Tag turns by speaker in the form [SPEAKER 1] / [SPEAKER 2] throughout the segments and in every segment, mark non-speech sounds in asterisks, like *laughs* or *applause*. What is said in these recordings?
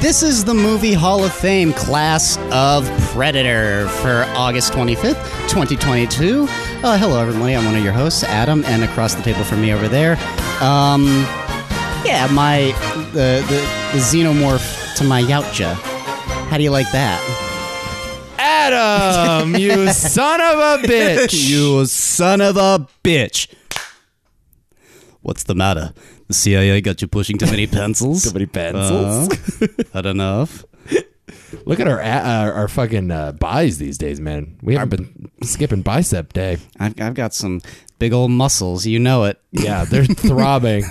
[SPEAKER 1] This is the Movie Hall of Fame Class of Predator for August 25th, 2022. Uh, hello, everybody. I'm one of your hosts, Adam, and across the table from me over there, um, yeah, my the, the, the xenomorph to my yautja. How do you like that? *laughs*
[SPEAKER 2] Adam, you son of a bitch.
[SPEAKER 1] you son of a bitch. What's the matter? The CIA got you pushing *laughs* too many pencils?
[SPEAKER 2] Too many pencils?
[SPEAKER 1] Uh, not *laughs* enough.
[SPEAKER 2] Uh-huh. Look at our our, our fucking uh, buys these days, man. We haven't been skipping bicep day.
[SPEAKER 1] I've, I've got some big old muscles. You know it. *laughs*
[SPEAKER 2] Yeah, they're throbbing.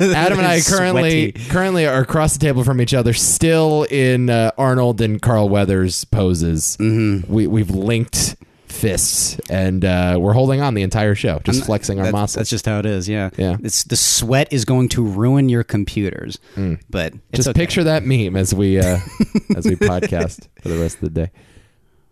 [SPEAKER 2] Adam and I
[SPEAKER 1] They're
[SPEAKER 2] currently currently are across the table from each other, still in uh, Arnold and Carl Weathers poses. Mm-hmm. We we've linked fists, and uh, we're holding on the entire show, just flexing our
[SPEAKER 1] That-
[SPEAKER 2] muscles.
[SPEAKER 1] That's just how it is. Yeah.
[SPEAKER 2] Yeah.
[SPEAKER 1] It's the sweat is going to ruin your computers. But it's
[SPEAKER 2] Hmm. just
[SPEAKER 1] okay.
[SPEAKER 2] picture that meme as we uh,
[SPEAKER 1] *laughs*
[SPEAKER 2] as we podcast for the rest of the day.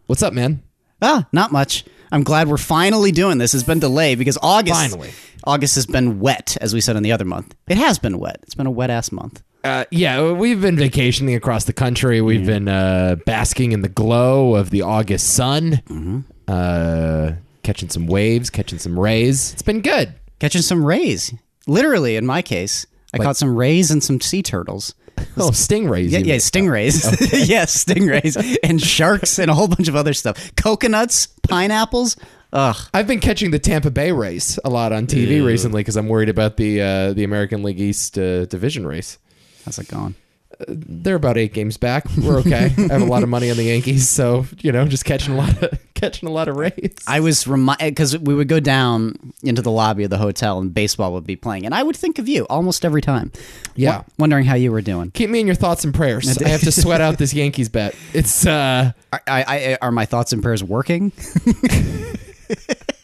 [SPEAKER 2] What's up, man?
[SPEAKER 1] Ah, not much. I'm glad we're finally doing this. It's been delayed because August
[SPEAKER 2] Finally.
[SPEAKER 1] August has been wet, as we said in the other month. It has been wet. It's been a wet ass month.
[SPEAKER 2] Uh, yeah, we've been vacationing across the country. We've been uh, basking in the glow of the August sun,
[SPEAKER 1] Mm-hmm.
[SPEAKER 2] uh, catching some waves, catching some rays. It's been good.
[SPEAKER 1] Catching some rays. Literally, in my case, I caught some rays and some sea turtles.
[SPEAKER 2] Oh, stingrays!
[SPEAKER 1] Yeah,
[SPEAKER 2] you
[SPEAKER 1] yeah,
[SPEAKER 2] mean.
[SPEAKER 1] stingrays. *laughs* yes, stingrays and sharks and a whole bunch of other stuff. Coconuts, pineapples. Ugh.
[SPEAKER 2] I've been catching the Tampa Bay race a lot on TV recently because I'm worried about the uh, the American League East uh, division race. Uh,
[SPEAKER 1] How's it going?
[SPEAKER 2] They're about eight games back. We're
[SPEAKER 1] *laughs*
[SPEAKER 2] okay. I have a lot of money on the Yankees, so you know, just catching a lot of *laughs* catching a lot of rays.
[SPEAKER 1] I was reminded because we would go down into the lobby of the hotel and baseball would be playing, and I would think of you almost every time.
[SPEAKER 2] Yeah.
[SPEAKER 1] Wo- wondering how you were doing.
[SPEAKER 2] Keep me in your thoughts and prayers. I have
[SPEAKER 1] *laughs*
[SPEAKER 2] to sweat out this Yankees bet. It's uh,
[SPEAKER 1] Are, I, I, are my thoughts and prayers working?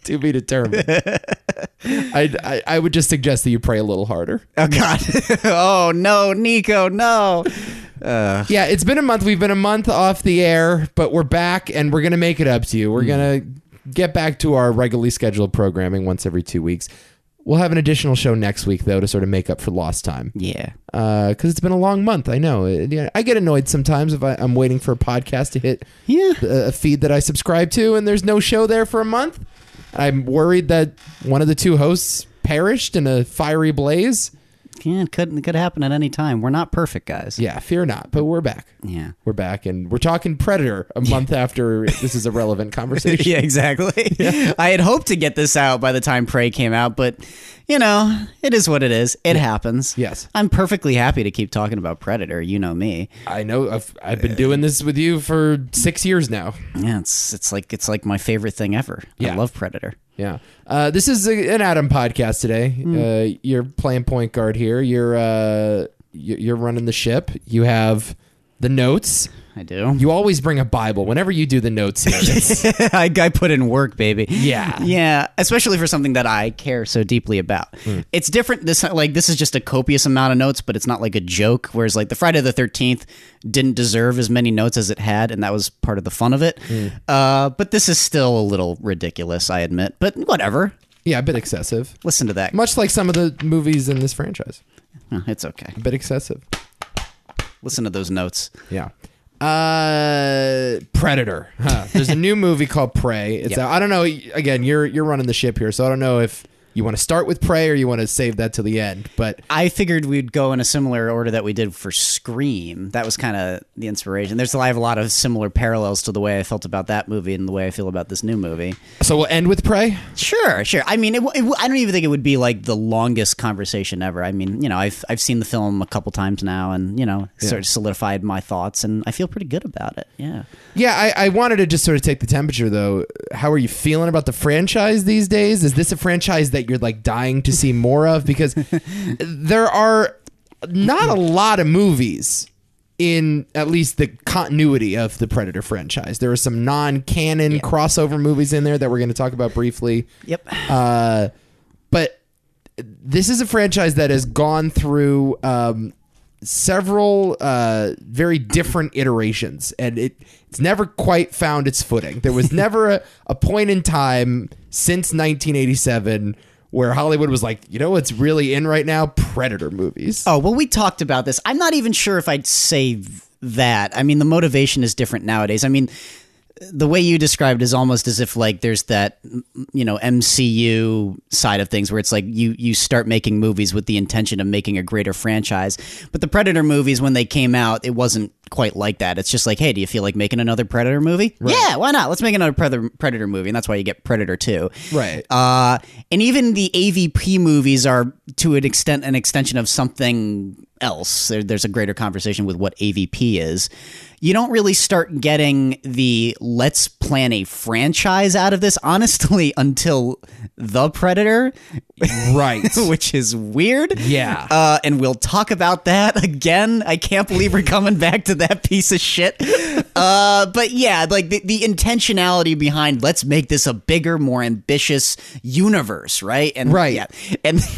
[SPEAKER 2] to be determined. I'd- I, I would just suggest that you pray a little harder.
[SPEAKER 1] Oh God! *laughs* oh no, Nico! No.
[SPEAKER 2] Yeah, it's been a month. We've been a month off the air, but we're back and we're going to make it up to you. We're going to get back to our regularly scheduled programming once every two weeks. We'll have an additional show next week, though, to sort of make up for lost time.
[SPEAKER 1] Yeah.
[SPEAKER 2] Because it's been a long month. I know. It- yeah, I get annoyed sometimes if I, I'm waiting for a podcast to hit
[SPEAKER 1] Yeah.
[SPEAKER 2] a feed that I subscribe to, and there's no show there for a month. I'm worried that one of the two hosts perished in a fiery blaze.
[SPEAKER 1] Yeah. It could it could happen at any time. We're not perfect, guys.
[SPEAKER 2] Yeah, fear not, but we're back.
[SPEAKER 1] Yeah.
[SPEAKER 2] We're back, and we're talking Predator a month after this is a relevant conversation.
[SPEAKER 1] *laughs* *laughs* Yeah, exactly. I had hoped to get this out by the time Prey came out, but you know, it is what it is. It happens.
[SPEAKER 2] Yes.
[SPEAKER 1] I'm perfectly happy to keep talking about Predator. You know me.
[SPEAKER 2] I know I've, I've been doing this with you for six years now.
[SPEAKER 1] Yeah, it's it's like it's like my favorite thing ever.
[SPEAKER 2] Yeah.
[SPEAKER 1] I love Predator.
[SPEAKER 2] Yeah. Uh, this is a, an Adam podcast today. Uh, you're playing point guard here. You're uh, you- you're running the ship. You have the notes.
[SPEAKER 1] I do. *laughs*
[SPEAKER 2] You always bring a Bible whenever you do the notes here. It's-
[SPEAKER 1] I, I put in work, baby.
[SPEAKER 2] Yeah.
[SPEAKER 1] Yeah, especially for something that I care so deeply about.
[SPEAKER 2] Hmm.
[SPEAKER 1] It's different this like this is just a copious amount of notes, but it's not like a joke whereas like the Friday the 13th didn't deserve as many notes as it had and that was part of the fun of it.
[SPEAKER 2] Hmm.
[SPEAKER 1] Uh, but this is still a little ridiculous, I admit. But whatever.
[SPEAKER 2] Yeah, a bit excessive.
[SPEAKER 1] Listen to that.
[SPEAKER 2] Much like some of the movies in this franchise.
[SPEAKER 1] Oh, it's okay.
[SPEAKER 2] A bit excessive.
[SPEAKER 1] Listen to those notes.
[SPEAKER 2] Yeah. Uh Predator. Huh. There's a new movie called Prey. It's
[SPEAKER 1] Yeah.
[SPEAKER 2] out- I don't know again, you're you're running the ship here, so I don't know if you want to start with Prey or you want to save that till the end, but
[SPEAKER 1] I figured we'd go in a similar order that we did for Scream. That was kind of the inspiration. There's I have a lot of similar parallels to the way I felt about that movie and the way I feel about this new movie.
[SPEAKER 2] so we'll end with Prey.
[SPEAKER 1] Sure, sure. I mean, it, w- it, w- I don't even think it would be like the longest conversation ever. I mean, you know, I've I've seen the film a couple times now, and you know, sort of solidified my thoughts, and I feel pretty good about it. Yeah.
[SPEAKER 2] Yeah, I, I wanted to just sort of take the temperature though. How are you feeling about the franchise these days? Is this a franchise that you're like dying to see more of? Because there are not a lot of movies in at least the continuity of the Predator franchise. There are some non-canon crossover movies in there that we're going to talk about briefly.
[SPEAKER 1] Yep.
[SPEAKER 2] Uh, but this is a franchise that has gone through um, several uh, very different iterations, and it it's never quite found its footing. There was never a, a point in time since 1987 where Hollywood was like, you know what's really in right now? Predator movies.
[SPEAKER 1] Oh well, we talked about this. I'm not even sure if I'd say v- that. I mean, the motivation is different nowadays. I mean, the way you described is almost as if like there's that you know MCU side of things where it's like you you start making movies with the intention of making a greater franchise. But the Predator movies when they came out, it wasn't quite like that. It's just like, hey, do you feel like making another Predator movie? Yeah, why not? Let's make another Predator Predator movie, and that's why you get Predator Two.
[SPEAKER 2] Right.
[SPEAKER 1] Uh, and even the AVP movies are to an extent an extension of something else. There, there's a greater conversation with what AVP is. You don't really start getting the let's plan a franchise out of this, honestly, *laughs* until The Predator,
[SPEAKER 2] Right.
[SPEAKER 1] *laughs* which is weird.
[SPEAKER 2] Yeah.
[SPEAKER 1] Uh, and we'll talk about that *laughs* again. I can't believe we're coming back to that piece of shit. *laughs* Uh, but yeah, like the, the intentionality behind let's make this a bigger, more ambitious universe, right? And
[SPEAKER 2] Right.
[SPEAKER 1] yeah, and. *laughs*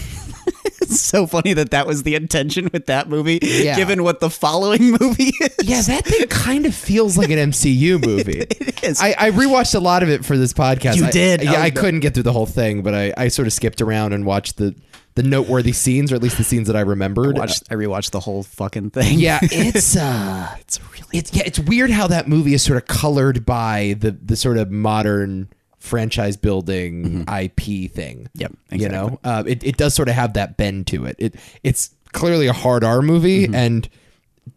[SPEAKER 1] It's so funny that that was the intention with that movie,
[SPEAKER 2] Yeah.
[SPEAKER 1] given what the following *laughs* movie is.
[SPEAKER 2] Yeah, that thing kind of feels like
[SPEAKER 1] *laughs*
[SPEAKER 2] an MCU movie. it
[SPEAKER 1] is.
[SPEAKER 2] I, I rewatched a lot of it for this podcast.
[SPEAKER 1] You
[SPEAKER 2] I-
[SPEAKER 1] did?
[SPEAKER 2] Yeah,
[SPEAKER 1] Oh,
[SPEAKER 2] I
[SPEAKER 1] no.
[SPEAKER 2] couldn't get through the whole thing, but I, I sort of skipped around and watched the the noteworthy scenes, or at least the scenes that I remembered.
[SPEAKER 1] Watched, I rewatched the whole fucking thing. *laughs*
[SPEAKER 2] *laughs* yeah, it's uh,
[SPEAKER 1] it's really
[SPEAKER 2] it's yeah, it's weird how that movie is sort of colored by the the sort of modern franchise building IP thing.
[SPEAKER 1] Mm-hmm. Yep,
[SPEAKER 2] You know, uh, it it does sort of have that bend to it. It it's clearly a hard R movie
[SPEAKER 1] Mm-hmm.
[SPEAKER 2] and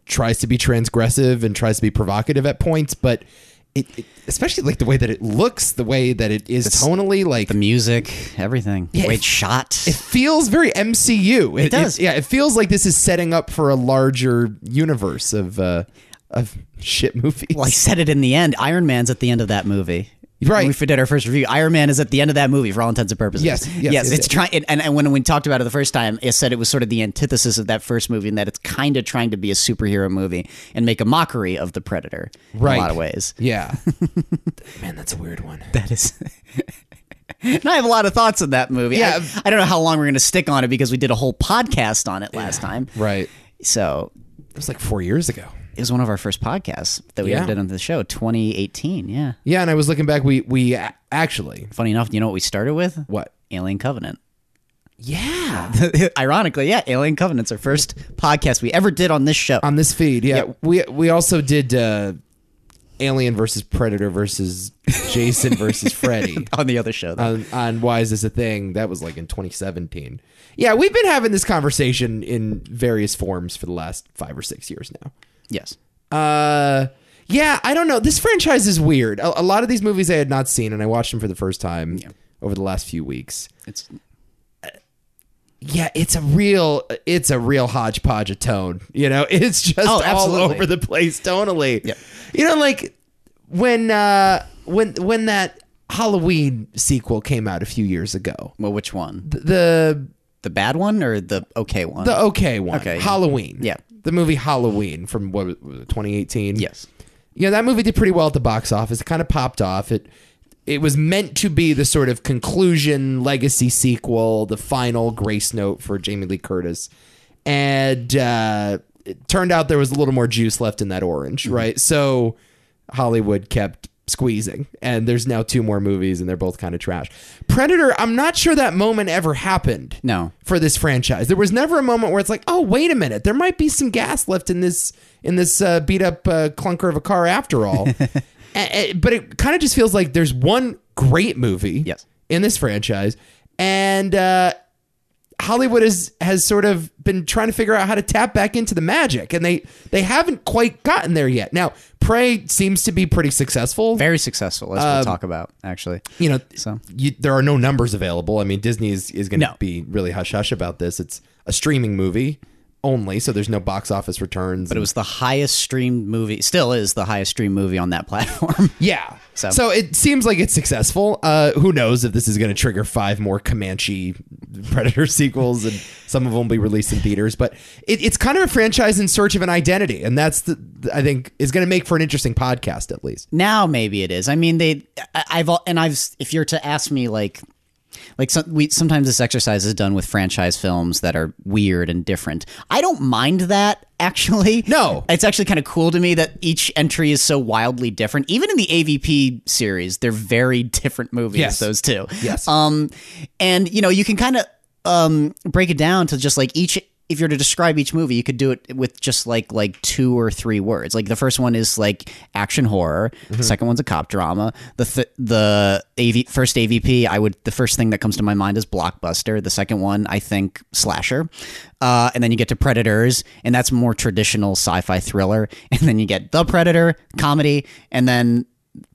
[SPEAKER 2] tries to be transgressive and tries to be provocative at points, but. It, it, especially like the way that it looks, the way that it is tonally, like
[SPEAKER 1] the music, everything.
[SPEAKER 2] Yeah,
[SPEAKER 1] Wait,
[SPEAKER 2] if-
[SPEAKER 1] shot.
[SPEAKER 2] it feels very MCU. It,
[SPEAKER 1] does.
[SPEAKER 2] yeah, it feels like this is setting up for a larger universe of uh, of shit movies.
[SPEAKER 1] Well, I said it in the end. Iron Man's at the end of that movie.
[SPEAKER 2] Right.
[SPEAKER 1] When we did our first review. Iron Man is at the end of that movie for all intents and purposes.
[SPEAKER 2] Yes, yes, yes,
[SPEAKER 1] it's
[SPEAKER 2] yes.
[SPEAKER 1] trying. And, and when we talked about it the first time, it said it was sort of the antithesis of that first movie, in that it's kind of trying to be a superhero movie and make a mockery of the Predator in
[SPEAKER 2] Right.
[SPEAKER 1] a lot of ways.
[SPEAKER 2] Yeah. *laughs* Man, that's a weird one.
[SPEAKER 1] That is. *laughs* and I have a lot of thoughts on that movie. I-
[SPEAKER 2] Yeah.
[SPEAKER 1] I, don't know how long we're going to stick on it because we did a whole podcast on it last time.
[SPEAKER 2] Right.
[SPEAKER 1] So
[SPEAKER 2] It was like four years ago.
[SPEAKER 1] it was one of our first podcasts that we
[SPEAKER 2] Yeah.
[SPEAKER 1] ever did on the show, 2018. Yeah.
[SPEAKER 2] Yeah, and I was looking back. We we a- actually
[SPEAKER 1] Funny enough, you know what we started with?
[SPEAKER 2] what?
[SPEAKER 1] Alien Covenant.
[SPEAKER 2] Yeah.
[SPEAKER 1] *laughs* Ironically, yeah, Alien Covenant's our first podcast we ever did on this show.
[SPEAKER 2] On this feed, yeah, we we also did uh, Alien versus Predator versus Jason *laughs* versus Freddy.
[SPEAKER 1] *laughs* on the other show, though.
[SPEAKER 2] On, on why is this a thing? That was like in 2017. Yeah, we've been having this conversation in various forms for the last five or six years now.
[SPEAKER 1] yes.
[SPEAKER 2] Uh, yeah, I don't know. This franchise is weird. A, a lot of these movies I had not seen, and I watched them for the first time over the last few weeks.
[SPEAKER 1] It's
[SPEAKER 2] Yeah, it's a real, it's a real hodgepodge of tone. You know, *laughs* it's just
[SPEAKER 1] Oh,
[SPEAKER 2] all
[SPEAKER 1] absolutely.
[SPEAKER 2] over the place tonally.
[SPEAKER 1] Yep.
[SPEAKER 2] You know, like when uh, when when that Halloween sequel came out a few years ago.
[SPEAKER 1] well, which one?
[SPEAKER 2] th- The
[SPEAKER 1] The bad one or the okay one?
[SPEAKER 2] the okay one,
[SPEAKER 1] Okay.
[SPEAKER 2] Halloween.
[SPEAKER 1] Yeah.
[SPEAKER 2] the movie Halloween from what was it, 2018.
[SPEAKER 1] yes.
[SPEAKER 2] you know that movie did pretty well at the box office. It kind of popped off. It it was meant to be the sort of conclusion, legacy sequel, the final grace note for Jamie Lee Curtis, and uh, it turned out there was a little more juice left in that orange,
[SPEAKER 1] Mm-hmm.
[SPEAKER 2] right? So Hollywood kept squeezing, and there's now two more movies, and they're both kind of trash. Predator. I'm not sure that moment ever happened
[SPEAKER 1] No.
[SPEAKER 2] for this franchise. There was never a moment where it's like, oh, wait a minute, there might be some gas left in this in this uh, beat up uh, clunker of a car
[SPEAKER 1] *laughs*
[SPEAKER 2] after all. A- a- but it kind of just feels like there's one great movie
[SPEAKER 1] Yes.
[SPEAKER 2] in this franchise, and uh, Hollywood has has sort of been trying to figure out how to tap back into the magic, and they they haven't quite gotten there yet. Now, Prey seems to be pretty successful.
[SPEAKER 1] Very successful, as
[SPEAKER 2] Um,
[SPEAKER 1] we'll talk about, actually.
[SPEAKER 2] you know,
[SPEAKER 1] So
[SPEAKER 2] you, there are no numbers available. I mean, Disney is, is going to
[SPEAKER 1] No.
[SPEAKER 2] be really hush hush about this. It's a streaming movie only, so there's no box office returns.
[SPEAKER 1] it was the highest streamed movie, still is the highest streamed movie on that *laughs* platform.
[SPEAKER 2] yeah.
[SPEAKER 1] So-
[SPEAKER 2] So. it seems like it's successful. Uh, who knows if this is going to trigger five more Comanche Predator *laughs* sequels and some of them will be released in theaters. But it, it's kind of a franchise in search of an identity. And that's, the, I think, is going to make for an interesting podcast at least.
[SPEAKER 1] now maybe it is i mean they I, i've al- and i've if you're to ask me like like some, we sometimes this exercise is done with franchise films that are weird and different i don't mind that actually
[SPEAKER 2] *laughs* No.
[SPEAKER 1] it's actually kind of cool to me that each entry is so wildly different even in the avp series they're very different movies
[SPEAKER 2] Yes.
[SPEAKER 1] those two
[SPEAKER 2] Yes.
[SPEAKER 1] um, and you know, you can kind of um break it down to just like each if you're to describe each movie, you could do it with just like like two or three words. Like the first one is like action horror.
[SPEAKER 2] Mm-hmm.
[SPEAKER 1] The second one's a cop drama. The th- the AV- first AVP, I would the first thing that comes to my mind is blockbuster. The second one, I think slasher. Uh, and then you get to Predators, and that's more traditional sci-fi thriller. *laughs* And then you get The Predator comedy, and then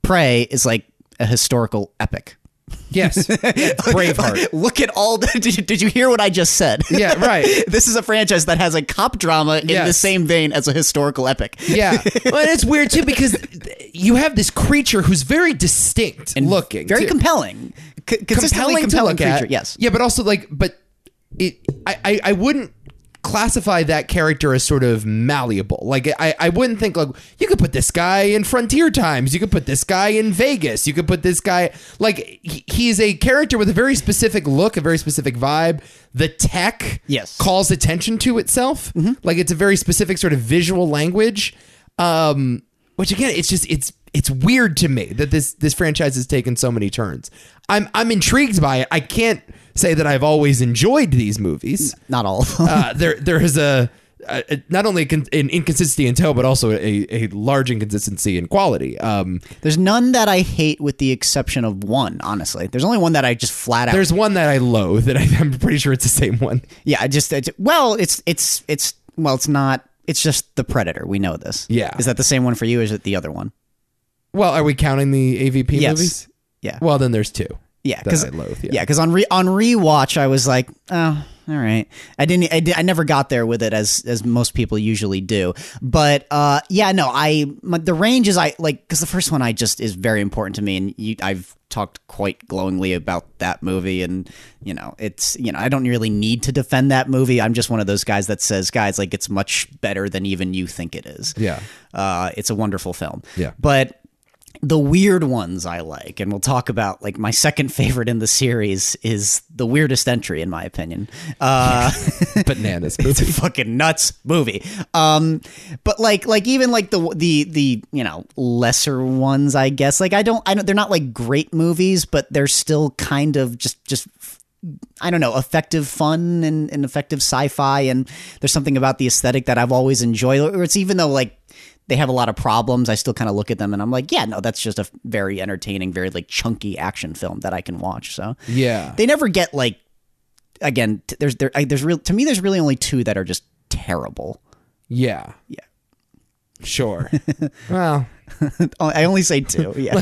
[SPEAKER 1] Prey is like a historical epic.
[SPEAKER 2] *laughs* Yes. Braveheart.
[SPEAKER 1] *laughs* Look at all the. Did you, did you hear what I just said?
[SPEAKER 2] Yeah,
[SPEAKER 1] *laughs*
[SPEAKER 2] right.
[SPEAKER 1] this is a franchise that has a cop drama in the
[SPEAKER 2] Yes.
[SPEAKER 1] same vein as a historical epic. *laughs*
[SPEAKER 2] Yeah. *laughs* well, and it's weird too because you have this creature who's very distinct looking.
[SPEAKER 1] Very
[SPEAKER 2] too.
[SPEAKER 1] compelling. C- consistently
[SPEAKER 2] compelling,
[SPEAKER 1] compelling,
[SPEAKER 2] to look
[SPEAKER 1] creature.
[SPEAKER 2] at.
[SPEAKER 1] Yes.
[SPEAKER 2] Yeah, but also like, but it, I, I, I wouldn't classify that character as sort of malleable. Like, I, I wouldn't think like you could put this guy in Frontier Times, you could put this guy in Vegas, you could put this guy like he, he's a character with a very specific look, a very specific vibe. The tech,
[SPEAKER 1] Yes. Mm-hmm.
[SPEAKER 2] calls attention to itself. Like, it's a very specific sort of visual language. Um, which again, it's just it's it's weird to me that this this franchise has taken so many turns. I'm I'm intrigued by it. I can't say that I've always enjoyed these movies.
[SPEAKER 1] Not all of them.
[SPEAKER 2] Uh, there there is a, a a- not only con- an inconsistency in tone, but also a, a large inconsistency in quality. Um,
[SPEAKER 1] *laughs* There's none that I hate with the exception of one, honestly. There's only one that I just flat out.
[SPEAKER 2] there's one that I loathe that I, *laughs* I'm pretty sure it's the same one.
[SPEAKER 1] yeah, I just. It's, well, it's. It's. It's. Well, it's not. It's just the Predator. We know this.
[SPEAKER 2] Yeah.
[SPEAKER 1] Is that the same one for you? Or is it the other one?
[SPEAKER 2] Well, are we counting the AVP
[SPEAKER 1] Yes.
[SPEAKER 2] movies?
[SPEAKER 1] Yeah.
[SPEAKER 2] Well, then there's two.
[SPEAKER 1] Yeah,
[SPEAKER 2] that
[SPEAKER 1] because
[SPEAKER 2] I loathe, yeah.
[SPEAKER 1] yeah, 'cause on re- on rewatch, I was like, oh, all right. I didn't, I, di- I never got there with it as as most people usually do. But uh, yeah, no, I my, the range is I like because the first one I just is very important to me, and you, I've talked quite glowingly about that movie, and you know, it's you know, I don't really need to defend that movie. I'm just one of those guys that says, guys, like it's much better than even you think it is.
[SPEAKER 2] Yeah.
[SPEAKER 1] Uh, it's a wonderful film.
[SPEAKER 2] Yeah.
[SPEAKER 1] But the weird ones I like, and we'll talk about like my second *laughs* favorite in the series is the weirdest entry in my opinion. Uh, *laughs*
[SPEAKER 2] Bananas.
[SPEAKER 1] it's a fucking nuts movie. Um, but like like even like the the the you know lesser ones, I guess. Like I don't I don't they're not like great movies, but they're still kind of just just. I don't know, effective fun and, and effective sci-fi, and there's something about the aesthetic that I've always enjoyed. Or it's even though like they have a lot of problems, I still kind of look at them and I'm like, yeah, no, that's just a very entertaining, very like chunky action film that I can watch. So
[SPEAKER 2] yeah.
[SPEAKER 1] they never get like again t- there's there I, there's real to me there's really only two that are just terrible
[SPEAKER 2] Yeah.
[SPEAKER 1] Yeah.
[SPEAKER 2] Sure. well,
[SPEAKER 1] *laughs* Oh, i only say *laughs* two yeah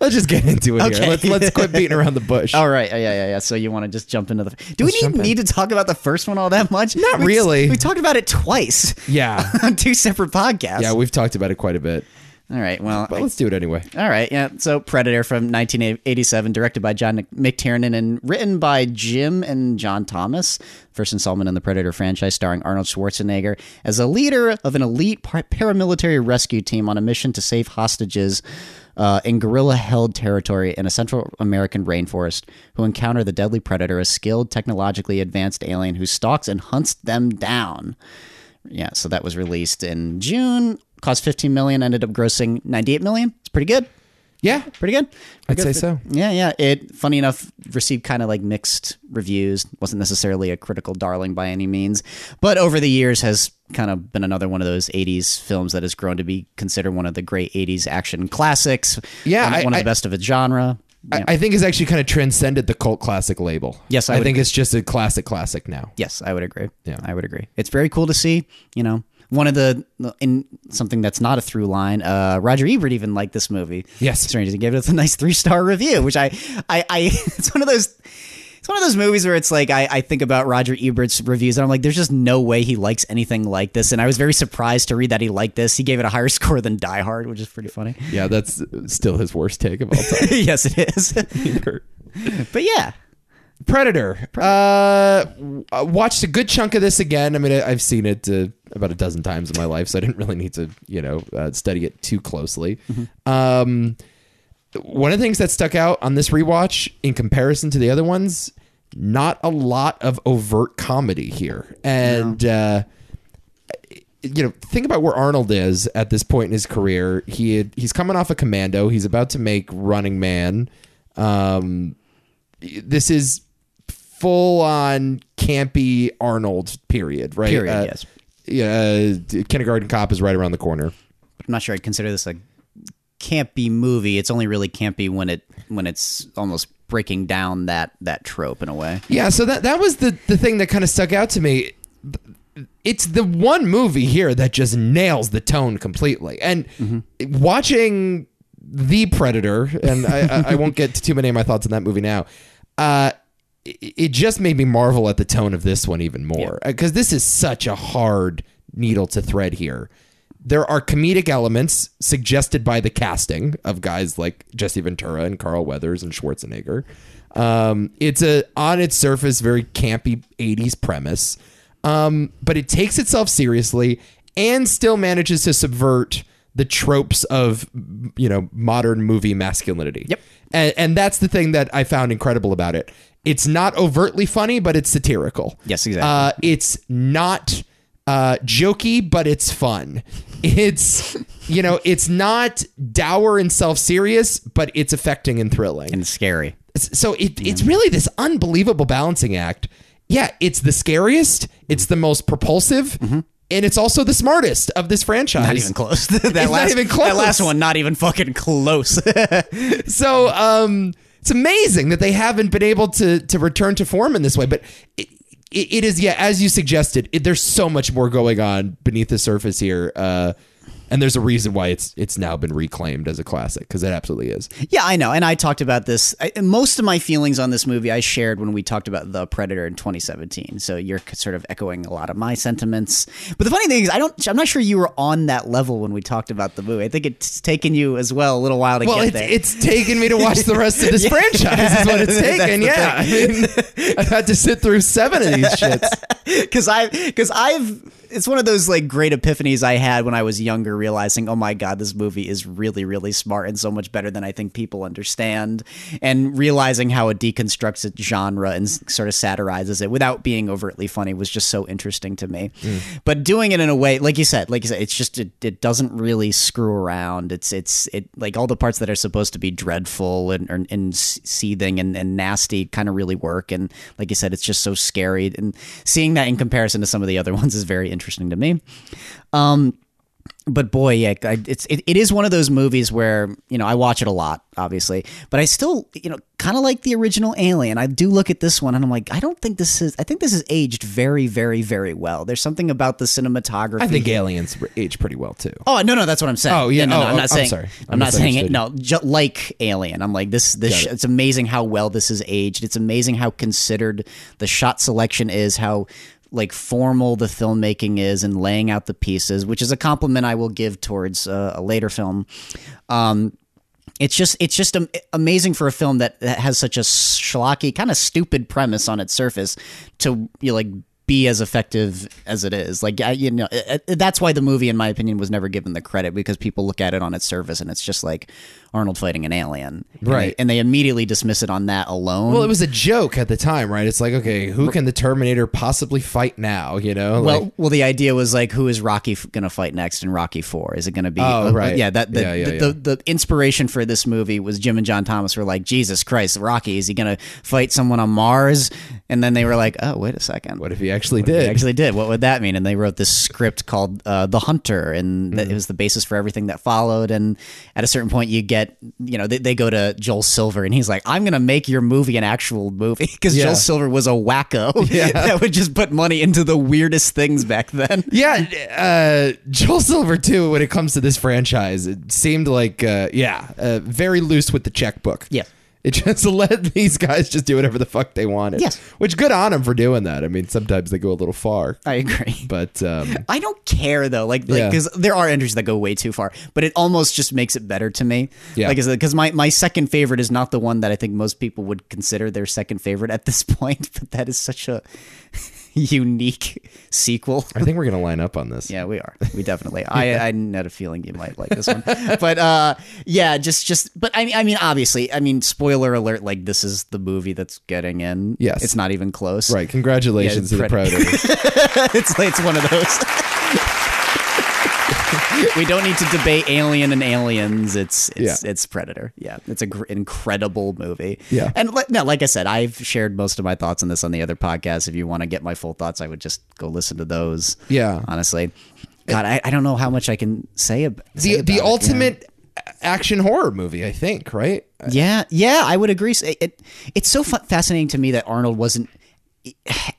[SPEAKER 2] let's just get into it
[SPEAKER 1] Okay.
[SPEAKER 2] here. Let's, let's quit beating around the bush.
[SPEAKER 1] *laughs* all right yeah yeah yeah so you want to just jump into the do we
[SPEAKER 2] jump
[SPEAKER 1] need,
[SPEAKER 2] in.
[SPEAKER 1] need to talk about the first one all that much not we,
[SPEAKER 2] really.
[SPEAKER 1] we talked about it twice
[SPEAKER 2] Yeah.
[SPEAKER 1] *laughs* on two separate podcasts
[SPEAKER 2] Yeah, we've talked about it quite a bit.
[SPEAKER 1] all right well
[SPEAKER 2] But
[SPEAKER 1] I-
[SPEAKER 2] let's do it anyway.
[SPEAKER 1] all right yeah so predator from 1987 directed by john Mc- mctiernan and written by jim and john thomas first installment in the predator franchise starring arnold schwarzenegger as a leader of an elite par- paramilitary rescue team on a mission to save hostages uh, in guerrilla held territory in a Central American rainforest, who encounter the deadly predator, a skilled, technologically advanced alien who stalks and hunts them down. Yeah, so that was released in June. Cost 15 million, ended up grossing 98 million. It's pretty good.
[SPEAKER 2] Yeah.
[SPEAKER 1] Pretty good.
[SPEAKER 2] I'd
[SPEAKER 1] Pretty
[SPEAKER 2] say
[SPEAKER 1] good.
[SPEAKER 2] so.
[SPEAKER 1] Yeah, yeah. It funny enough received kind of like mixed reviews. wasn't necessarily a critical darling by any means, but over the years has kind of been another one of those '80s films that has grown to be considered one of the great '80s action classics.
[SPEAKER 2] Yeah,
[SPEAKER 1] one,
[SPEAKER 2] I-
[SPEAKER 1] one of the
[SPEAKER 2] I-
[SPEAKER 1] best of its genre.
[SPEAKER 2] I, I think it's actually kind of transcended the cult classic label.
[SPEAKER 1] Yes, I would
[SPEAKER 2] think it's just a classic classic now.
[SPEAKER 1] Yes, I would agree.
[SPEAKER 2] Yeah.
[SPEAKER 1] I would agree. It's very cool to see. You know, one of the in something that's not a through line. Uh, Roger Ebert even liked this movie.
[SPEAKER 2] Yes.
[SPEAKER 1] Strange to give it a nice three star review, which I, I, *laughs* I, it's one of those. It's one of those movies where it's like I, I think about Roger Ebert's reviews and I'm like, there's just no way he likes anything like this. And I was very surprised to read that he liked this. He gave it a higher *laughs* score than Die Hard, which is pretty funny.
[SPEAKER 2] Yeah, that's still his worst take of
[SPEAKER 1] *laughs*
[SPEAKER 2] all time.
[SPEAKER 1] yes, it
[SPEAKER 2] *laughs*
[SPEAKER 1] is. but yeah,
[SPEAKER 2] Predator. Uh, w- I watched a good chunk of this again. I mean, I, I've seen it uh, about a dozen times in my life, so I didn't really need to, you know, uh, study it too closely.
[SPEAKER 1] Mm-hmm.
[SPEAKER 2] Um, one of the things that stuck out on this rewatch in comparison to the other ones, not a lot of overt comedy here. And, uh, you know, think about where Arnold is at this point in his career. He had, he's coming off a Commando. He's about to make Running Man. Um, this is full on campy Arnold period, right?
[SPEAKER 1] Period,
[SPEAKER 2] Uh,
[SPEAKER 1] yes.
[SPEAKER 2] Yeah, uh, kindergarten cop is right around the corner.
[SPEAKER 1] I'm not sure I'd consider this a campy movie. It's only really campy when it when it's almost breaking down that that trope in a way.
[SPEAKER 2] Yeah, so that that was the the thing that kind of stuck out to me. It's the one movie here that just nails the tone completely. And watching the Predator, and I, I, I won't get to too many of my thoughts on that movie now. Uh, it, it just made me marvel at the tone of this one even more because this is such a hard needle to thread here. There are comedic elements suggested by the casting of guys like Jesse Ventura and Carl Weathers and Schwarzenegger. Um, it's a on its surface very campy '80s premise, um, but it takes itself seriously and still manages to subvert the tropes of you know modern movie masculinity.
[SPEAKER 1] Yep.
[SPEAKER 2] and, and that's the thing that I found incredible about it. It's not overtly funny, but it's satirical.
[SPEAKER 1] Yes, exactly.
[SPEAKER 2] Uh, it's not uh, jokey, but it's fun. It's you know, it's not dour and self serious, but it's affecting and thrilling.
[SPEAKER 1] And scary.
[SPEAKER 2] S- so it,
[SPEAKER 1] Mm.
[SPEAKER 2] it's really this unbelievable balancing act. Yeah, it's the scariest, it's the most propulsive, and it's also the smartest of this franchise.
[SPEAKER 1] Mm-hmm. Not even close. *laughs* that
[SPEAKER 2] not
[SPEAKER 1] last
[SPEAKER 2] even close.
[SPEAKER 1] that last one not even fucking close. *laughs*
[SPEAKER 2] so um, it's amazing that they haven't been able to to return to form in this way. But it, it, it is, yeah, as you suggested, it, there's so much more going on beneath the surface here, uh, and there's a reason why it's it's now been reclaimed as a classic because it absolutely is.
[SPEAKER 1] Yeah, I know. And I talked about this. I, most of my feelings on this movie I shared when we talked about The Predator in 2017. So you're c- sort of echoing a lot of my sentiments. But the funny thing is, I don't. I'm not sure you were on that level when we talked about the movie. I think it's taken you as well a little while to
[SPEAKER 2] Well,
[SPEAKER 1] get
[SPEAKER 2] it's,
[SPEAKER 1] there.
[SPEAKER 2] it's taken me to watch the rest of *laughs* this franchise. Is what it's
[SPEAKER 1] That's
[SPEAKER 2] taken.
[SPEAKER 1] the
[SPEAKER 2] Yeah, I mean, *laughs* I've had to sit through seven of these shits.
[SPEAKER 1] *laughs* because I because I've it's one of those like great epiphanies I had when I was younger, realizing oh my god, this movie is really really smart and so much better than I think people understand, and realizing how it deconstructs its genre and s- sort of satirizes it without being overtly funny was just so interesting to me.
[SPEAKER 2] Mm.
[SPEAKER 1] But doing it in a way, like you said, like you said, it's just it, it doesn't really screw around. It's it's it like all the parts that are supposed to be dreadful and and, and s- seething and, and nasty kind of really work. And like you said, it's just so scary. And seeing that in comparison to some of the other *laughs* ones is very interesting to me. Um, but boy, yeah, I, it's it, it is one of those movies where you know I watch it a lot, obviously, but I still you know kind of like the original Alien. I do look at this one and I'm like, I don't think this is. I think this is aged very, very, very well. There's something about the cinematography.
[SPEAKER 2] *laughs* I think aliens age pretty well too.
[SPEAKER 1] Oh no no that's what I'm saying.
[SPEAKER 2] Oh, yeah,
[SPEAKER 1] no, no,
[SPEAKER 2] oh,
[SPEAKER 1] no, I'm
[SPEAKER 2] I'm
[SPEAKER 1] not saying.
[SPEAKER 2] sorry. I
[SPEAKER 1] I'm not saying it.
[SPEAKER 2] misunderstood.
[SPEAKER 1] No, ju- like Alien, I'm like this. This sh- it's amazing how well this is aged. It's amazing how considered the shot selection is. How like formal the filmmaking is and laying out the pieces, which is a compliment I will give towards uh, a later film. Um, it's just it's just am- amazing for a film that, that has such a schlocky kind of stupid premise on its surface to you know, like be as effective as it is like I, you know I- I- that's why the movie in my opinion was never given the credit because people look at it on its surface and it's just like arnold fighting an alien And they-
[SPEAKER 2] Right.
[SPEAKER 1] and they, immediately dismiss it on that alone
[SPEAKER 2] Well, it was a joke at the time, right? It's like, okay, who can the Terminator possibly fight now? You know, like,
[SPEAKER 1] Well, well, the idea was like, who is Rocky f- going to fight next in Rocky Four? Is it going to be?
[SPEAKER 2] Oh,
[SPEAKER 1] uh,
[SPEAKER 2] right.
[SPEAKER 1] Yeah, that the,
[SPEAKER 2] Yeah, yeah,
[SPEAKER 1] the, The, the inspiration for this movie was Jim and John Thomas were like, Jesus Christ, Rocky, is he going to fight someone on Mars? And then they were like, Oh, wait a second,
[SPEAKER 2] what if he actually
[SPEAKER 1] they
[SPEAKER 2] did?
[SPEAKER 1] actually did. What would that mean? And they wrote this script called uh, The Hunter, and that it was the basis for everything that followed. And at a certain point, you get, you know, they, they go to Joel Silver, and he's like, I'm going to make your movie an actual movie. *laughs* Because
[SPEAKER 2] Yeah.
[SPEAKER 1] Joel Silver was a wacko *laughs* that would just put money into the weirdest things back then.
[SPEAKER 2] yeah, uh, Joel Silver too. When it comes to this franchise, it seemed like, uh, yeah, uh, very loose with the checkbook.
[SPEAKER 1] Yeah.
[SPEAKER 2] it *laughs* just let these guys just do whatever the fuck they wanted.
[SPEAKER 1] Yes.
[SPEAKER 2] which good on them for doing that. I mean, sometimes they go a little far,
[SPEAKER 1] I agree.
[SPEAKER 2] but um,
[SPEAKER 1] I don't care though, like
[SPEAKER 2] Yeah.
[SPEAKER 1] because there are entries that go way too far, but it almost just makes it better to me.
[SPEAKER 2] Yeah.
[SPEAKER 1] Like, because my my second favorite is not the one that I think most people would consider their second favorite at this *laughs* point, but that is such a *laughs* unique sequel.
[SPEAKER 2] *laughs* I think we're gonna line up on this.
[SPEAKER 1] Yeah, we are. We definitely. I, I had a feeling you might like this one, but uh, yeah, just just. But I mean, I mean, obviously, I mean, spoiler alert. Like, this is the movie that's getting in.
[SPEAKER 2] Yes.
[SPEAKER 1] it's not even close.
[SPEAKER 2] Right, congratulations *laughs*
[SPEAKER 1] Yeah,
[SPEAKER 2] to the
[SPEAKER 1] Predator.
[SPEAKER 2] Predator.
[SPEAKER 1] it's it's one of those. we don't need to debate Alien and Aliens. It's it's
[SPEAKER 2] Yeah.
[SPEAKER 1] it's Predator. Yeah, it's an gr- incredible movie.
[SPEAKER 2] Yeah.
[SPEAKER 1] and li- no, like I said, I've shared most of my thoughts on this on the other podcast. If you want to get my full thoughts, I would just go listen to those.
[SPEAKER 2] Yeah.
[SPEAKER 1] honestly, God, I, I don't know how much I can say, ab- say
[SPEAKER 2] the
[SPEAKER 1] about it,
[SPEAKER 2] the
[SPEAKER 1] you know?
[SPEAKER 2] ultimate action horror movie, I think, right?
[SPEAKER 1] Yeah, yeah, I would agree. It, it- it's so fa- fascinating to me that Arnold wasn't eh,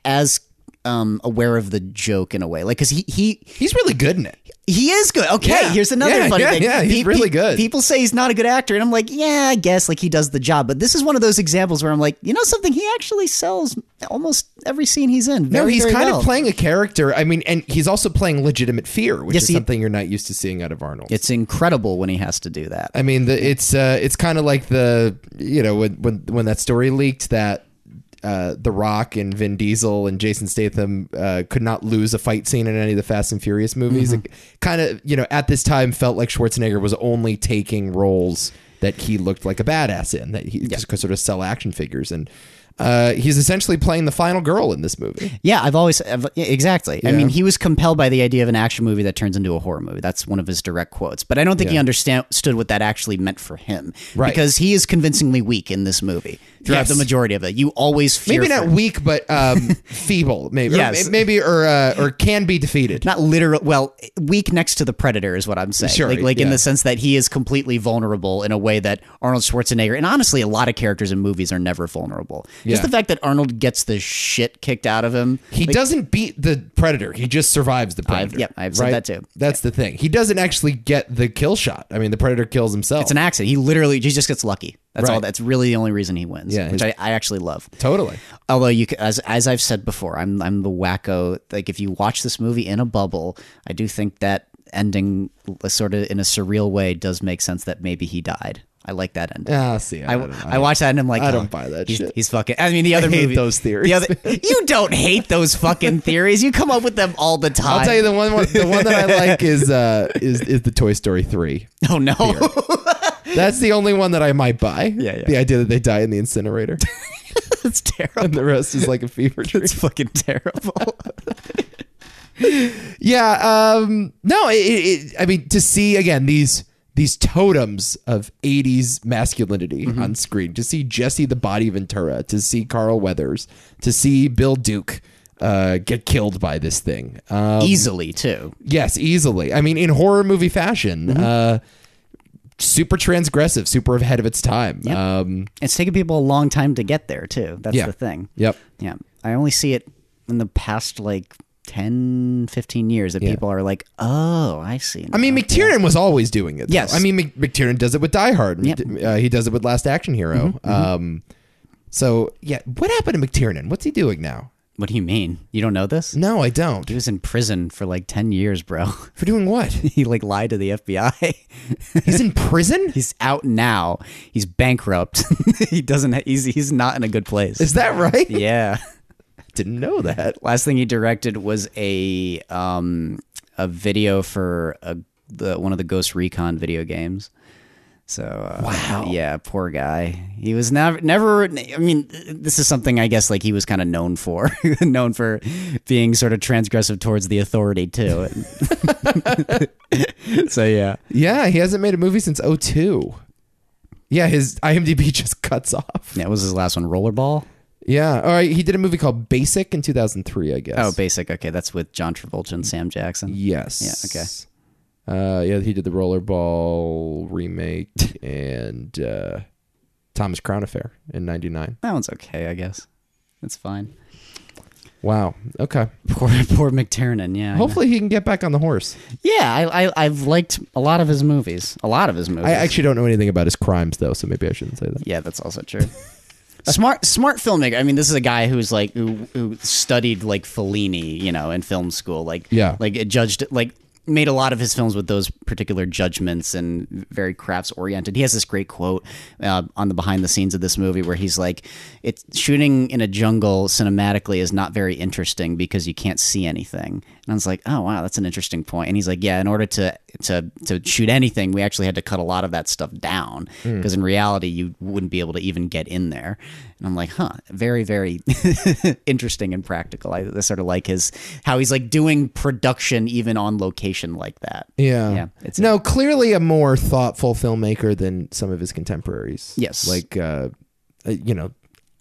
[SPEAKER 1] as um, aware of the joke in a way, like because he he
[SPEAKER 2] He's really good in it.
[SPEAKER 1] he is good. Okay,
[SPEAKER 2] Yeah,
[SPEAKER 1] here's another
[SPEAKER 2] yeah,
[SPEAKER 1] funny
[SPEAKER 2] yeah,
[SPEAKER 1] thing.
[SPEAKER 2] yeah, he's really good.
[SPEAKER 1] People say he's not a good actor, and I'm like, yeah, I guess like he does the job. But this is one of those examples where I'm like, you know, something he actually sells almost every scene he's in.
[SPEAKER 2] No,
[SPEAKER 1] very,
[SPEAKER 2] he's
[SPEAKER 1] very
[SPEAKER 2] kind
[SPEAKER 1] well.
[SPEAKER 2] of playing a character. I mean, and he's also playing legitimate fear, which
[SPEAKER 1] Yes,
[SPEAKER 2] is
[SPEAKER 1] he-
[SPEAKER 2] something you're not used to seeing out of Arnold.
[SPEAKER 1] It's incredible when he has to do that.
[SPEAKER 2] I mean, the, it's uh, it's kind of like the you know when when when that story leaked that uh, The Rock and Vin Diesel and Jason Statham uh, could not lose a fight scene in any of the Fast and Furious movies. It kind of you know at this time felt like Schwarzenegger was only taking roles that he looked like a badass in that he just could sort of sell action figures and. Uh, he's essentially playing the final girl in this movie.
[SPEAKER 1] Yeah, I've always I've, yeah, exactly. I mean, he was compelled by the idea of an action movie that turns into a horror movie. That's one of his direct quotes, but I don't think he understood what that actually meant for him,
[SPEAKER 2] Right.
[SPEAKER 1] Because he is convincingly weak in this movie throughout
[SPEAKER 2] Yes.
[SPEAKER 1] the majority of it. You always fear
[SPEAKER 2] Maybe
[SPEAKER 1] for
[SPEAKER 2] not
[SPEAKER 1] him.
[SPEAKER 2] weak, but um, feeble. Maybe, Or
[SPEAKER 1] Yes.
[SPEAKER 2] may- maybe, or uh, or can be defeated.
[SPEAKER 1] not literal well weak next to the predator is what i'm saying
[SPEAKER 2] Sure,
[SPEAKER 1] like, like in
[SPEAKER 2] yeah.
[SPEAKER 1] the sense that he is completely vulnerable in a way that arnold schwarzenegger and honestly a lot of characters in movies are never vulnerable
[SPEAKER 2] Yeah.
[SPEAKER 1] just the fact that arnold gets the shit kicked out of him
[SPEAKER 2] He doesn't beat the predator. He just survives the predator.
[SPEAKER 1] yep, I've said that too.
[SPEAKER 2] That's the thing. He doesn't actually get the kill shot. I mean, the predator kills himself.
[SPEAKER 1] it's an accident he literally he just gets lucky that's all
[SPEAKER 2] Right.
[SPEAKER 1] that's really the only reason he wins
[SPEAKER 2] Yeah,
[SPEAKER 1] which I, I actually love
[SPEAKER 2] totally.
[SPEAKER 1] Although you, c- as as I've said before, I'm I'm the wacko. Like if you watch this movie in a bubble, I do think that ending, sort of in a surreal way, does make sense. That maybe he died. I like that ending.
[SPEAKER 2] Ah, see, I,
[SPEAKER 1] I,
[SPEAKER 2] don't know.
[SPEAKER 1] I, watched that and I'm like, I
[SPEAKER 2] don't buy that
[SPEAKER 1] he's,
[SPEAKER 2] shit.
[SPEAKER 1] He's fucking. I mean, the other
[SPEAKER 2] hate
[SPEAKER 1] movie,
[SPEAKER 2] those theories.
[SPEAKER 1] The
[SPEAKER 2] *laughs*
[SPEAKER 1] other, you don't hate those fucking theories. You come up with them all the time.
[SPEAKER 2] I'll tell you the one, one- the one
[SPEAKER 1] *laughs*
[SPEAKER 2] that I like is uh is is the Toy Story three.
[SPEAKER 1] Oh no, *laughs*
[SPEAKER 2] That's the only one that I might buy.
[SPEAKER 1] Yeah, yeah.
[SPEAKER 2] The idea that they die in the incinerator. *laughs*
[SPEAKER 1] that's terrible.
[SPEAKER 2] and the rest is like a fever dream.
[SPEAKER 1] It's fucking terrible.
[SPEAKER 2] Yeah. Um. No. It, it, it- I mean, to see again these these totems of '80s masculinity on screen. To see Jesse the Body Ventura. To see Carl Weathers. To see Bill Duke uh, get killed by this thing. Um,
[SPEAKER 1] Easily too.
[SPEAKER 2] yes, easily. I mean, in horror movie fashion. Uh, super transgressive. Super ahead of its time. Um.
[SPEAKER 1] It's taken people a long time to get there too. That's
[SPEAKER 2] Yeah.
[SPEAKER 1] the thing.
[SPEAKER 2] Yep.
[SPEAKER 1] Yeah. I only see it in the past like 10, 15 years that people are like, oh, I see.
[SPEAKER 2] I mean, McTiernan was always doing it. though.
[SPEAKER 1] Yes.
[SPEAKER 2] I mean, Mc- McTiernan does it with Die Hard.
[SPEAKER 1] Yep.
[SPEAKER 2] Uh, he does it with Last Action Hero. Um, so, yeah. What happened to McTiernan? What's he doing now?
[SPEAKER 1] what do you mean? You don't know this?
[SPEAKER 2] No, I don't.
[SPEAKER 1] He was in prison for like 10 years, bro. *laughs*
[SPEAKER 2] For doing what?
[SPEAKER 1] he like lied to the FBI.
[SPEAKER 2] He's in prison?
[SPEAKER 1] he's out now. He's bankrupt. *laughs* he doesn't, ha- he's, he's not in a good place.
[SPEAKER 2] Is that
[SPEAKER 1] *laughs*
[SPEAKER 2] right?
[SPEAKER 1] yeah.
[SPEAKER 2] Didn't know that.
[SPEAKER 1] Last thing he directed was a, um, a video for a, the, one of the Ghost Recon video games. So uh,
[SPEAKER 2] Wow.
[SPEAKER 1] yeah, poor guy. He was never, never. I mean, this is something I guess like he was kind of known for, *laughs* known for being sort of transgressive towards the authority too. *laughs* so yeah,
[SPEAKER 2] Yeah, he hasn't made a movie since 02. Yeah, his IMDb *laughs* just cuts off.
[SPEAKER 1] that was his last one, Rollerball.
[SPEAKER 2] Yeah. All right. He did a movie called Basic in 2003, I guess.
[SPEAKER 1] Oh, basic. Okay, that's with John Travolta and Sam Jackson.
[SPEAKER 2] Yes. Yeah. Okay. Uh, yeah, he did the Rollerball remake and uh, Thomas Crown Affair in '99.
[SPEAKER 1] That one's okay, I guess. That's fine.
[SPEAKER 2] Wow. Okay.
[SPEAKER 1] Poor, *laughs* poor McTiernan. Yeah, I know.
[SPEAKER 2] Hopefully he can get back on the horse.
[SPEAKER 1] yeah. I, I, I've liked a lot of his movies. A lot of his movies.
[SPEAKER 2] I actually don't know anything about his crimes though, so maybe I shouldn't say that.
[SPEAKER 1] Yeah, that's also true. *laughs* smart, smart filmmaker. I mean, this is a guy who's like who, who studied like Fellini, you know, in film school. Like,
[SPEAKER 2] Yeah.
[SPEAKER 1] like it judged like made a lot of his films with those particular judgments and very crafts oriented. He has this great quote uh, on the behind the scenes of this movie where he's like, "It's shooting in a jungle cinematically is not very interesting because you can't see anything." And I was like, "Oh wow, that's an interesting point." And he's like, "Yeah, in order to to to shoot anything, we actually had to cut a lot of that stuff down
[SPEAKER 2] Hmm.
[SPEAKER 1] because in reality, you wouldn't be able to even get in there." And I'm like, "Huh, very very *laughs* interesting and practical." I, I sort of like his how he's like doing production even on location innovation like that.
[SPEAKER 2] Yeah.
[SPEAKER 1] Yeah, it's-
[SPEAKER 2] no, clearly a more thoughtful filmmaker than some of his contemporaries.
[SPEAKER 1] Yes.
[SPEAKER 2] Like, uh, uh, you know,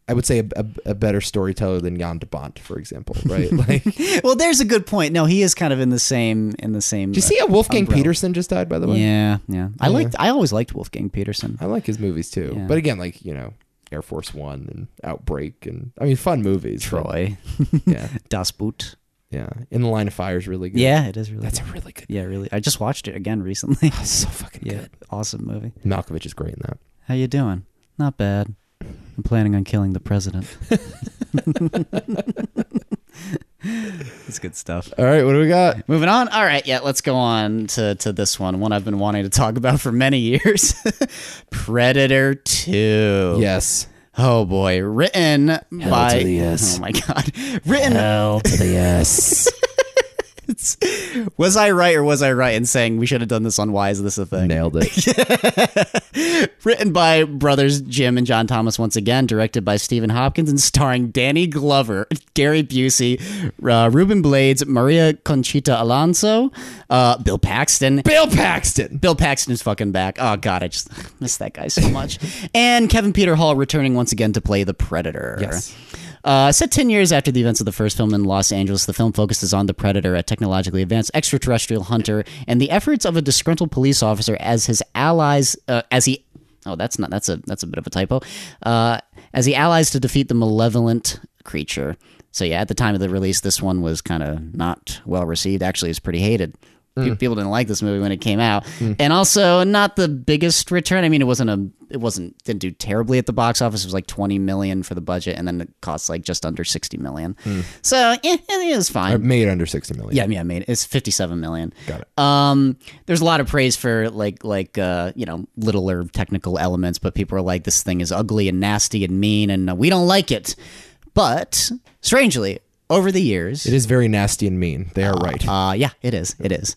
[SPEAKER 2] I would say a, a, a better storyteller than Jan de Bont, for example,
[SPEAKER 1] *laughs*
[SPEAKER 2] right? like, did
[SPEAKER 1] Well, there's a good point. No, he is kind of in the same in the same. uh,
[SPEAKER 2] you see how Wolfgang Peterson just died, by the way?
[SPEAKER 1] Yeah, yeah. I liked. I always liked Wolfgang Peterson.
[SPEAKER 2] I like his movies too.
[SPEAKER 1] Yeah.
[SPEAKER 2] But again, like, you know, Air Force One and Outbreak and, I mean, fun movies. but-
[SPEAKER 1] Troy,
[SPEAKER 2] *laughs* Yeah.
[SPEAKER 1] Das Boot.
[SPEAKER 2] Yeah. In the Line of Fire is really good.
[SPEAKER 1] Yeah, it is really.
[SPEAKER 2] That's
[SPEAKER 1] good.
[SPEAKER 2] a really good
[SPEAKER 1] yeah, really. I just watched it again
[SPEAKER 2] *laughs*
[SPEAKER 1] recently.
[SPEAKER 2] So fucking
[SPEAKER 1] yeah,
[SPEAKER 2] good.
[SPEAKER 1] awesome movie.
[SPEAKER 2] Malkovich is great in that.
[SPEAKER 1] How you doing? Not bad. I'm planning on killing the
[SPEAKER 2] *laughs*
[SPEAKER 1] president. It's good stuff.
[SPEAKER 2] All right, what do we got?
[SPEAKER 1] Moving on. All right, yeah, let's go on to, to this one, one I've been wanting to talk about for many years *laughs* Predator 2.
[SPEAKER 2] Yes.
[SPEAKER 1] Oh boy, written by
[SPEAKER 2] to the
[SPEAKER 1] *laughs*
[SPEAKER 2] yes.
[SPEAKER 1] Oh my god. Written
[SPEAKER 2] *laughs* L to the S.
[SPEAKER 1] Was I right or was I right in saying we should have done this on why is this a thing?
[SPEAKER 2] Nailed it.
[SPEAKER 1] Written by brothers Jim and John Thomas once again, directed by Stephen Hopkins and starring Danny Glover, *laughs* Gary Busey, uh, Ruben Blades, Maria Conchita Alonso, uh, Bill Paxton,
[SPEAKER 2] *laughs* Bill Paxton.
[SPEAKER 1] Bill Paxton's fucking back. Oh god, I just *laughs* miss that guy so much. and Kevin Peter Hall returning once again to play the Predator.
[SPEAKER 2] Yes.
[SPEAKER 1] Uh, set 10 years after the events of the first film in Los Angeles, the film focuses on the predator, a technologically advanced extraterrestrial hunter, and the efforts of a disgruntled police officer as his allies, uh, as he. Oh, that's not. That's a that's a bit of a typo. Uh, as he allies to defeat the malevolent creature. So yeah, at the time of the release, this one was kind of not well received. Actually, it's pretty hated. Pe-
[SPEAKER 2] Mm.
[SPEAKER 1] People didn't like this movie when it came out, and also not the biggest return. I mean, it wasn't a, it wasn't didn't do terribly at the box office. It was like twenty million for the budget, and then it cost like just under sixty million.
[SPEAKER 2] Mm.
[SPEAKER 1] So eh, it was fine.
[SPEAKER 2] Made under 60 million.
[SPEAKER 1] Yeah, yeah, I mean it's fifty-seven million.
[SPEAKER 2] Got it.
[SPEAKER 1] Um, there's a lot of praise for like like uh, you know littler technical elements, but people are like this thing is ugly and nasty and mean, and uh, we don't like it. But strangely, over the years,
[SPEAKER 2] It is very nasty and mean. They are right.
[SPEAKER 1] uh, yeah, it is. It is.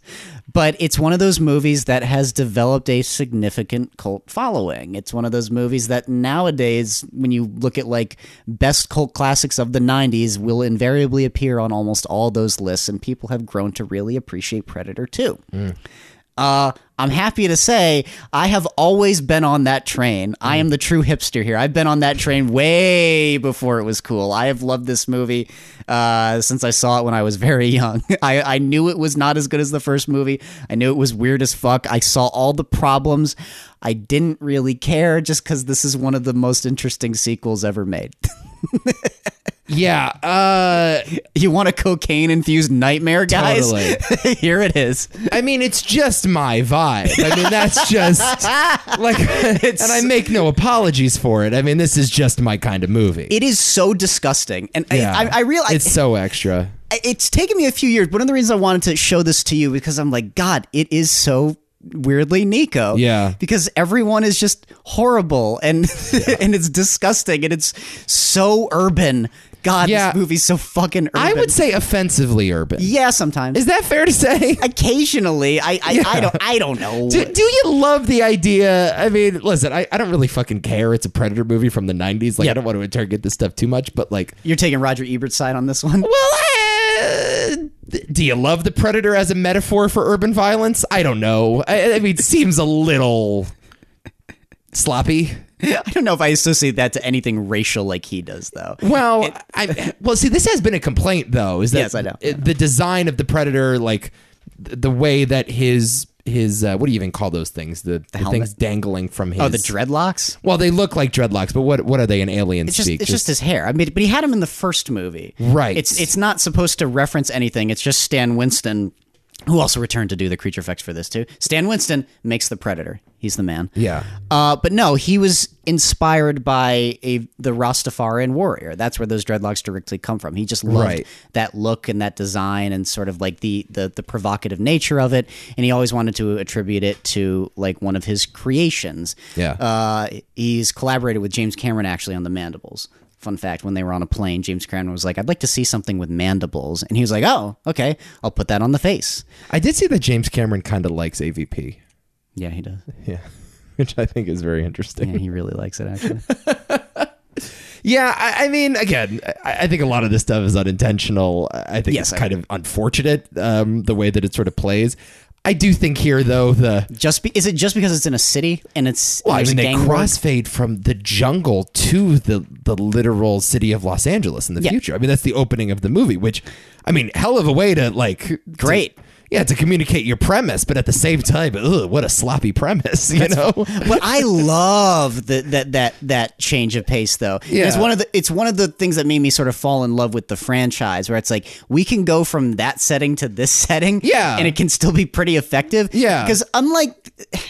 [SPEAKER 1] But it's one of those movies that has developed a significant cult following. It's one of those movies that nowadays, when you look at like best cult classics of the 90s, will invariably appear on almost all those lists, and people have grown to really appreciate Predator too. Uh, I'm happy to say I have always been on that train. I
[SPEAKER 2] Mm.
[SPEAKER 1] am the true hipster here. I've been on that train way before it was cool. I have loved this movie uh, since I saw it when I was very *laughs* young. I, I knew it was not as good as the first movie. I knew it was weird as fuck. I saw all the problems. I didn't really care just because this is one of the most interesting sequels ever made. *laughs*
[SPEAKER 2] yeah. Uh,
[SPEAKER 1] you want a cocaine infused nightmare, guys? *laughs* here it is.
[SPEAKER 2] I mean, it's just my vibe. I mean, that's *laughs* just like, and I make no apologies for it. I mean, this is just my kind of movie.
[SPEAKER 1] It is so disgusting, and
[SPEAKER 2] yeah.
[SPEAKER 1] I, I, I realize
[SPEAKER 2] it's so extra.
[SPEAKER 1] I- it's taken me a few years. One of the reasons I wanted to show this to you because I'm like, God, it is so weirdly Nico.
[SPEAKER 2] Yeah.
[SPEAKER 1] Because everyone is just horrible and *laughs* and it's disgusting and it's so urban. God,
[SPEAKER 2] Yeah.
[SPEAKER 1] this movie's so fucking urban.
[SPEAKER 2] I would say offensively urban.
[SPEAKER 1] Yeah, sometimes.
[SPEAKER 2] Is that fair to say?
[SPEAKER 1] Occasionally, I I, I don't I don't know.
[SPEAKER 2] Do, do you love the idea? I mean, listen, I, I don't really fucking care. It's a Predator movie from the 90s. Like,
[SPEAKER 1] Yeah.
[SPEAKER 2] I don't want to interrogate this stuff too much, but like,
[SPEAKER 1] You're taking Roger Ebert's side on this one.
[SPEAKER 2] Well, uh, do you love the predator as a metaphor for urban violence? I don't know. I, I mean, it seems a little sloppy.
[SPEAKER 1] *laughs* I don't know if I associate that to anything racial like he does, though.
[SPEAKER 2] Well, I well see. This has been a complaint though. Is that
[SPEAKER 1] Yes, I know.
[SPEAKER 2] it- the design of the predator, like th- the way that his his uh, what do you even call those things? The, the,
[SPEAKER 1] helmet?
[SPEAKER 2] things dangling from his.
[SPEAKER 1] Oh, the dreadlocks.
[SPEAKER 2] well, they look like dreadlocks, but what what are they in alien
[SPEAKER 1] It's just,
[SPEAKER 2] speak?
[SPEAKER 1] it's just his hair. I mean, but he had him in the first movie,
[SPEAKER 2] Right.
[SPEAKER 1] It's it's not supposed to reference anything. It's just Stan Winston, who also returned to do the creature effects for this too. Stan Winston makes the Predator. He's the man.
[SPEAKER 2] yeah.
[SPEAKER 1] Uh, but no, he was inspired by a the Rastafarian warrior. That's where those dreadlocks directly come from. He just loved
[SPEAKER 2] Right.
[SPEAKER 1] that look and that design and sort of like the, the the provocative nature of it. And he always wanted to attribute it to like one of his creations.
[SPEAKER 2] Yeah.
[SPEAKER 1] Uh, he's collaborated with James Cameron actually on the mandibles. Fun fact: When they were on a plane, James Cameron was like, "I'd like to see something with mandibles," and he was like, "Oh, okay, I'll put that on the face."
[SPEAKER 2] I did see that James Cameron kind of likes AVP.
[SPEAKER 1] Yeah, he does.
[SPEAKER 2] *laughs* Yeah. Which I think is very interesting. *laughs*
[SPEAKER 1] Yeah, he really likes it actually.
[SPEAKER 2] Yeah, Yeah, I, I mean, again, I, I think a lot of this stuff is unintentional. I I think
[SPEAKER 1] Yes,
[SPEAKER 2] it's
[SPEAKER 1] I-
[SPEAKER 2] kind of unfortunate um, the way that it sort of plays. I do think here, though, the
[SPEAKER 1] Just be, is it just because it's in a city and it's
[SPEAKER 2] well, I
[SPEAKER 1] there's
[SPEAKER 2] mean, they
[SPEAKER 1] gang war?
[SPEAKER 2] crossfade from the jungle to the the literal city of Los Angeles in the
[SPEAKER 1] Yeah.
[SPEAKER 2] future. I mean, that's the opening of the movie, which I mean, hell of a way to like to-
[SPEAKER 1] Great.
[SPEAKER 2] yeah, to communicate your premise, but at the same time, ugh, what a sloppy premise, *laughs* you know?
[SPEAKER 1] but I love the, that that that change of pace though. And It's
[SPEAKER 2] Yeah.
[SPEAKER 1] one of the it's one of the things that made me sort of fall in love with the franchise where it's like we can go from that setting to this setting
[SPEAKER 2] Yeah.
[SPEAKER 1] and it can still be pretty effective.
[SPEAKER 2] Yeah.
[SPEAKER 1] Cuz unlike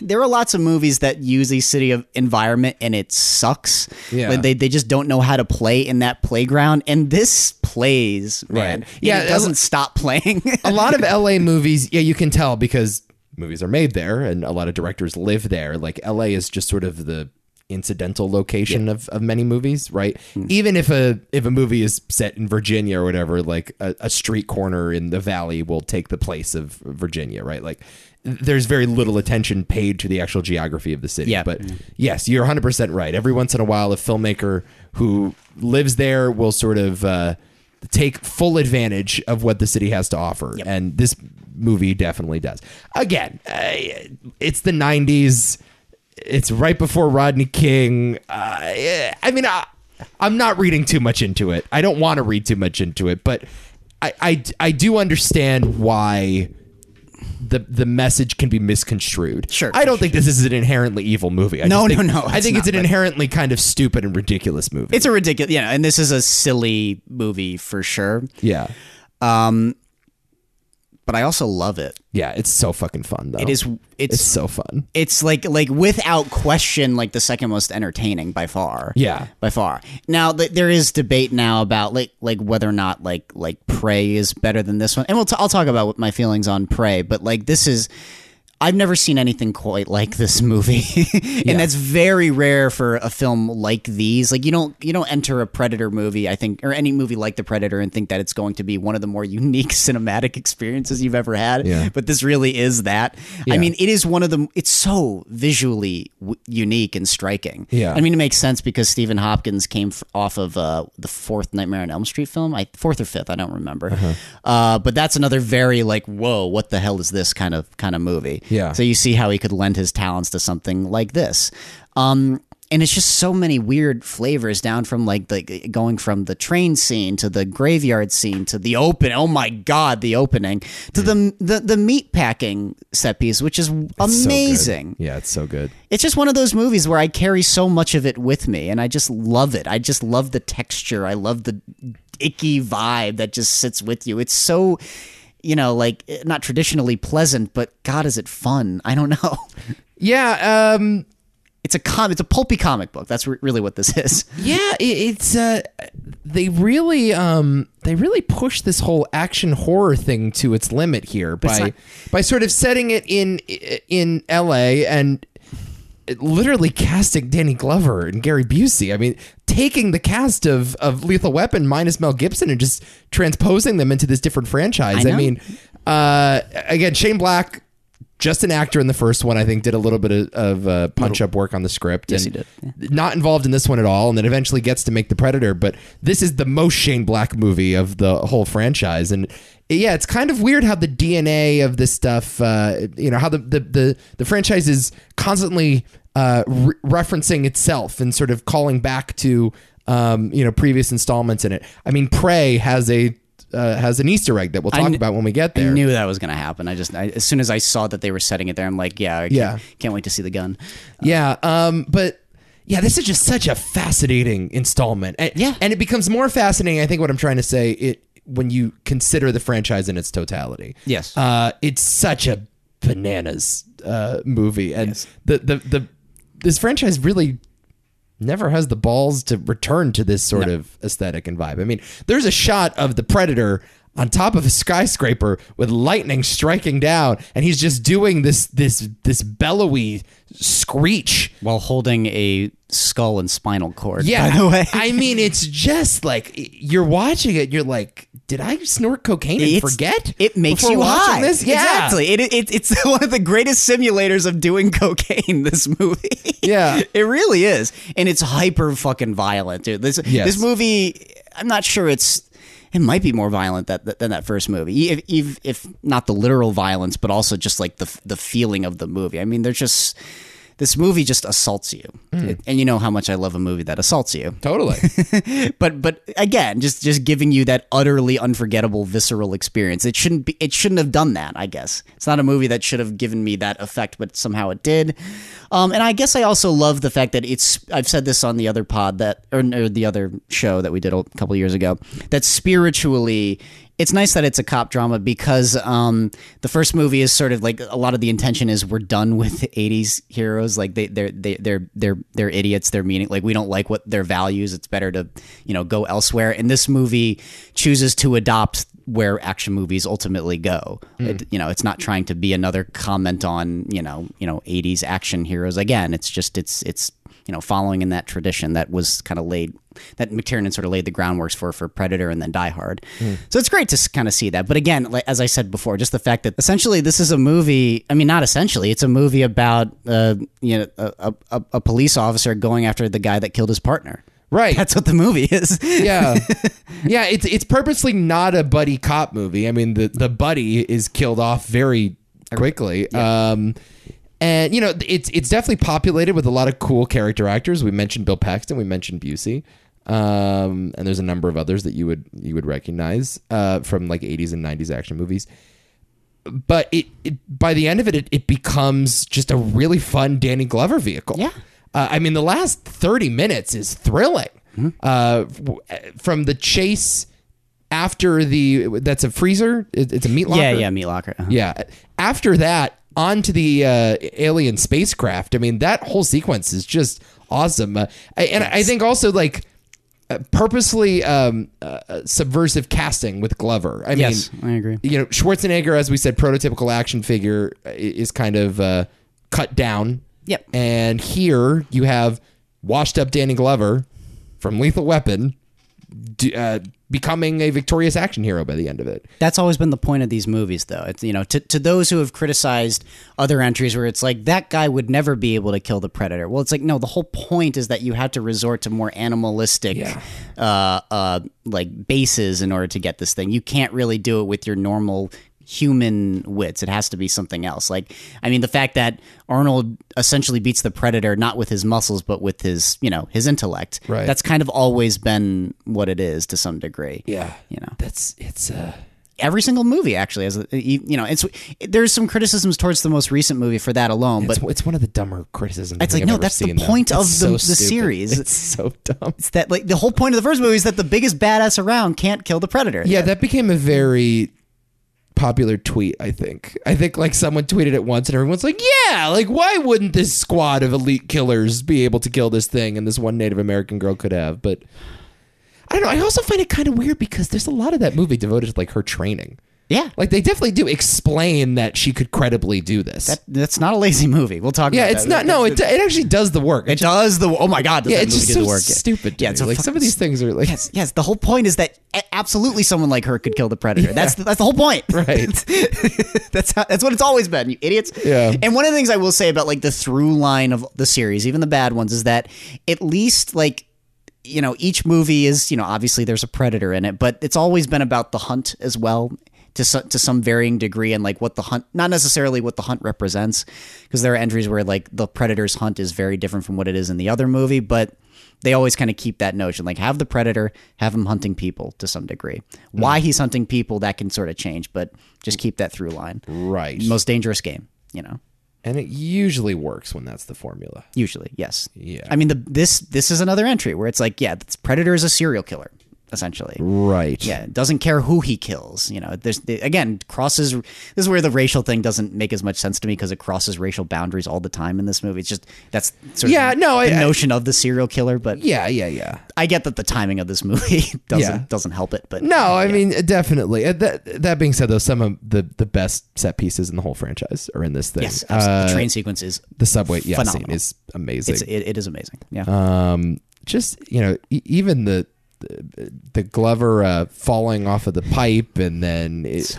[SPEAKER 1] there are lots of movies that use a city of environment and it sucks.
[SPEAKER 2] Yeah.
[SPEAKER 1] When they they just don't know how to play in that playground and this plays, man.
[SPEAKER 2] Right. Yeah,
[SPEAKER 1] it doesn't stop playing. *laughs*
[SPEAKER 2] a lot of LA movies, yeah, you can tell because movies are made there and a lot of directors live there. Like LA is just sort of the incidental location of, of many movies, right? Even if a if a movie is set in Virginia or whatever, like a, a street corner in the valley will take the place of Virginia, right? Like there's very little attention paid to the actual geography of the city.
[SPEAKER 1] Yeah.
[SPEAKER 2] But yes, you're 100% right. Every once in a while, a filmmaker who lives there will sort of uh, take full advantage of what the city has to offer. And this movie definitely does. Again, uh, it's the 90s. It's right before Rodney King. Uh, eh, I mean, I, I'm not reading too much into it. I don't want to read too much into it, but I, I, I do understand why the the message can be misconstrued.
[SPEAKER 1] Sure,
[SPEAKER 2] I don't think this is an inherently evil movie. I
[SPEAKER 1] No,
[SPEAKER 2] just think-
[SPEAKER 1] no, no,
[SPEAKER 2] I
[SPEAKER 1] it's
[SPEAKER 2] think it's
[SPEAKER 1] not,
[SPEAKER 2] an
[SPEAKER 1] but-
[SPEAKER 2] inherently kind of stupid and ridiculous movie.
[SPEAKER 1] it's a ridiculous, you know, and this is a silly movie for sure.
[SPEAKER 2] yeah,
[SPEAKER 1] but I also love it.
[SPEAKER 2] yeah. It's so fucking fun though.
[SPEAKER 1] It is
[SPEAKER 2] It's
[SPEAKER 1] it's
[SPEAKER 2] so fun.
[SPEAKER 1] it's like like without question like the second most entertaining by far.
[SPEAKER 2] Yeah.
[SPEAKER 1] By far. Now th- there is debate now about like like whether or not like like Prey is better than this one. And we'll t- I'll talk about what my feelings on Prey, but like this is I've never seen anything quite like this movie. *laughs* and that's very rare for a film like these. Like you don't you don't enter a Predator movie, I think, or any movie like The Predator and think that it's going to be one of the more *laughs* unique cinematic experiences you've ever had.
[SPEAKER 2] Yeah.
[SPEAKER 1] But this really is that. I
[SPEAKER 2] Yeah.
[SPEAKER 1] mean, it is one of the it's so visually w- unique and striking.
[SPEAKER 2] Yeah.
[SPEAKER 1] I mean, it makes sense because Stephen Hopkins came f- off of uh, the fourth Nightmare on Elm Street film, I fourth or fifth, I don't remember.
[SPEAKER 2] Uh-huh.
[SPEAKER 1] uh but that's another very like, whoa, what the hell is this kind of kind of movie?
[SPEAKER 2] Yeah.
[SPEAKER 1] So you see how he could lend his talents to something like this. Um, and it's just so many weird flavors down from like the going from the train scene to the graveyard scene to the open. Oh my god, the opening to the the the meat packing set piece, which is
[SPEAKER 2] Mm. So good.
[SPEAKER 1] amazing.
[SPEAKER 2] yeah, it's so good.
[SPEAKER 1] It's just one of those movies where I carry so much of it with me, and I just love it. I just love the texture. I love the icky vibe that just sits with you. It's so, you know, like eh, not traditionally pleasant, but God, is it fun? I don't *laughs* know.
[SPEAKER 2] Yeah. Um.
[SPEAKER 1] It's a com. It's a pulpy comic book. That's re- really what this is.
[SPEAKER 2] Yeah, it, it's uh, they really um, they really push this whole action horror thing to its limit here by by sort of setting it in in L.A. and literally casting Danny Glover and Gary Busey. I mean, taking the cast of of Lethal Weapon minus Mel Gibson and just transposing them into this different franchise.
[SPEAKER 1] I
[SPEAKER 2] I,
[SPEAKER 1] know.
[SPEAKER 2] mean, uh, again, Shane Black. Just an actor in the first one, I think, did a little bit of, of uh, punch up work on the script. Yes,
[SPEAKER 1] he did.
[SPEAKER 2] not involved in this one at all, and then eventually gets to make the Predator. But this is the most Shane Black movie of the whole franchise, and yeah, it's kind of weird how the DNA of this stuff, uh, you know, how the the the, the franchise is constantly uh, re- referencing itself and sort of calling back to um, you know previous installments in it. I mean, Prey has a uh, has an Easter egg that we'll talk
[SPEAKER 1] kn-
[SPEAKER 2] about when we get there.
[SPEAKER 1] I knew that was going to happen. I just I, as soon as I saw that they were setting it there, I'm like, yeah, I can't,
[SPEAKER 2] Yeah.
[SPEAKER 1] can't wait to see the gun.
[SPEAKER 2] Yeah. Um, but yeah, this is just such a fascinating installment. And,
[SPEAKER 1] Yeah.
[SPEAKER 2] And it becomes more fascinating, I think, what I'm trying to say, it when you consider the franchise in its totality.
[SPEAKER 1] Yes.
[SPEAKER 2] Uh, it's such a bananas uh, movie. And the, the, the this franchise really never has the balls to return to this sort of aesthetic and vibe. I mean, there's a shot of the predator on top of a skyscraper with lightning striking down and he's just doing this this this bellowy screech.
[SPEAKER 1] While holding a skull and spinal cord.
[SPEAKER 2] Yeah.
[SPEAKER 1] By the way.
[SPEAKER 2] I mean, it's just like you're watching it, you're like did I snort cocaine and
[SPEAKER 1] It's-
[SPEAKER 2] forget?
[SPEAKER 1] It makes
[SPEAKER 2] before
[SPEAKER 1] you
[SPEAKER 2] watching
[SPEAKER 1] high.
[SPEAKER 2] This? Yeah.
[SPEAKER 1] Exactly. It, it, it's *laughs* one of the greatest simulators of doing *laughs* cocaine. This movie.
[SPEAKER 2] Yeah.
[SPEAKER 1] *laughs* it really is, and it's hyper fucking violent, dude. This
[SPEAKER 2] Yes.
[SPEAKER 1] this movie. I'm not sure it's. It might be more violent that, than that first movie, E, if, if if not the literal violence, but also just like the the feeling of the movie. I mean, there's just this movie just assaults you, and you know how much I love a movie that assaults you
[SPEAKER 2] Totally. *laughs*
[SPEAKER 1] *laughs* but but again, just just giving you that utterly unforgettable visceral experience. It shouldn't be. It shouldn't have done that. I guess it's not a movie that should have given me that effect, but somehow it did. Um, and I guess I also love the fact that it's. I've said this on the other pod that or, or the other show that we did a couple years ago. That spiritually. It's nice that it's a cop drama because um, the first movie is sort of like a lot of the intention is we're done *laughs* with '80s heroes, like they they're they, they're they're they're idiots, they're meaning like we don't like what their values. It's better to you know go elsewhere. And this movie chooses to adopt where action movies ultimately go. It, you know, it's not trying to be another comment on you know you know '80s action heroes again. It's just it's it's you know following in that tradition that was kind of laid that McTiernan sort of laid the groundworks for for Predator and then Die Hard.
[SPEAKER 2] Mm.
[SPEAKER 1] So it's great to kind of see that. But again, like, as I said before, just the fact that essentially this is a movie. I mean, not essentially, it's a movie about uh, you know a, a- a, a police officer going after the guy that killed his partner. *laughs*
[SPEAKER 2] Right.
[SPEAKER 1] That's what the movie is.
[SPEAKER 2] yeah. Yeah, it's it's purposely not a buddy cop movie. I mean, the the buddy is killed off very quickly. Um and you know, it's it's definitely populated with a lot of cool character actors. We mentioned Bill Paxton, we mentioned Busey. Um and there's a number of others that you would you would recognize uh from like 80s and 90s action movies but it, it by the end of it, it, it becomes just a really fun Danny Glover vehicle.
[SPEAKER 1] Yeah.
[SPEAKER 2] Uh, I mean, the last 30 minutes is thrilling.
[SPEAKER 1] Hmm.
[SPEAKER 2] Uh, w- from the chase after the that's a freezer, it, it's a meat
[SPEAKER 1] *laughs*
[SPEAKER 2] locker.
[SPEAKER 1] yeah, yeah, Meat Locker. Uh-huh.
[SPEAKER 2] Yeah. After that, onto the uh, alien spacecraft. I mean, that whole sequence is just awesome. Uh, I- and I think also like uh, purposely um, uh, uh, subversive casting with Glover. I
[SPEAKER 1] Yes,
[SPEAKER 2] mean,
[SPEAKER 1] I agree.
[SPEAKER 2] you know Schwarzenegger, as we said, prototypical action figure i- is kind of uh, cut down.
[SPEAKER 1] Yep.
[SPEAKER 2] And here you have washed up Danny Glover from Lethal Weapon d- uh, becoming a victorious action hero by the end of it.
[SPEAKER 1] That's always been the point of these movies, though. It's you know, to, to those who have criticized other entries where it's like that guy would never be able to kill the predator. Well, it's like no, the whole point is that you have to resort to more animalistic, uh, uh, like bases in order to get this thing. You can't really do it with your normal human wits. It has to be something else. Like, I mean, the fact that Arnold essentially beats the predator not with his muscles, but with his you know his intellect.
[SPEAKER 2] Right.
[SPEAKER 1] That's kind of always been what it is to some degree.
[SPEAKER 2] Yeah.
[SPEAKER 1] You know
[SPEAKER 2] That's it's uh
[SPEAKER 1] every single movie actually has a- you you know it's there's some criticisms towards the most recent movie for that alone
[SPEAKER 2] it's,
[SPEAKER 1] but
[SPEAKER 2] it's one of the dumber criticisms.
[SPEAKER 1] It's like, no, that's the point of the- the series.
[SPEAKER 2] It's so dumb.
[SPEAKER 1] it's that like the whole point of the first movie is that the biggest badass around can't kill the predator
[SPEAKER 2] Yeah, that became a very popular tweet, I think. I think like someone tweeted it once and everyone's like, "Yeah, like why wouldn't this squad of elite killers be able to kill this thing and this one Native American girl could have?" But I don't know. I also find it kind of weird because there's a lot of that movie devoted to like her training.
[SPEAKER 1] yeah like
[SPEAKER 2] Like they definitely do explain that she could credibly do this.
[SPEAKER 1] that's not a lazy movie we'll talk
[SPEAKER 2] yeah,
[SPEAKER 1] about
[SPEAKER 2] it's
[SPEAKER 1] that.
[SPEAKER 2] not no, it, it actually does the work.
[SPEAKER 1] it does the oh my god does
[SPEAKER 2] yeah,
[SPEAKER 1] that
[SPEAKER 2] it's
[SPEAKER 1] movie
[SPEAKER 2] just
[SPEAKER 1] do
[SPEAKER 2] so
[SPEAKER 1] the work
[SPEAKER 2] stupid. To
[SPEAKER 1] yeah
[SPEAKER 2] yeah,
[SPEAKER 1] it's
[SPEAKER 2] it's
[SPEAKER 1] a
[SPEAKER 2] like
[SPEAKER 1] fuck-
[SPEAKER 2] some of these things are like
[SPEAKER 1] yes yes the whole point is that a- absolutely someone like her could kill the predator that's the, that's the whole point
[SPEAKER 2] Right.
[SPEAKER 1] *laughs* that's how, that's what it's always been you idiots
[SPEAKER 2] Yeah.
[SPEAKER 1] and one of the things i will say about like the through line of the series even the bad ones is that at least like you know each movie is you know obviously there's a predator in it but it's always been about the hunt as well to, so, to some varying degree and like what the hunt not necessarily what the hunt represents because there are entries where like the predator's hunt is very different from what it is in the other movie but they always kind of keep that notion like have the predator have him hunting people to some degree why he's hunting people that can sort of change but just keep that through line
[SPEAKER 2] right.
[SPEAKER 1] most dangerous game you know
[SPEAKER 2] And it usually works when that's the formula.
[SPEAKER 1] usually yes
[SPEAKER 2] Yeah.
[SPEAKER 1] i mean the this this is another entry where it's like yeah this predator is a serial killer essentially
[SPEAKER 2] Right.
[SPEAKER 1] yeah doesn't care who he kills you know there's the, again crosses this is where the racial thing doesn't make as much sense to me because it crosses racial boundaries all the time in this movie it's just that's sort
[SPEAKER 2] Yeah,
[SPEAKER 1] of
[SPEAKER 2] no,
[SPEAKER 1] the
[SPEAKER 2] I- I-
[SPEAKER 1] notion of the serial killer but
[SPEAKER 2] Yeah, yeah, yeah.
[SPEAKER 1] i get that the timing of this movie *laughs* doesn't
[SPEAKER 2] Yeah.
[SPEAKER 1] doesn't help it but
[SPEAKER 2] No, I mean uh, definitely. Uh, That that being said, though, some of the the best set pieces in the whole franchise are in this thing.
[SPEAKER 1] yes absolutely.
[SPEAKER 2] uh,
[SPEAKER 1] the train sequence is
[SPEAKER 2] the subway yeah scene
[SPEAKER 1] Phenomenal.
[SPEAKER 2] is amazing.
[SPEAKER 1] it's, it, it is amazing yeah
[SPEAKER 2] um, just you know, e- even the the, the Glover uh, falling off of the pipe and then it,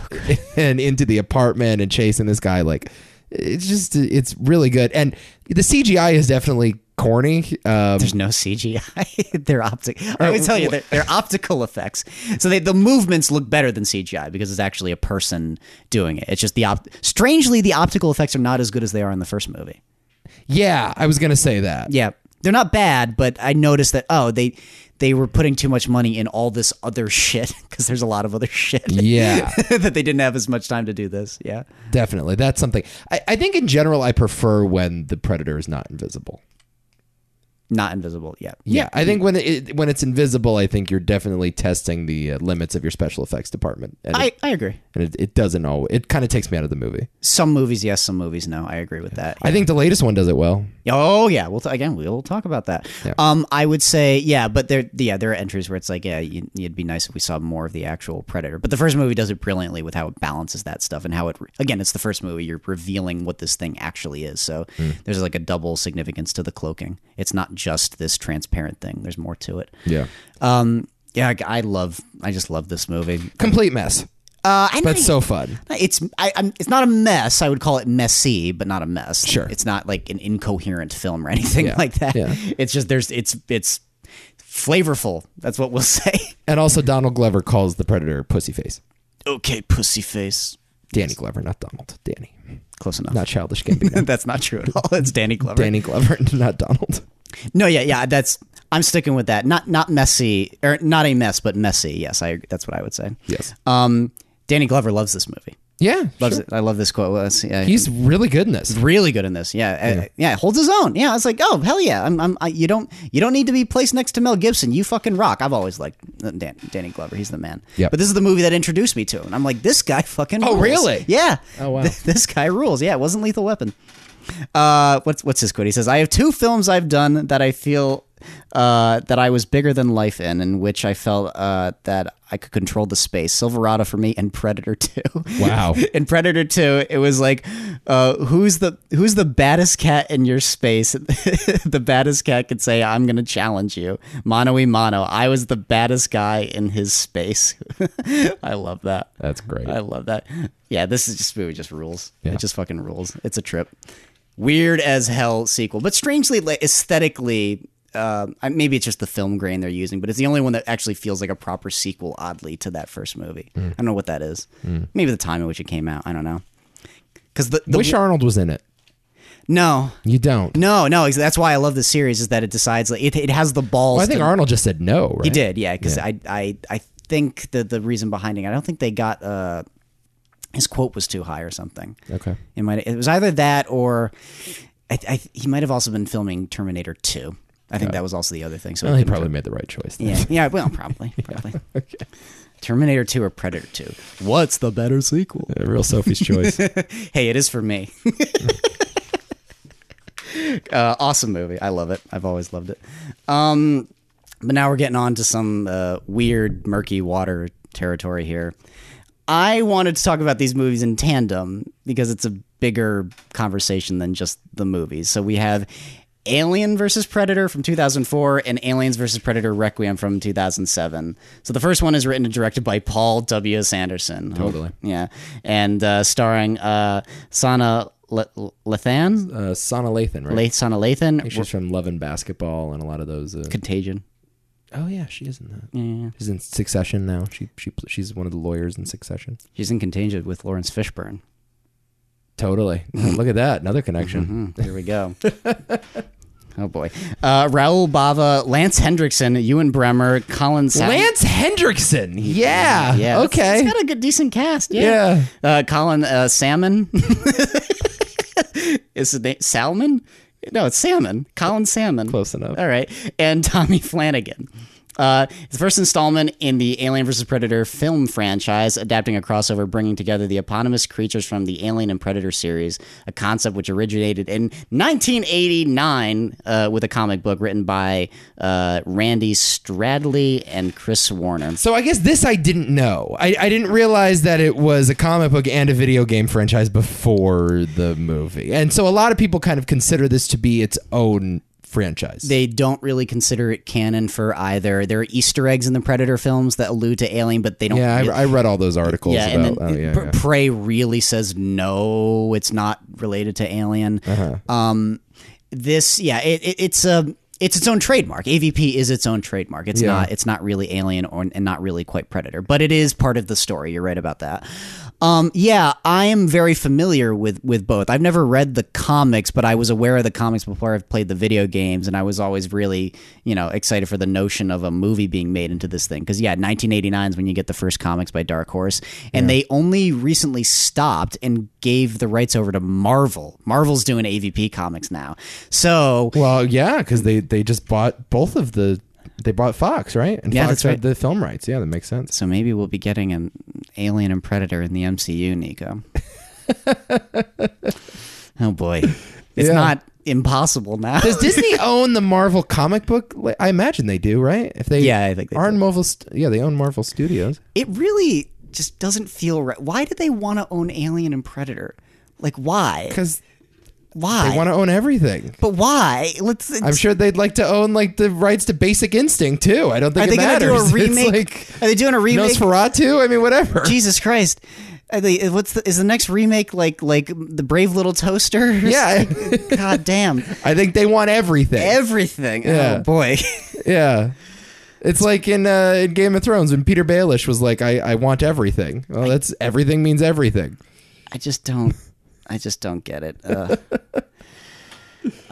[SPEAKER 2] *laughs* and into the apartment and chasing this guy like it's just it's really good and the CGI is definitely corny. Um,
[SPEAKER 1] There's no CGI. *laughs* they're optic.
[SPEAKER 2] Uh,
[SPEAKER 1] I would tell you, they're, they're optical effects. So they, the movements look better than CGI because it's actually a person doing it. It's just the op- strangely the optical effects are not as good as they are in the first movie.
[SPEAKER 2] yeah, I was gonna say *laughs* that.
[SPEAKER 1] Yeah, they're not bad, but I noticed that oh they they were putting too much money in all this other shit *laughs* because there's a lot of other shit.
[SPEAKER 2] Yeah.
[SPEAKER 1] *laughs* that they didn't have as much time to do this. Yeah.
[SPEAKER 2] Definitely. That's something. I, I think in general, I prefer when the predator is not invisible.
[SPEAKER 1] Not invisible. Yeah.
[SPEAKER 2] Yeah, I think when it when it's invisible, I think you're definitely testing the uh, limits of your special effects department, and,
[SPEAKER 1] I,
[SPEAKER 2] it,
[SPEAKER 1] I agree.
[SPEAKER 2] and it, it doesn't always. It kind of takes me out of the movie.
[SPEAKER 1] Some movies, yes. Some movies, no. I agree with that.
[SPEAKER 2] I think the latest one does it well.
[SPEAKER 1] Oh yeah, we'll t- again we'll talk about that. Um, I would say yeah, but there yeah there are entries where it's like yeah, you, it'd be nice if we saw more of the actual predator. But the first movie does it brilliantly with how it balances that stuff and how it re- again it's the first movie you're revealing what this thing actually is. So there's like a double significance to the cloaking. It's not just this transparent thing. There's more to it.
[SPEAKER 2] Yeah,
[SPEAKER 1] Um, yeah, I- I love I just love this movie.
[SPEAKER 2] complete mess,
[SPEAKER 1] Uh, I
[SPEAKER 2] but so fun.
[SPEAKER 1] it's I, I'm, it's not a mess. I would call it messy, but not a mess.
[SPEAKER 2] Sure.
[SPEAKER 1] it's not like an incoherent film or anything
[SPEAKER 2] Yeah.
[SPEAKER 1] like that.
[SPEAKER 2] Yeah.
[SPEAKER 1] It's just there's it's it's flavorful. That's what we'll *laughs* say.
[SPEAKER 2] And also, Donald Glover calls the predator pussyface.
[SPEAKER 1] okay, pussy face.
[SPEAKER 2] Danny Glover, not Donald. Danny,
[SPEAKER 1] Close enough. *laughs*
[SPEAKER 2] not childish Gambino. *laughs*
[SPEAKER 1] that's not true at all. It's Danny Glover.
[SPEAKER 2] Danny Glover, *laughs* not Donald.
[SPEAKER 1] No, yeah, yeah. That's I'm sticking with that. Not not messy or not a mess, but messy. Yes, I. That's what I would say.
[SPEAKER 2] Yes.
[SPEAKER 1] Um, Danny Glover loves this movie.
[SPEAKER 2] Yeah,
[SPEAKER 1] Loves
[SPEAKER 2] sure.
[SPEAKER 1] it. I love this quote. Well, it's- yeah,
[SPEAKER 2] he's really good in this.
[SPEAKER 1] really good in this. Yeah, yeah, yeah holds his own. Yeah, it's like, oh hell yeah, I'm, I'm, I, you don't, you don't need to be placed next to Mel Gibson. You fucking rock. I've always liked uh, Dan, Danny Glover. He's the man.
[SPEAKER 2] Yep.
[SPEAKER 1] But this is the movie that introduced me to, him. and I'm like, this guy *laughs* fucking.
[SPEAKER 2] Oh,
[SPEAKER 1] rules.
[SPEAKER 2] really?
[SPEAKER 1] Yeah.
[SPEAKER 2] Oh,
[SPEAKER 1] *laughs*
[SPEAKER 2] wow.
[SPEAKER 1] this guy rules. Yeah, it wasn't Lethal Weapon. Uh, what's what's his quote? He says, "I have two films I've done that I feel." Uh, that I was bigger than life in, in which I felt uh, that I could control the space. Silverado for me and Predator *laughs* 2
[SPEAKER 2] *laughs* Wow.
[SPEAKER 1] *laughs* in Predator Two, it was like, uh, who's the who's the baddest cat in your space? *laughs* the baddest cat could say, "I'm going to challenge you, mano y mano." I was the baddest guy in his space. *laughs* I love that.
[SPEAKER 2] That's great.
[SPEAKER 1] I love that. Yeah, this is just movie just rules.
[SPEAKER 2] Yeah.
[SPEAKER 1] It just fucking rules. It's a trip. Weird as hell sequel, but strangely like aesthetically. Uh, I- maybe it's just the film grain they're using, but it's the only one that actually feels like a proper sequel, oddly, to that first movie.
[SPEAKER 2] Mm.
[SPEAKER 1] I don't know what that is. Maybe the time in which it came out. I don't know. Because the, the
[SPEAKER 2] Wish Arnold was in it.
[SPEAKER 1] no,
[SPEAKER 2] You don't.
[SPEAKER 1] no, no. ex- That's why I love this series is that it decides like it, it has the balls.
[SPEAKER 2] Well, I think
[SPEAKER 1] to-
[SPEAKER 2] Arnold just said no. Right?
[SPEAKER 1] he did, yeah. Because I, I, I think that the reason behind it, I don't think they got uh, his quote was too high or something.
[SPEAKER 2] Okay.
[SPEAKER 1] It might. It was either that or I, I, he might have also been filming Terminator Two. I think that was also the other thing. So
[SPEAKER 2] Well,
[SPEAKER 1] he
[SPEAKER 2] he
[SPEAKER 1] couldn't-
[SPEAKER 2] probably made the right choice. Then.
[SPEAKER 1] Yeah. Oh, *laughs* Yeah. Well, probably. Probably. Terminator Two or Predator Two. What's the better sequel?
[SPEAKER 2] *laughs* A real Sophie's *laughs* choice.
[SPEAKER 1] hey, it is for *laughs* me. uh, awesome movie. I love it. I've always loved it. Um, but now we're getting on to some uh, weird, murky water territory here. I wanted to talk about these movies in tandem because it's a bigger conversation than just the movies. So we have Alien versus Predator from 2004 and Aliens versus Predator Requiem from 2007. So the first one is written and directed by Paul W.S. Anderson.
[SPEAKER 2] Totally.
[SPEAKER 1] Yeah. And uh, starring uh, Sana Le- Lathan?
[SPEAKER 2] Uh, Sana Lathan, right?
[SPEAKER 1] Lath- Sana Lathan?
[SPEAKER 2] She's from Love and Basketball and a lot of those. Uh,
[SPEAKER 1] Contagion.
[SPEAKER 2] oh yeah, she is in that.
[SPEAKER 1] Yeah.
[SPEAKER 2] She's in Succession now. She she pl- she's one of the lawyers in Succession.
[SPEAKER 1] She's in Contagion with Lawrence Fishburne.
[SPEAKER 2] Totally. *laughs* Look at that. Another connection.
[SPEAKER 1] Here Mm. we
[SPEAKER 2] *laughs*
[SPEAKER 1] go. oh boy. Uh, Raul Bava, Lance Hendrickson, Ewan Bremer, Colin Sa-
[SPEAKER 2] Lance Hendrickson. Mm-hmm. Yeah.
[SPEAKER 1] Yeah. it's-
[SPEAKER 2] Okay.
[SPEAKER 1] It's got a good decent cast. Yeah.
[SPEAKER 2] yeah.
[SPEAKER 1] Uh, Colin uh, Salmon. *laughs* Is it name Salmon? No, it's Salmon. Colin Salmon.
[SPEAKER 2] Close enough.
[SPEAKER 1] All right. And *laughs* Tommy Flanagan. Uh, it's the first installment in the Alien vs. Predator film franchise, adapting a crossover bringing together the eponymous creatures from the Alien and Predator series, a concept which originated in 1989 uh, with a comic book written by uh, Randy Stradley and Chris Warner.
[SPEAKER 2] So I guess this I didn't know. I, I didn't realize that it was a comic book and a video game franchise before the movie. And so a lot of people kind of consider this to be its own franchise.
[SPEAKER 1] they don't really consider it canon for either. There are Easter eggs in the Predator films that allude to Alien, but they don't.
[SPEAKER 2] yeah,
[SPEAKER 1] really-
[SPEAKER 2] I, I read all those articles
[SPEAKER 1] yeah, and
[SPEAKER 2] about.
[SPEAKER 1] then
[SPEAKER 2] oh, yeah,
[SPEAKER 1] Pr-
[SPEAKER 2] yeah.
[SPEAKER 1] Prey really says no, it's not related to Alien.
[SPEAKER 2] Uh-huh.
[SPEAKER 1] Um, this, yeah, it, it, it's a. It's its own trademark. AVP is its own trademark. It's
[SPEAKER 2] Yeah.
[SPEAKER 1] not. It's not really Alien or and not really quite Predator, but it is part of the story. You're right about that. Um, yeah, I am very familiar with with both. I've never read the comics, but I was aware of the comics before I've played the video games, and I was always really you know excited for the notion of a movie being made into this thing. Because yeah, 1989 is when you get the first comics by Dark Horse, and they only recently stopped and gave the rights over to Marvel. Marvel's doing AVP comics now, so
[SPEAKER 2] Well, yeah, because they they just bought both of the they bought Fox, right? And
[SPEAKER 1] Yeah,
[SPEAKER 2] Fox
[SPEAKER 1] that's
[SPEAKER 2] had
[SPEAKER 1] right.
[SPEAKER 2] the film rights. Yeah, that makes sense.
[SPEAKER 1] so maybe we'll be getting an Alien and Predator in the MCU, Nico. oh boy, it's
[SPEAKER 2] Yeah.
[SPEAKER 1] not impossible now.
[SPEAKER 2] Does Disney
[SPEAKER 1] *laughs*
[SPEAKER 2] own the Marvel comic book? Like, I imagine they do, right? If they
[SPEAKER 1] Yeah, I think they
[SPEAKER 2] are in Marvel. St- yeah, they own Marvel Studios.
[SPEAKER 1] It really just doesn't feel right. Why do they want to own Alien and Predator? Like why?
[SPEAKER 2] Because
[SPEAKER 1] Why?
[SPEAKER 2] they want to own everything.
[SPEAKER 1] but why? Let's.
[SPEAKER 2] I'm sure they'd like to own like the rights to Basic Instinct too. I don't think
[SPEAKER 1] are
[SPEAKER 2] it
[SPEAKER 1] they going to do a
[SPEAKER 2] matters. *laughs* It's
[SPEAKER 1] remake?
[SPEAKER 2] like
[SPEAKER 1] are they doing a remake?
[SPEAKER 2] Nosferatu. I mean, whatever.
[SPEAKER 1] Jesus Christ! Are they, what's the, is the next remake like? Like the Brave Little Toaster?
[SPEAKER 2] *laughs* *laughs* Yeah.
[SPEAKER 1] God damn.
[SPEAKER 2] I think they want everything.
[SPEAKER 1] Everything.
[SPEAKER 2] Yeah.
[SPEAKER 1] Oh boy. *laughs*
[SPEAKER 2] yeah. It's like in uh, in Game of Thrones when Peter Baelish was like, I, I want everything. Well, that's everything means everything.
[SPEAKER 1] I just don't. I just don't get it. Uh.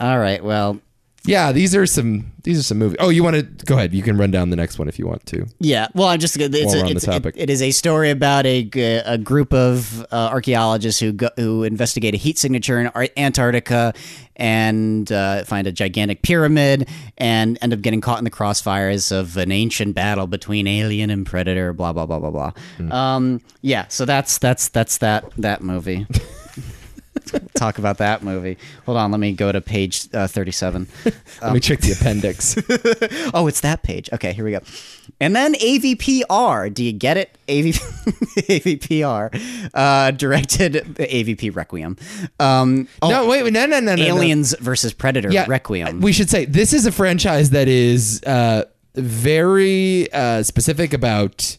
[SPEAKER 1] All right. Well.
[SPEAKER 2] Yeah, these are some these are some movies. Oh, you want to go ahead? You can run down the next one if you want to.
[SPEAKER 1] Yeah, well, I'm just it's,
[SPEAKER 2] we're on
[SPEAKER 1] a,
[SPEAKER 2] the
[SPEAKER 1] it's
[SPEAKER 2] topic.
[SPEAKER 1] It, it is a story about a, g- a group of uh, archaeologists who go, who investigate a heat signature in Ar- Antarctica and uh, find a gigantic pyramid and end up getting caught in the crossfires of an ancient battle between alien and predator. Blah blah blah blah blah.
[SPEAKER 2] Hmm.
[SPEAKER 1] Um, yeah, so that's that's that's that that
[SPEAKER 2] *laughs*
[SPEAKER 1] movie. Talk about that movie. Hold on, let me go to page uh,
[SPEAKER 2] *laughs*
[SPEAKER 1] 37.
[SPEAKER 2] Let me check the
[SPEAKER 1] *laughs*
[SPEAKER 2] appendix.
[SPEAKER 1] Oh, it's that page. Okay, here we go. And then AVPR. Do you get it? AV- *laughs* AVPR. Uh, directed *laughs* AVP Requiem. Um, oh,
[SPEAKER 2] no, wait, wait, no, no, no, no, no.
[SPEAKER 1] Aliens versus Predator Requiem.
[SPEAKER 2] We should say this is a franchise that is uh, very uh, specific about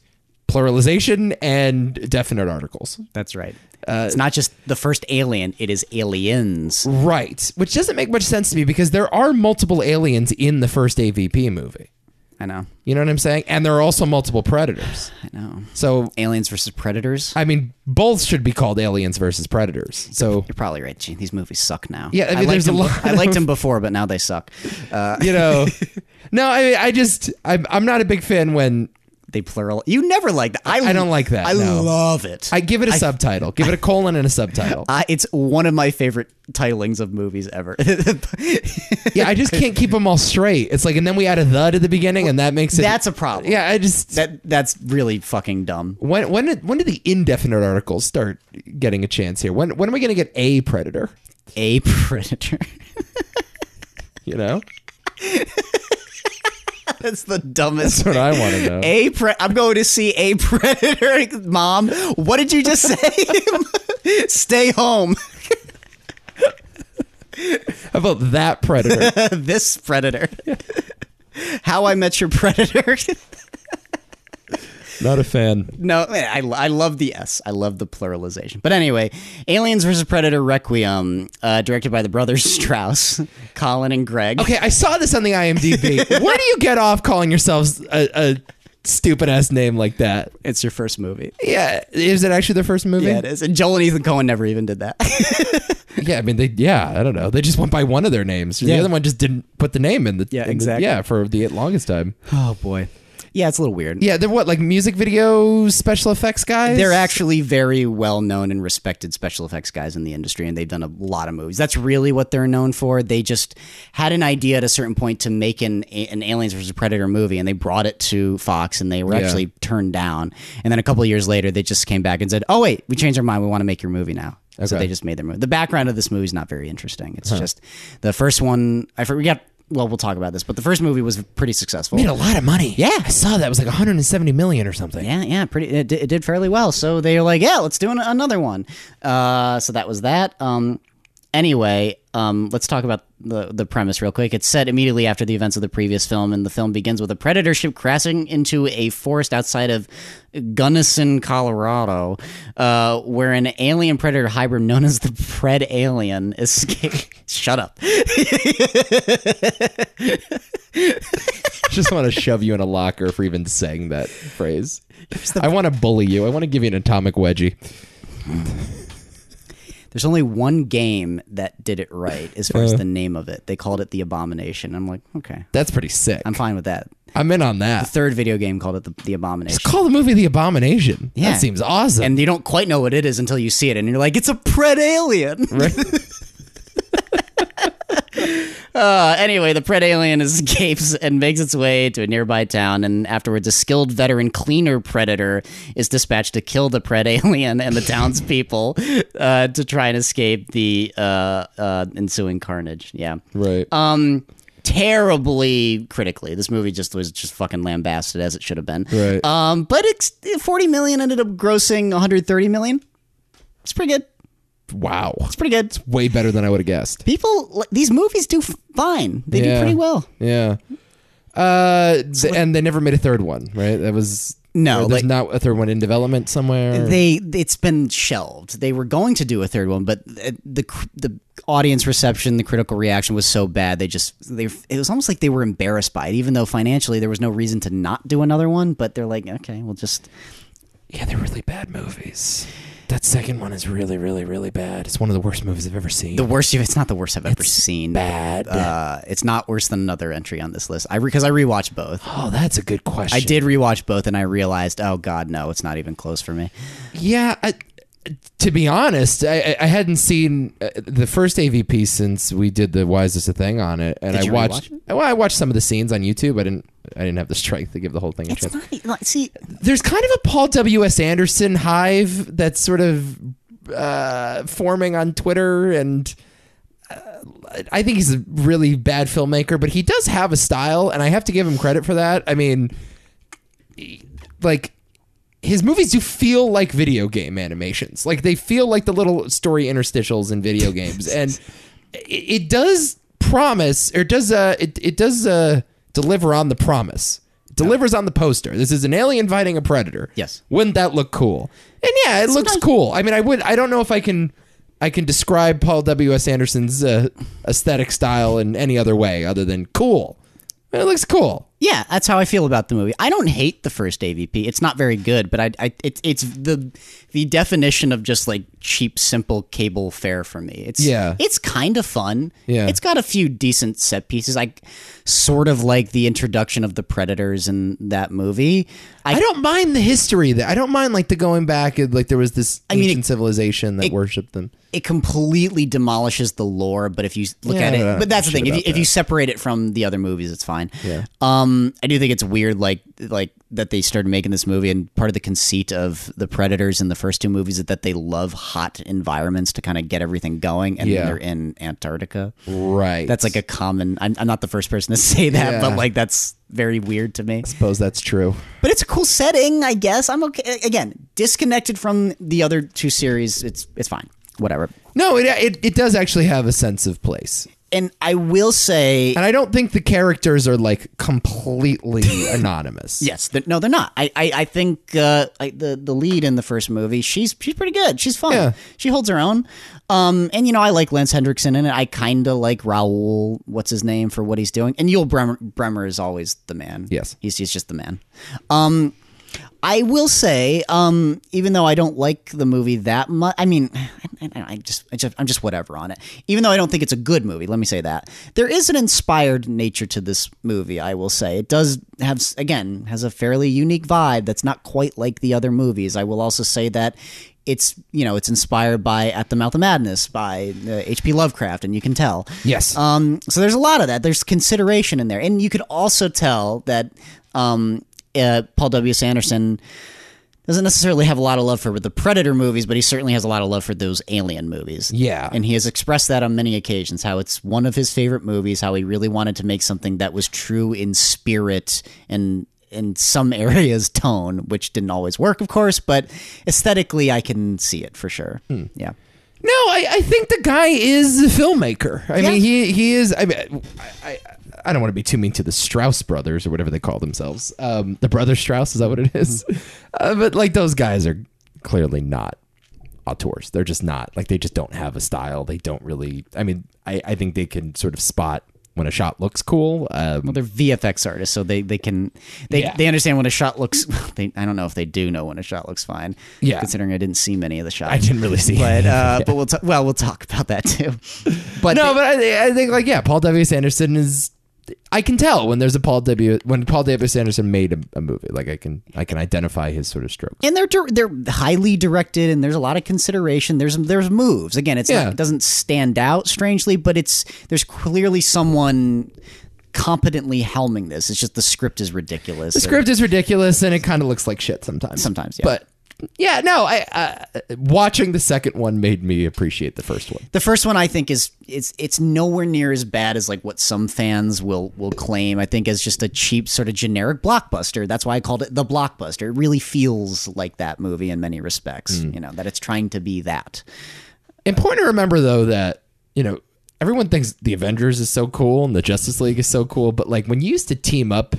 [SPEAKER 2] pluralization and definite articles.
[SPEAKER 1] That's right. Uh, it's not just the first alien, it is aliens.
[SPEAKER 2] Right, which doesn't make much sense to me because there are multiple aliens in the first AVP movie.
[SPEAKER 1] I know.
[SPEAKER 2] You know what I'm saying? And there are also multiple predators.
[SPEAKER 1] I know.
[SPEAKER 2] So,
[SPEAKER 1] Aliens versus Predators.
[SPEAKER 2] I mean, both should be called aliens versus predators. So,
[SPEAKER 1] You're probably right, Gene. These movies suck now.
[SPEAKER 2] Yeah, I mean,
[SPEAKER 1] liked
[SPEAKER 2] there's a
[SPEAKER 1] them-
[SPEAKER 2] lot
[SPEAKER 1] I liked them before, but now they suck. Uh,
[SPEAKER 2] you know, no, I, I just, I'm, I'm not a big fan when
[SPEAKER 1] they plural. You never liked that. I,
[SPEAKER 2] I don't like that,
[SPEAKER 1] I
[SPEAKER 2] no.
[SPEAKER 1] love it.
[SPEAKER 2] I give it a subtitle, give it a colon and a subtitle.
[SPEAKER 1] Uh, it's one of my favorite titlings of movies ever. *laughs*
[SPEAKER 2] Yeah, I just can't keep them all straight. It's like, and then we add a the to the beginning, and that makes it.
[SPEAKER 1] That's a problem.
[SPEAKER 2] Yeah, I just
[SPEAKER 1] That that's really fucking dumb.
[SPEAKER 2] when when did, when did the indefinite articles start getting a chance here? When when am I going to get a predator?
[SPEAKER 1] A predator. *laughs*
[SPEAKER 2] You know,
[SPEAKER 1] that's the dumbest.
[SPEAKER 2] what I want to know.
[SPEAKER 1] *laughs* A pre- I'm going to see a predator. *laughs* Mom, what did you just say? *laughs* Stay home. *laughs*
[SPEAKER 2] How about that predator?
[SPEAKER 1] *laughs* this predator. *laughs* How I Met Your Predator. *laughs*
[SPEAKER 2] Not a fan.
[SPEAKER 1] No, man, I, I love the S. I love the pluralization. But anyway, Aliens vs. Predator Requiem, uh, directed by the brothers *laughs* Strauss, Colin and Greg.
[SPEAKER 2] Okay, I saw this on
[SPEAKER 1] *laughs*
[SPEAKER 2] the IMDb. Where do you get off calling yourselves a, a stupid ass name like that?
[SPEAKER 1] It's your first movie.
[SPEAKER 2] Yeah, is it actually their first movie?
[SPEAKER 1] Yeah, it is. And Joel and Ethan Cohen never even did that.
[SPEAKER 2] Yeah, I mean, they yeah, I don't know. They just went by one of their names. The
[SPEAKER 1] Yeah.
[SPEAKER 2] other one just didn't put the name in the
[SPEAKER 1] Yeah,
[SPEAKER 2] in the-
[SPEAKER 1] exactly.
[SPEAKER 2] yeah for the longest time.
[SPEAKER 1] *laughs* oh, boy. Yeah, it's a little weird.
[SPEAKER 2] Yeah, they're what like music video special effects guys.
[SPEAKER 1] They're actually very well known and respected special effects guys in the industry, and they've done a lot of movies. That's really what they're known for. They just had an idea at a certain point to make an, an Aliens vs. Predator movie, and they brought it to Fox, and they were
[SPEAKER 2] Yeah.
[SPEAKER 1] actually turned down. And then a couple of years later, they just came back and said, Oh, wait, we changed our mind. We want to make your movie now. So
[SPEAKER 2] Okay.
[SPEAKER 1] they just made their movie. The background of this movie is not very interesting. It's just the first one, I forget. Well, we'll talk about this, but the first movie was pretty successful.
[SPEAKER 2] made a lot of money.
[SPEAKER 1] Yeah.
[SPEAKER 2] I saw that it was like 170 million or something.
[SPEAKER 1] Yeah, yeah, pretty. It, di- it did fairly well. So they were like, yeah, let's do an, another one. Uh, so that was that. Um, Anyway, um, let's talk about the, the premise real quick. It's set immediately after the events of the previous film, and the film begins with a predator ship crashing into a forest outside of Gunnison, Colorado, uh, where an alien predator hybrid known as the Pred Alien *laughs* escapes. Shut up.
[SPEAKER 2] *laughs* Just want to shove you in a locker for even saying that phrase. I want to bully you. I want to give you an atomic wedgie.
[SPEAKER 1] There's only one game that did it right as far as the name of it. They called it The Abomination. I'm like, okay,
[SPEAKER 2] That's pretty sick.
[SPEAKER 1] I'm
[SPEAKER 2] I'm,
[SPEAKER 1] fine with that.
[SPEAKER 2] in on that.
[SPEAKER 1] Third video game called it The, the Abomination.
[SPEAKER 2] Call the movie The Abomination.
[SPEAKER 1] Yeah.
[SPEAKER 2] That seems awesome.
[SPEAKER 1] and you don't quite know what it is until you see it, and you're like, it's a pred alien. *laughs* Uh, anyway, the pred alien *laughs* escapes and makes its way to a nearby town, and afterwards, a skilled veteran cleaner predator is dispatched to kill the pred *laughs* alien and the townspeople uh, to try and escape the uh, uh, ensuing carnage. Yeah
[SPEAKER 2] right.
[SPEAKER 1] um terribly critically this movie just was just fucking lambasted as it should have been
[SPEAKER 2] Right.
[SPEAKER 1] um but it's 40 million ended up grossing 130 million it's pretty good
[SPEAKER 2] wow.
[SPEAKER 1] it's pretty good
[SPEAKER 2] Way better than I would have guessed.
[SPEAKER 1] people like, these movies do f- fine they do
[SPEAKER 2] Yeah.
[SPEAKER 1] pretty well
[SPEAKER 2] Yeah. Uh, th- and they never made a third one, right? That was
[SPEAKER 1] No,
[SPEAKER 2] or
[SPEAKER 1] like-
[SPEAKER 2] There's not a third one in development somewhere.
[SPEAKER 1] they it's been shelved. They were going to do a third one, but uh, the cr- the audience reception, the critical reaction was so bad. They just they it was almost like they were embarrassed by it, even though financially there was no reason to not do another one. But they're like, okay, we'll just
[SPEAKER 2] yeah, they're really bad movies. That second one is really, really, really bad. It's one of the worst movies I've ever seen.
[SPEAKER 1] The worst. It's not the worst I've ever seen.
[SPEAKER 2] bad.
[SPEAKER 1] Uh, it's not worse than another entry on this list. I because I rewatched both.
[SPEAKER 2] oh, that's a good question.
[SPEAKER 1] I did rewatch both, and I realized, oh god, no, it's not even close for me.
[SPEAKER 2] Yeah. I, to be honest, I, I- I hadn't seen uh, the first AVP since we did the Why Is This a Thing on it, and
[SPEAKER 1] Did
[SPEAKER 2] I
[SPEAKER 1] you
[SPEAKER 2] watched.
[SPEAKER 1] rewatch
[SPEAKER 2] Well, I watched some of the scenes on YouTube. I didn't. I didn't have the strength to give the whole thing a
[SPEAKER 1] It's
[SPEAKER 2] chance.
[SPEAKER 1] not e, like, see.
[SPEAKER 2] there's kind of a Paul W. S. Anderson hive that's sort of uh, forming on Twitter, and uh, I think he's a really bad filmmaker, but he does have a style, and I have to give him credit for that. I mean, like his movies do feel like video game animations. Like they feel like the little story interstitials in video games, and it, it does promise or does uh it it does uh deliver on the promise. Delivers on the poster. This is an alien fighting a predator.
[SPEAKER 1] Yes.
[SPEAKER 2] Wouldn't that look cool? And yeah, it looks cool. I mean, I would. I don't know if I can. I can describe Paul W. S. Anderson's uh, aesthetic style in any other way other than cool. It looks cool.
[SPEAKER 1] Yeah, that's how I feel about the movie. I don't hate the first AVP. It's not very good, but I, I it, it's the the definition of just like cheap, simple cable fare for me. It's
[SPEAKER 2] Yeah.
[SPEAKER 1] it's kind of fun.
[SPEAKER 2] Yeah.
[SPEAKER 1] it's got a few decent set pieces. I sort of like the introduction of the predators in that movie. I,
[SPEAKER 2] I don't mind the history that I don't mind like the going back and like there was this
[SPEAKER 1] mean,
[SPEAKER 2] ancient
[SPEAKER 1] it-
[SPEAKER 2] civilization that worshipped them.
[SPEAKER 1] it completely demolishes the lore. But if you look
[SPEAKER 2] Yeah,
[SPEAKER 1] at
[SPEAKER 2] I
[SPEAKER 1] it,
[SPEAKER 2] don't
[SPEAKER 1] but that's the
[SPEAKER 2] give a
[SPEAKER 1] thing. If you,
[SPEAKER 2] shit about
[SPEAKER 1] if you separate it from the other movies, it's fine.
[SPEAKER 2] Yeah.
[SPEAKER 1] Um, I do think it's weird, like like that they started making this movie, and part of the conceit of the Predators in the first two movies is that they love hot environments to kind of get everything going, and
[SPEAKER 2] Yeah.
[SPEAKER 1] then they're in Antarctica.
[SPEAKER 2] Right.
[SPEAKER 1] That's like a common. I'm, I'm not the first person to *laughs* say that,
[SPEAKER 2] Yeah.
[SPEAKER 1] but like that's very weird to me.
[SPEAKER 2] suppose that's true.
[SPEAKER 1] But it's a cool setting, I guess. I'm okay. Again, disconnected from the other two series, it's it's fine. Whatever.
[SPEAKER 2] No, it, it it does actually have a sense of place.
[SPEAKER 1] And I will say,
[SPEAKER 2] And I don't think the characters are like completely anonymous.
[SPEAKER 1] Yes, they're, no, they're not. I, I, I think uh, I, the the lead in the first movie, she's she's pretty good. She's fun.
[SPEAKER 2] Yeah.
[SPEAKER 1] She holds her own. Um, and you know, I like Lance Hendrickson in it. I kind of like Raoul. What's his name for what he's doing? And Yul Bremer, Bremer is always the man.
[SPEAKER 2] Yes.
[SPEAKER 1] he's he's just the man. Um, I will say, um, even though I don't like the movie that much, I mean, *sighs* I, I, I just, I just, I'm just whatever on it. Even though I don't think it's a good movie, let me say that there is an inspired nature to this movie. I will say it does have, s- again, has a fairly unique vibe that's not quite like the other movies. I will also say that it's, you know, it's inspired by At the Mouth of Madness by uh, H.P. Lovecraft, and you can tell.
[SPEAKER 2] Yes.
[SPEAKER 1] Um, so there's a lot of that. There's consideration in there, and you could also tell that um, uh, Paul W. Sanderson doesn't necessarily have a lot of love for the Predator movies, but he certainly has a lot of love for those Alien movies.
[SPEAKER 2] Yeah.
[SPEAKER 1] and he has expressed that on many occasions how it's one of his favorite movies, how he really wanted to make something that was true in spirit and in some *laughs* areas
[SPEAKER 2] Hmm.
[SPEAKER 1] tone, which didn't always work, of course, but aesthetically, I can see it for sure. Yeah.
[SPEAKER 2] No, I, I think the guy is a filmmaker. I
[SPEAKER 1] Yeah.
[SPEAKER 2] mean, he he is. I mean, I, I I don't want to be too mean to the Strauss brothers or whatever they call themselves. Um, the brother Strauss is that what it is?
[SPEAKER 1] Mm-hmm.
[SPEAKER 2] Uh, but like those guys are clearly not auteurs. They're just not like they just don't have a style. They don't really. I mean, I I think they can sort of spot when a shot looks cool. Um,
[SPEAKER 1] Well, they're VFX artists, so they, they can they,
[SPEAKER 2] Yeah.
[SPEAKER 1] they understand when a shot looks. *laughs* They, I don't know if they do know when a shot looks fine.
[SPEAKER 2] Yeah.
[SPEAKER 1] considering I didn't see many of the shots.
[SPEAKER 2] I didn't really see.
[SPEAKER 1] but uh, but we'll ta- well we'll talk about that
[SPEAKER 2] *laughs*
[SPEAKER 1] too. But
[SPEAKER 2] no, but I, I think like yeah, Paul W. S. Anderson is. I can tell when there's a Paul W. When Paul W. S. Anderson made a, a movie, like I can I can identify his sort of strokes.
[SPEAKER 1] and they're dir- they're highly directed, and there's a lot of consideration. There's there's moves. Again, it's
[SPEAKER 2] Yeah.
[SPEAKER 1] not, it doesn't stand out strangely, but it's there's clearly someone competently helming this. It's just the script is ridiculous.
[SPEAKER 2] The script is ridiculous and it kind of looks like shit sometimes.
[SPEAKER 1] Sometimes, yeah.
[SPEAKER 2] but yeah, no. I uh, watching the second one made me appreciate the first one.
[SPEAKER 1] The first one I think is it's it's nowhere near as bad as like what some fans will will claim. I think as just a cheap sort of generic blockbuster. That's why I called it the blockbuster. It really feels like that movie in many respects. You know that it's trying to be that.
[SPEAKER 2] Important to remember though that you know everyone thinks the Avengers is so cool and the Justice League is so cool, but like when you used to team up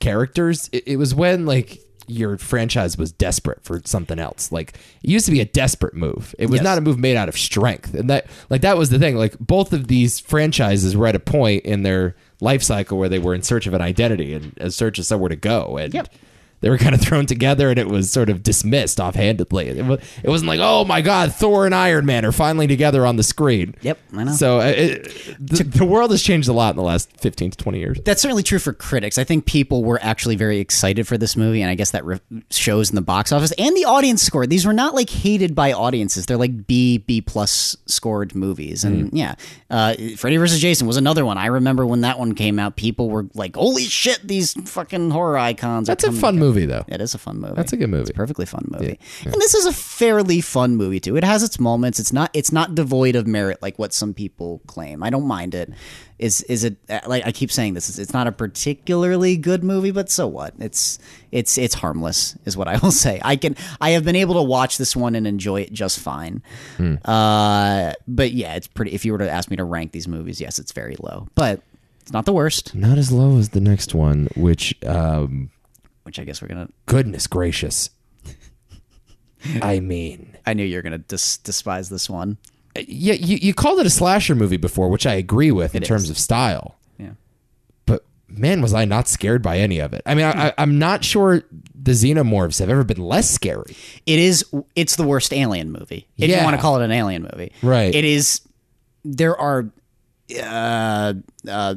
[SPEAKER 2] characters, it, it was when like your franchise was desperate for something else. Like it used to be a desperate move. It was not a move made out of strength, and that like that was the thing. Like both of these franchises were at a point in their life cycle where they were in search of an identity and a search of somewhere to go, and.
[SPEAKER 1] Yep.
[SPEAKER 2] They were *laughs* kind of thrown together, and it was sort of dismissed offhandedly. It, wa- it wasn't like, "Oh my God, Thor and Iron Man are finally together on the screen."
[SPEAKER 1] Yep, I know.
[SPEAKER 2] So uh, it, the, the world has changed a lot in the last fifteen to twenty years.
[SPEAKER 1] That's certainly true for critics. I think people were actually very excited for this movie, and I guess that re- shows in the box office and the audience score. These were not like hated by audiences; they're like B, B plus scored movies. And
[SPEAKER 2] Hmm.
[SPEAKER 1] yeah, uh, Freddy vs. Jason was another one. I remember when that one came out, people were like, "Holy shit, these fucking horror icons!"
[SPEAKER 2] That's a fun movie, though.
[SPEAKER 1] It is a fun movie.
[SPEAKER 2] That's a good movie.
[SPEAKER 1] It's a perfectly fun movie. And this is a fairly fun movie too. It has its moments. It's not it's not devoid of merit like what some people claim. I don't mind it. Is is it uh, like I keep saying this? It's, it's not a particularly good movie, but so what? It's it's it's harmless is what I will *laughs* say. I can I have been able to watch this one and enjoy it just fine. Uh, but yeah, it's pretty. If you were to ask me to rank these movies, yes, it's very low, but it's not the worst.
[SPEAKER 2] Not as low as the next one, which, um,
[SPEAKER 1] Which I guess we're gonna.
[SPEAKER 2] goodness
[SPEAKER 1] *laughs*
[SPEAKER 2] gracious, I mean,
[SPEAKER 1] I knew you were gonna dis- despise this one.
[SPEAKER 2] yeah, you, you called it a slasher movie before, which I agree with in terms of style.
[SPEAKER 1] Yeah.
[SPEAKER 2] but man, was I not scared by any of it. I mean, I, I, I'm not sure the xenomorphs have ever been less scary.
[SPEAKER 1] it is it's the worst alien movie if
[SPEAKER 2] Yeah.
[SPEAKER 1] you want to call it an alien movie
[SPEAKER 2] Right.
[SPEAKER 1] it is there are uh, uh,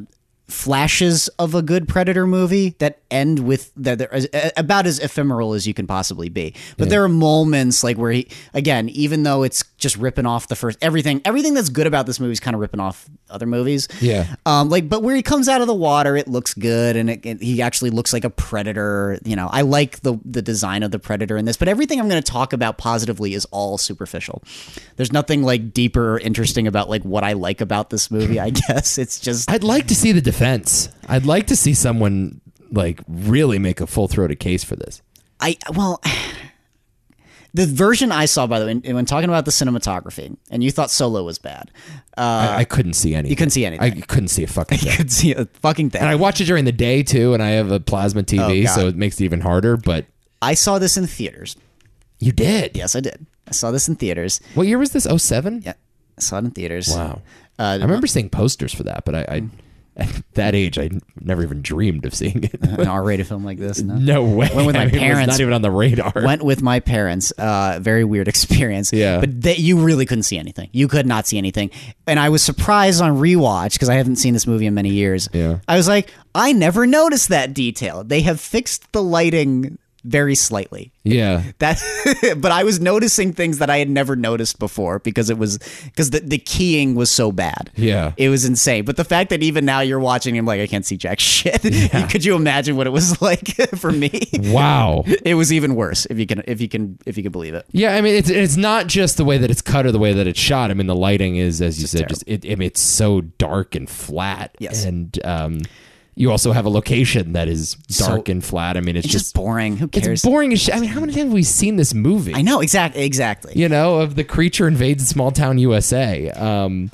[SPEAKER 1] flashes of a good predator movie that end with that they're as- uh, about as ephemeral as you can possibly be but there are moments like where he again even though it's just ripping off the first everything everything that's good about this movie is kind of ripping off other movies
[SPEAKER 2] Yeah.
[SPEAKER 1] um, like, but where he comes out of the water, it looks good, and it, it- he actually looks like a predator. You know, I like the the design of the predator in this, but everything I'm going to talk about positively is all superficial. There's nothing like deeper or interesting about like what I like about this movie. I *laughs* guess it's just
[SPEAKER 2] I'd like to see the defense. I'd like to see someone like really make a full throated case for this.
[SPEAKER 1] I well, *sighs* the version I saw by the way, and when talking about the cinematography, and you thought Solo was bad, uh, *laughs*
[SPEAKER 2] I, I couldn't see anything. You
[SPEAKER 1] couldn't see
[SPEAKER 2] I
[SPEAKER 1] anything.
[SPEAKER 2] couldn't see
[SPEAKER 1] *laughs*
[SPEAKER 2] a fucking
[SPEAKER 1] you
[SPEAKER 2] thing.
[SPEAKER 1] could see a fucking thing.
[SPEAKER 2] And I watch it during the day too, and I have a plasma TV,
[SPEAKER 1] Oh, God.
[SPEAKER 2] so it makes it even harder. But
[SPEAKER 1] I saw this in theaters.
[SPEAKER 2] you did.
[SPEAKER 1] Yes, I did. I saw this in theaters.
[SPEAKER 2] What year was this? 07?
[SPEAKER 1] Yeah, I saw it in theaters.
[SPEAKER 2] Wow.
[SPEAKER 1] Uh,
[SPEAKER 2] I remember seeing posters for that, but I, I *laughs* at that age, I never even dreamed of seeing it.
[SPEAKER 1] an R-rated film like this. No.
[SPEAKER 2] *laughs* No way.
[SPEAKER 1] Went with Uh-huh. my
[SPEAKER 2] I mean, *laughs* it was
[SPEAKER 1] parents.
[SPEAKER 2] Not even on the radar.
[SPEAKER 1] Went with my parents. Uh, very weird *laughs* experience.
[SPEAKER 2] Yeah.
[SPEAKER 1] But they, you really couldn't see anything. You could not see anything. And I was surprised on rewatch because I haven't seen this movie in many years.
[SPEAKER 2] Yeah.
[SPEAKER 1] I was like, I never noticed that detail. They have fixed the lighting very slightly.
[SPEAKER 2] yeah.
[SPEAKER 1] That, *laughs* but I was noticing things that I had never noticed before because it was because the, the keying was so bad.
[SPEAKER 2] Yeah.
[SPEAKER 1] it was insane. But the fact that even now you're watching, I'm like, I can't see jack shit. *laughs* Could you imagine what it was *laughs* like for me?
[SPEAKER 2] *laughs* Wow.
[SPEAKER 1] *laughs* It was even worse if you can if you can if you can believe it.
[SPEAKER 2] Yeah, I mean, it's it's not just the way that it's cut or the way that it's shot. I mean, the lighting is, as you said, just it, I mean, it's so dark and flat.
[SPEAKER 1] Yes.
[SPEAKER 2] and um, You also have a location that is
[SPEAKER 3] So-
[SPEAKER 2] dark and flat. I mean, it's,
[SPEAKER 1] It's
[SPEAKER 2] just,
[SPEAKER 1] just boring. Who
[SPEAKER 2] it's
[SPEAKER 1] cares?
[SPEAKER 2] boring as shit. I mean, how many times have we seen this movie?
[SPEAKER 1] I know exactly. Exactly.
[SPEAKER 2] You know, of the creature invades small town USA. Um,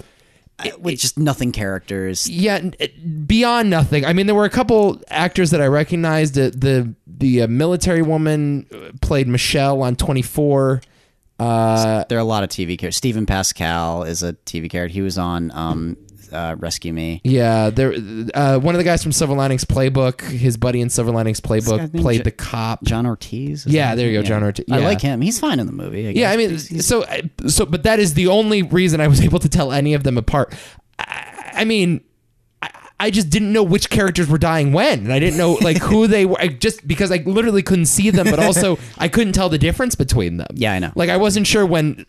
[SPEAKER 1] Uh, With just nothing characters.
[SPEAKER 2] yeah, n- it- beyond nothing. I mean, there were a couple actors that I recognized. The the, the uh, military woman uh, played Michelle on Twenty Four. Uh,
[SPEAKER 1] There are a lot of TV characters. Stephen Pascal is a TV character. He was on um, uh, Rescue Me.
[SPEAKER 2] yeah, there. Uh, one of the guys from Silver Linings Playbook, his buddy in Silver Linings Playbook,
[SPEAKER 1] named
[SPEAKER 2] played
[SPEAKER 1] Ja-
[SPEAKER 2] the cop.
[SPEAKER 1] John Ortiz. is
[SPEAKER 2] Yeah,
[SPEAKER 1] that-
[SPEAKER 2] there you go, John Ortiz.
[SPEAKER 1] I
[SPEAKER 2] Yeah.
[SPEAKER 1] like him. He's fine in the movie. I guess.
[SPEAKER 2] Yeah, I mean, so uh, so, but that is the only reason I was *laughs* able to tell any of them apart. I, I mean, I, I just didn't know which characters were dying when, and I didn't know like who they were, I just because I literally couldn't see them,
[SPEAKER 1] *laughs*
[SPEAKER 2] but also I couldn't tell the difference between them.
[SPEAKER 1] Yeah, I know.
[SPEAKER 2] Like I wasn't sure when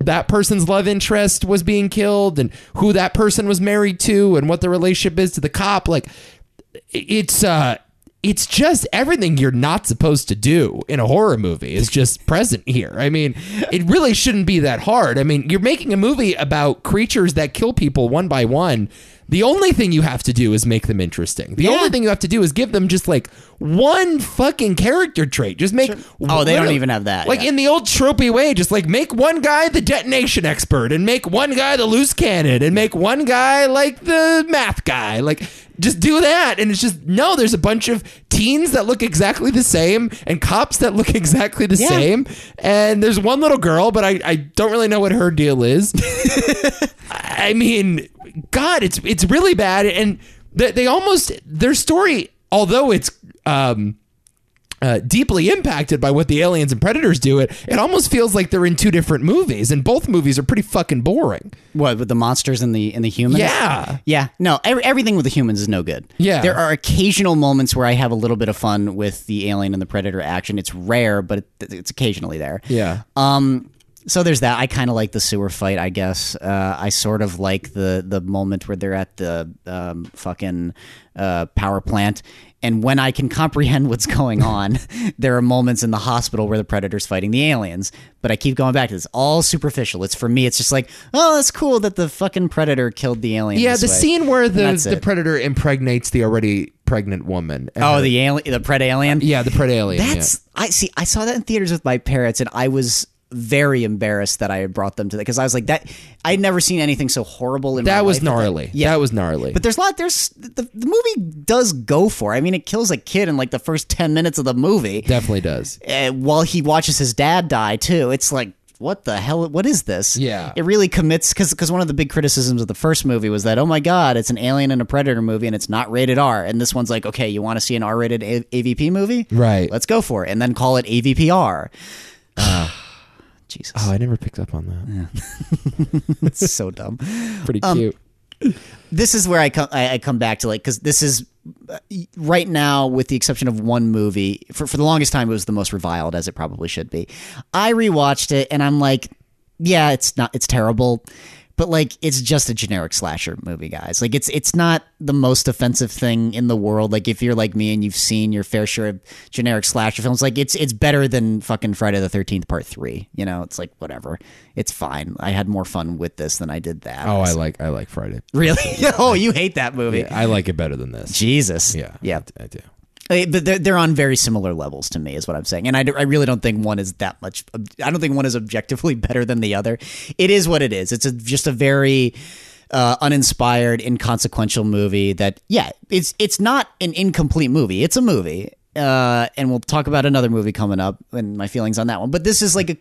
[SPEAKER 2] that person's love interest was being killed and who that person was married to and what the relationship is to the cop. Like it's uh it's just everything you're not supposed to do in a horror movie is just *laughs* present here. I mean, it really shouldn't be that hard. I mean, you're making a movie about creatures that kill people one by one. The only thing you have to do is make them interesting. The only thing you have to do is give them just like one fucking character trait. Just make
[SPEAKER 1] Oh, they don't
[SPEAKER 2] literally-
[SPEAKER 1] even have that,
[SPEAKER 2] Like
[SPEAKER 1] yeah.
[SPEAKER 2] in the old tropey way, just like make one guy the detonation expert and make one guy the loose cannon and make one guy like the math guy. Like just do that. And it's just no, there's a bunch of teens that look exactly the same and cops that look exactly the same. And there's one little girl, but I, I don't really know what her deal is. I mean, God, it's it's really bad, and they, they almost their story, although it's um, uh, deeply impacted by what the aliens and predators do. It it almost feels like they're in two different movies, and both movies are pretty fucking boring.
[SPEAKER 1] What with the monsters and the and the humans?
[SPEAKER 2] Yeah.
[SPEAKER 1] yeah. No, every, everything with the humans is no good.
[SPEAKER 2] Yeah.
[SPEAKER 1] there are occasional moments where I have a little bit of fun with the alien and the predator action. It's rare, but it, it's occasionally there.
[SPEAKER 2] Yeah,
[SPEAKER 1] Um, so there's that. I kind of like the sewer fight, I guess. Uh, I sort of like the the moment where they're at the um, fucking uh, power plant, and when I can comprehend what's going on, *laughs* there are moments in the hospital where the predators fighting the aliens. But I keep going back to this. All superficial. It's for me. It's just like, oh, that's cool that the fucking predator killed the alien.
[SPEAKER 2] yeah.
[SPEAKER 1] this
[SPEAKER 2] The
[SPEAKER 1] way.
[SPEAKER 2] scene where the
[SPEAKER 1] that's
[SPEAKER 2] the
[SPEAKER 1] it.
[SPEAKER 2] predator impregnates the already pregnant wood. And
[SPEAKER 1] Oh,
[SPEAKER 2] her-
[SPEAKER 1] the alien, the pred alien.
[SPEAKER 2] yeah, the pred alien. yeah.
[SPEAKER 1] That's I see. I saw that in theaters with my parents, and I was very embarrassed that I had brought them to that because I was like that. I'd never seen anything so horrible. In my
[SPEAKER 2] that
[SPEAKER 1] life
[SPEAKER 2] was
[SPEAKER 1] at
[SPEAKER 2] gnarly.
[SPEAKER 1] Yeah.
[SPEAKER 2] that was gnarly.
[SPEAKER 1] But there's a lot. There's the, the movie does go for. it. I mean, it kills a kid in like the first ten minutes of the movie,
[SPEAKER 2] definitely does.
[SPEAKER 1] uh, while he watches his dad die too. It's like. What the hell? What is this?
[SPEAKER 2] Yeah.
[SPEAKER 1] it really commits because one of the big criticisms of the first movie was that oh my god, it's an alien and a predator movie and it's not rated R. And this one's like, okay, you want to see an R-rated A- AVP movie?
[SPEAKER 2] Right.
[SPEAKER 1] Let's go for it. And then call it AVPR. *sighs*
[SPEAKER 2] Ah.
[SPEAKER 1] Jesus.
[SPEAKER 2] *sighs* Oh, I never picked up on that.
[SPEAKER 1] It's so dumb.
[SPEAKER 2] Pretty cute.
[SPEAKER 1] This is where I come I, I come back to like because this is uh, right now with the exception of one movie for for the longest time it was the most reviled as it probably should be. I rewatched it and I'm like, yeah, it's not it's terrible. But like it's just a generic slasher movie, guys. Like it's it's not the most offensive thing in the world. Like if you're like me and you've seen your fair share of generic slasher films, like it's it's better than fucking Friday the Thirteenth Part Three. You know, it's like whatever, it's fine. I had more fun with this than I did that.
[SPEAKER 2] oh, I like I like Friday.
[SPEAKER 1] Really? *laughs* oh, you hate that movie.
[SPEAKER 2] I like it better than this.
[SPEAKER 1] Jesus.
[SPEAKER 2] Yeah,
[SPEAKER 1] Yeah.
[SPEAKER 2] I, I do.
[SPEAKER 1] Uh, But they're, they're on very similar levels to me, is what I'm saying. And I, d- I really don't think one is that much. I don't think one is objectively *laughs* better than the other. It is what it is. It's a, just a very uh, uninspired, inconsequential movie that, yeah, it's, it's not an incomplete movie. It's a movie. Uh, and we'll talk about another movie coming up and my feelings on that one. But this is like a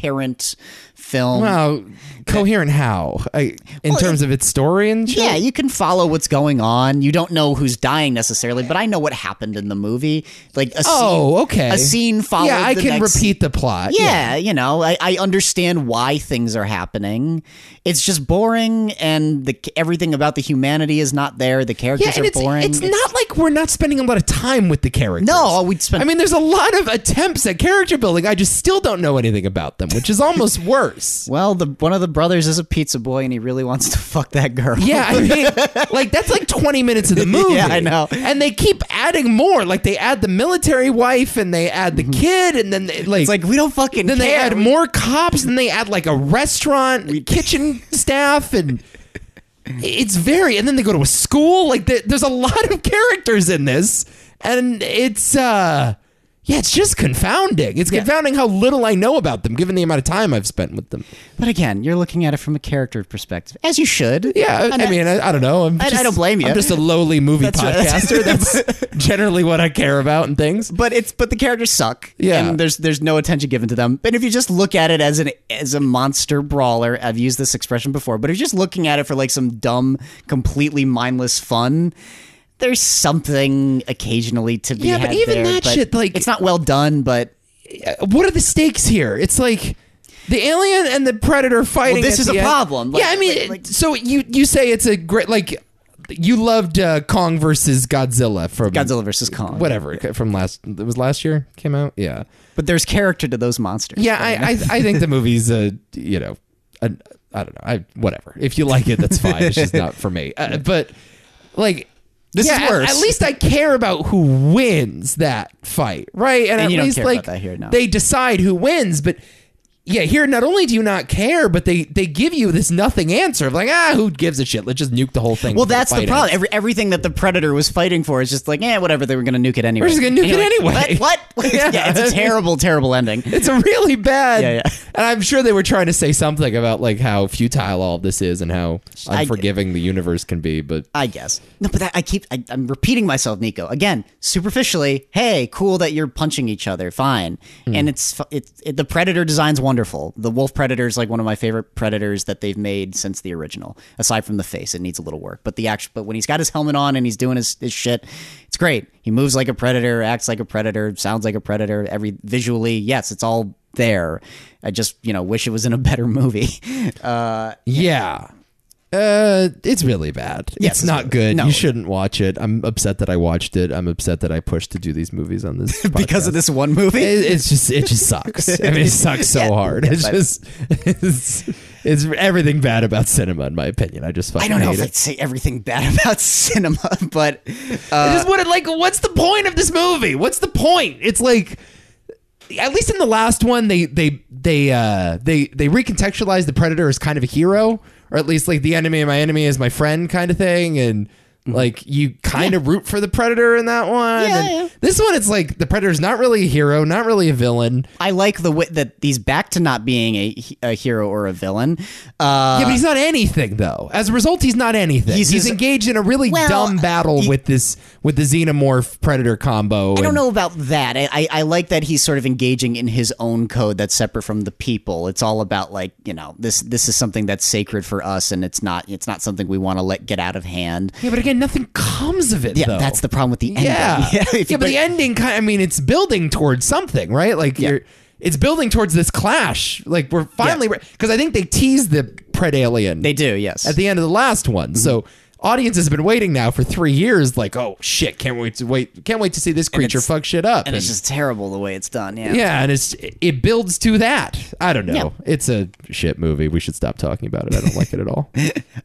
[SPEAKER 1] coherent film.
[SPEAKER 2] Well, coherent how I, in terms of its story and shit?
[SPEAKER 1] Yeah, you can follow what's going on. You don't know who's dying necessarily, but I know what happened in the movie. Like a
[SPEAKER 2] Oh,
[SPEAKER 1] scene,
[SPEAKER 2] okay.
[SPEAKER 1] a scene followed.
[SPEAKER 2] Yeah, I
[SPEAKER 1] the
[SPEAKER 2] can
[SPEAKER 1] next-
[SPEAKER 2] repeat the plot.
[SPEAKER 1] Yeah, you know, I, I understand why things are happening. It's just boring, and the everything about the humanity is not there. The
[SPEAKER 2] Yeah,
[SPEAKER 1] characters
[SPEAKER 2] and
[SPEAKER 1] are
[SPEAKER 2] it's,
[SPEAKER 1] boring.
[SPEAKER 2] it's not like we're not spending a lot of time with the characters.
[SPEAKER 1] No, we'd spend-
[SPEAKER 2] I mean, there's a lot of attempts at character building. I just still don't know anything about them, which is almost worse.
[SPEAKER 1] well, the one of the brothers is a pizza boy, and he really wants to *laughs* fuck that girl.
[SPEAKER 2] Yeah, I mean, like that's like 20 minutes of the movie.
[SPEAKER 1] Yeah, I know.
[SPEAKER 2] And they keep adding more. Like they add the military wife, and they add the kid, and then they, like
[SPEAKER 1] it's *laughs* like we don't fucking.
[SPEAKER 2] then they
[SPEAKER 1] care.
[SPEAKER 2] add
[SPEAKER 1] We-
[SPEAKER 2] *laughs* more cops, and they add like a restaurant kitchen staff, and it's very and then they go to a school like there- there's a lot of characters in this and it's uh yeah it's just confounding it's confounding how little i know about them given the amount of time i've spent with them
[SPEAKER 1] But again, you're looking at it from a character perspective, as you should.
[SPEAKER 2] yeah
[SPEAKER 1] And
[SPEAKER 2] i, mean I, I don't know I'm
[SPEAKER 1] I- I
[SPEAKER 2] just-
[SPEAKER 1] don't blame you.
[SPEAKER 2] i'm just a lowly movie
[SPEAKER 1] That's right. *laughs*
[SPEAKER 2] podcaster that's generally what i care about and things
[SPEAKER 1] but it's but the characters suck.
[SPEAKER 2] Yeah.
[SPEAKER 1] and there's there's no attention given to them. But if you just look at it as an as a monster brawler, I've used this expression before. But if you're just looking at it for like some dumb, completely mindless fun, there's something occasionally to be.
[SPEAKER 2] Yeah, but
[SPEAKER 1] had
[SPEAKER 2] even
[SPEAKER 1] there,
[SPEAKER 2] that
[SPEAKER 1] but
[SPEAKER 2] shit, like-
[SPEAKER 1] it's not well done. But
[SPEAKER 2] Uh, what are the stakes here? It's like the alien and the predator fighting.
[SPEAKER 1] this
[SPEAKER 2] at
[SPEAKER 1] is
[SPEAKER 2] the
[SPEAKER 1] a
[SPEAKER 2] end.
[SPEAKER 1] problem. Like-
[SPEAKER 2] yeah, I mean,
[SPEAKER 1] like- like-
[SPEAKER 2] so you you say it's a great like you loved uh, Kong versus Godzilla from
[SPEAKER 1] Godzilla versus Kong,
[SPEAKER 2] whatever from last it was last year came out. Yeah,
[SPEAKER 1] But there's character to those monsters.
[SPEAKER 2] yeah. I I, I think
[SPEAKER 1] *laughs*
[SPEAKER 2] the movie's uh you know I I don't know I whatever if you like it that's fine. it's just not for me. Uh, but like.
[SPEAKER 1] This is
[SPEAKER 2] yeah, at-
[SPEAKER 1] worse.
[SPEAKER 2] At, least I care about who wins that fight, right? And, at
[SPEAKER 1] you don't
[SPEAKER 2] least
[SPEAKER 1] care about
[SPEAKER 2] like
[SPEAKER 1] that here, no.
[SPEAKER 2] they decide who wins, but yeah, here not only do you not care, but they they give you this nothing answer of like, ah, who gives a shit? Let's just nuke the whole thing.
[SPEAKER 1] Well,
[SPEAKER 2] before
[SPEAKER 1] that's the
[SPEAKER 2] fight
[SPEAKER 1] problem.
[SPEAKER 2] ends.
[SPEAKER 1] Every, everything that the Predator was fighting for is just like, eh, whatever. They were going to nuke it anyway.
[SPEAKER 2] just gonna nuke
[SPEAKER 1] And you're
[SPEAKER 2] it
[SPEAKER 1] like,
[SPEAKER 2] anyway.
[SPEAKER 1] What? what? *laughs*
[SPEAKER 2] Yeah.
[SPEAKER 1] yeah.
[SPEAKER 2] *laughs*
[SPEAKER 1] it's a terrible, terrible ending.
[SPEAKER 2] It's a really bad.
[SPEAKER 1] Yeah, yeah.
[SPEAKER 2] *laughs* And I'm sure they were trying to say something about like how futile all of this is and how
[SPEAKER 1] I-
[SPEAKER 2] unforgiving the universe can be, but
[SPEAKER 1] I guess. No, but that, I keep, I, I'm repeating myself, Nico. Again, superficially, hey, cool that you're punching each other, fine. And it's, fu- it's it, the Predator design's wonderful. The Wolf Predator is like one of my favorite Predators that they've made since the original. Aside from the face, it needs a little work. But the action, but when he's got his helmet on and he's doing his, his shit, it's great. He moves like a Predator, acts like a Predator, sounds like a Predator. Every visually, yes, it's all there. I just, you know, wish it was in a better movie. *laughs*
[SPEAKER 2] yeah. Uh, it's really bad.
[SPEAKER 1] Yes,
[SPEAKER 2] it's
[SPEAKER 1] it's
[SPEAKER 2] not
[SPEAKER 1] really-
[SPEAKER 2] good.
[SPEAKER 1] no.
[SPEAKER 2] You shouldn't watch it. I'm upset that I watched it. I'm upset that I pushed to do these movies on
[SPEAKER 1] *laughs*
[SPEAKER 2] this
[SPEAKER 1] because
[SPEAKER 2] podcast.
[SPEAKER 1] of this one movie.
[SPEAKER 2] It, it's just it just sucks. I
[SPEAKER 1] *laughs*
[SPEAKER 2] mean, it sucks so
[SPEAKER 1] Yeah.
[SPEAKER 2] hard.
[SPEAKER 1] Yes,
[SPEAKER 2] it's
[SPEAKER 1] I-
[SPEAKER 2] just *laughs* it's, it's everything bad about cinema, in my opinion. I just fucking
[SPEAKER 1] I don't know
[SPEAKER 2] hate
[SPEAKER 1] if I'd
[SPEAKER 2] it.
[SPEAKER 1] say everything *laughs* bad about cinema, but uh,
[SPEAKER 2] I just wanted like, what's the point of this movie? What's the point? It's like. At least in the last one, they they they uh, they they recontextualized the predator as kind of a hero, or at least like the enemy of my enemy is my friend kind of thing, and like you kind of root for the predator in that one.
[SPEAKER 1] Mm-hmm. Yeah,
[SPEAKER 2] and
[SPEAKER 1] yeah.
[SPEAKER 2] This one, it's like the predator's not really a hero, not really a villain.
[SPEAKER 1] I like the way that he's back to not being a, a hero or a villain. Uh,
[SPEAKER 2] Yeah, but he's not anything though. As a result, he's not anything.
[SPEAKER 1] He's-
[SPEAKER 2] He's,
[SPEAKER 1] he's-
[SPEAKER 2] engaged in a really
[SPEAKER 1] Well,
[SPEAKER 2] dumb battle
[SPEAKER 1] he-
[SPEAKER 2] with this with the xenomorph predator combo.
[SPEAKER 1] I don't know about that. I, I, I like that he's sort of engaging in his own code that's separate from the people. It's all about like you know this this is something that's sacred for us, and it's not it's not something we want to let get out of hand.
[SPEAKER 2] Yeah, but again, nothing comes of it.
[SPEAKER 1] Yeah,
[SPEAKER 2] though.
[SPEAKER 1] that's the problem with the ending.
[SPEAKER 2] yeah.
[SPEAKER 1] *laughs* yeah, if
[SPEAKER 2] yeah,
[SPEAKER 1] you-
[SPEAKER 2] but the ending kind. I mean, it's building towards something, right? Like you're, it's building towards this clash. Like we're finally because I think they teased the pred alien.
[SPEAKER 1] they Mm-hmm. do. Yes,
[SPEAKER 2] at the end of the last one. So audiences have been waiting now for three years. Like, oh shit, can't wait to wait, can't wait to see this creature
[SPEAKER 1] it's-
[SPEAKER 2] fuck shit up.
[SPEAKER 1] and it's just terrible the way it's done. Yeah.
[SPEAKER 2] Yeah, and it's it builds to that. I don't know. It's a shit movie. We should stop talking about it. I don't like it
[SPEAKER 1] *laughs*
[SPEAKER 2] at all.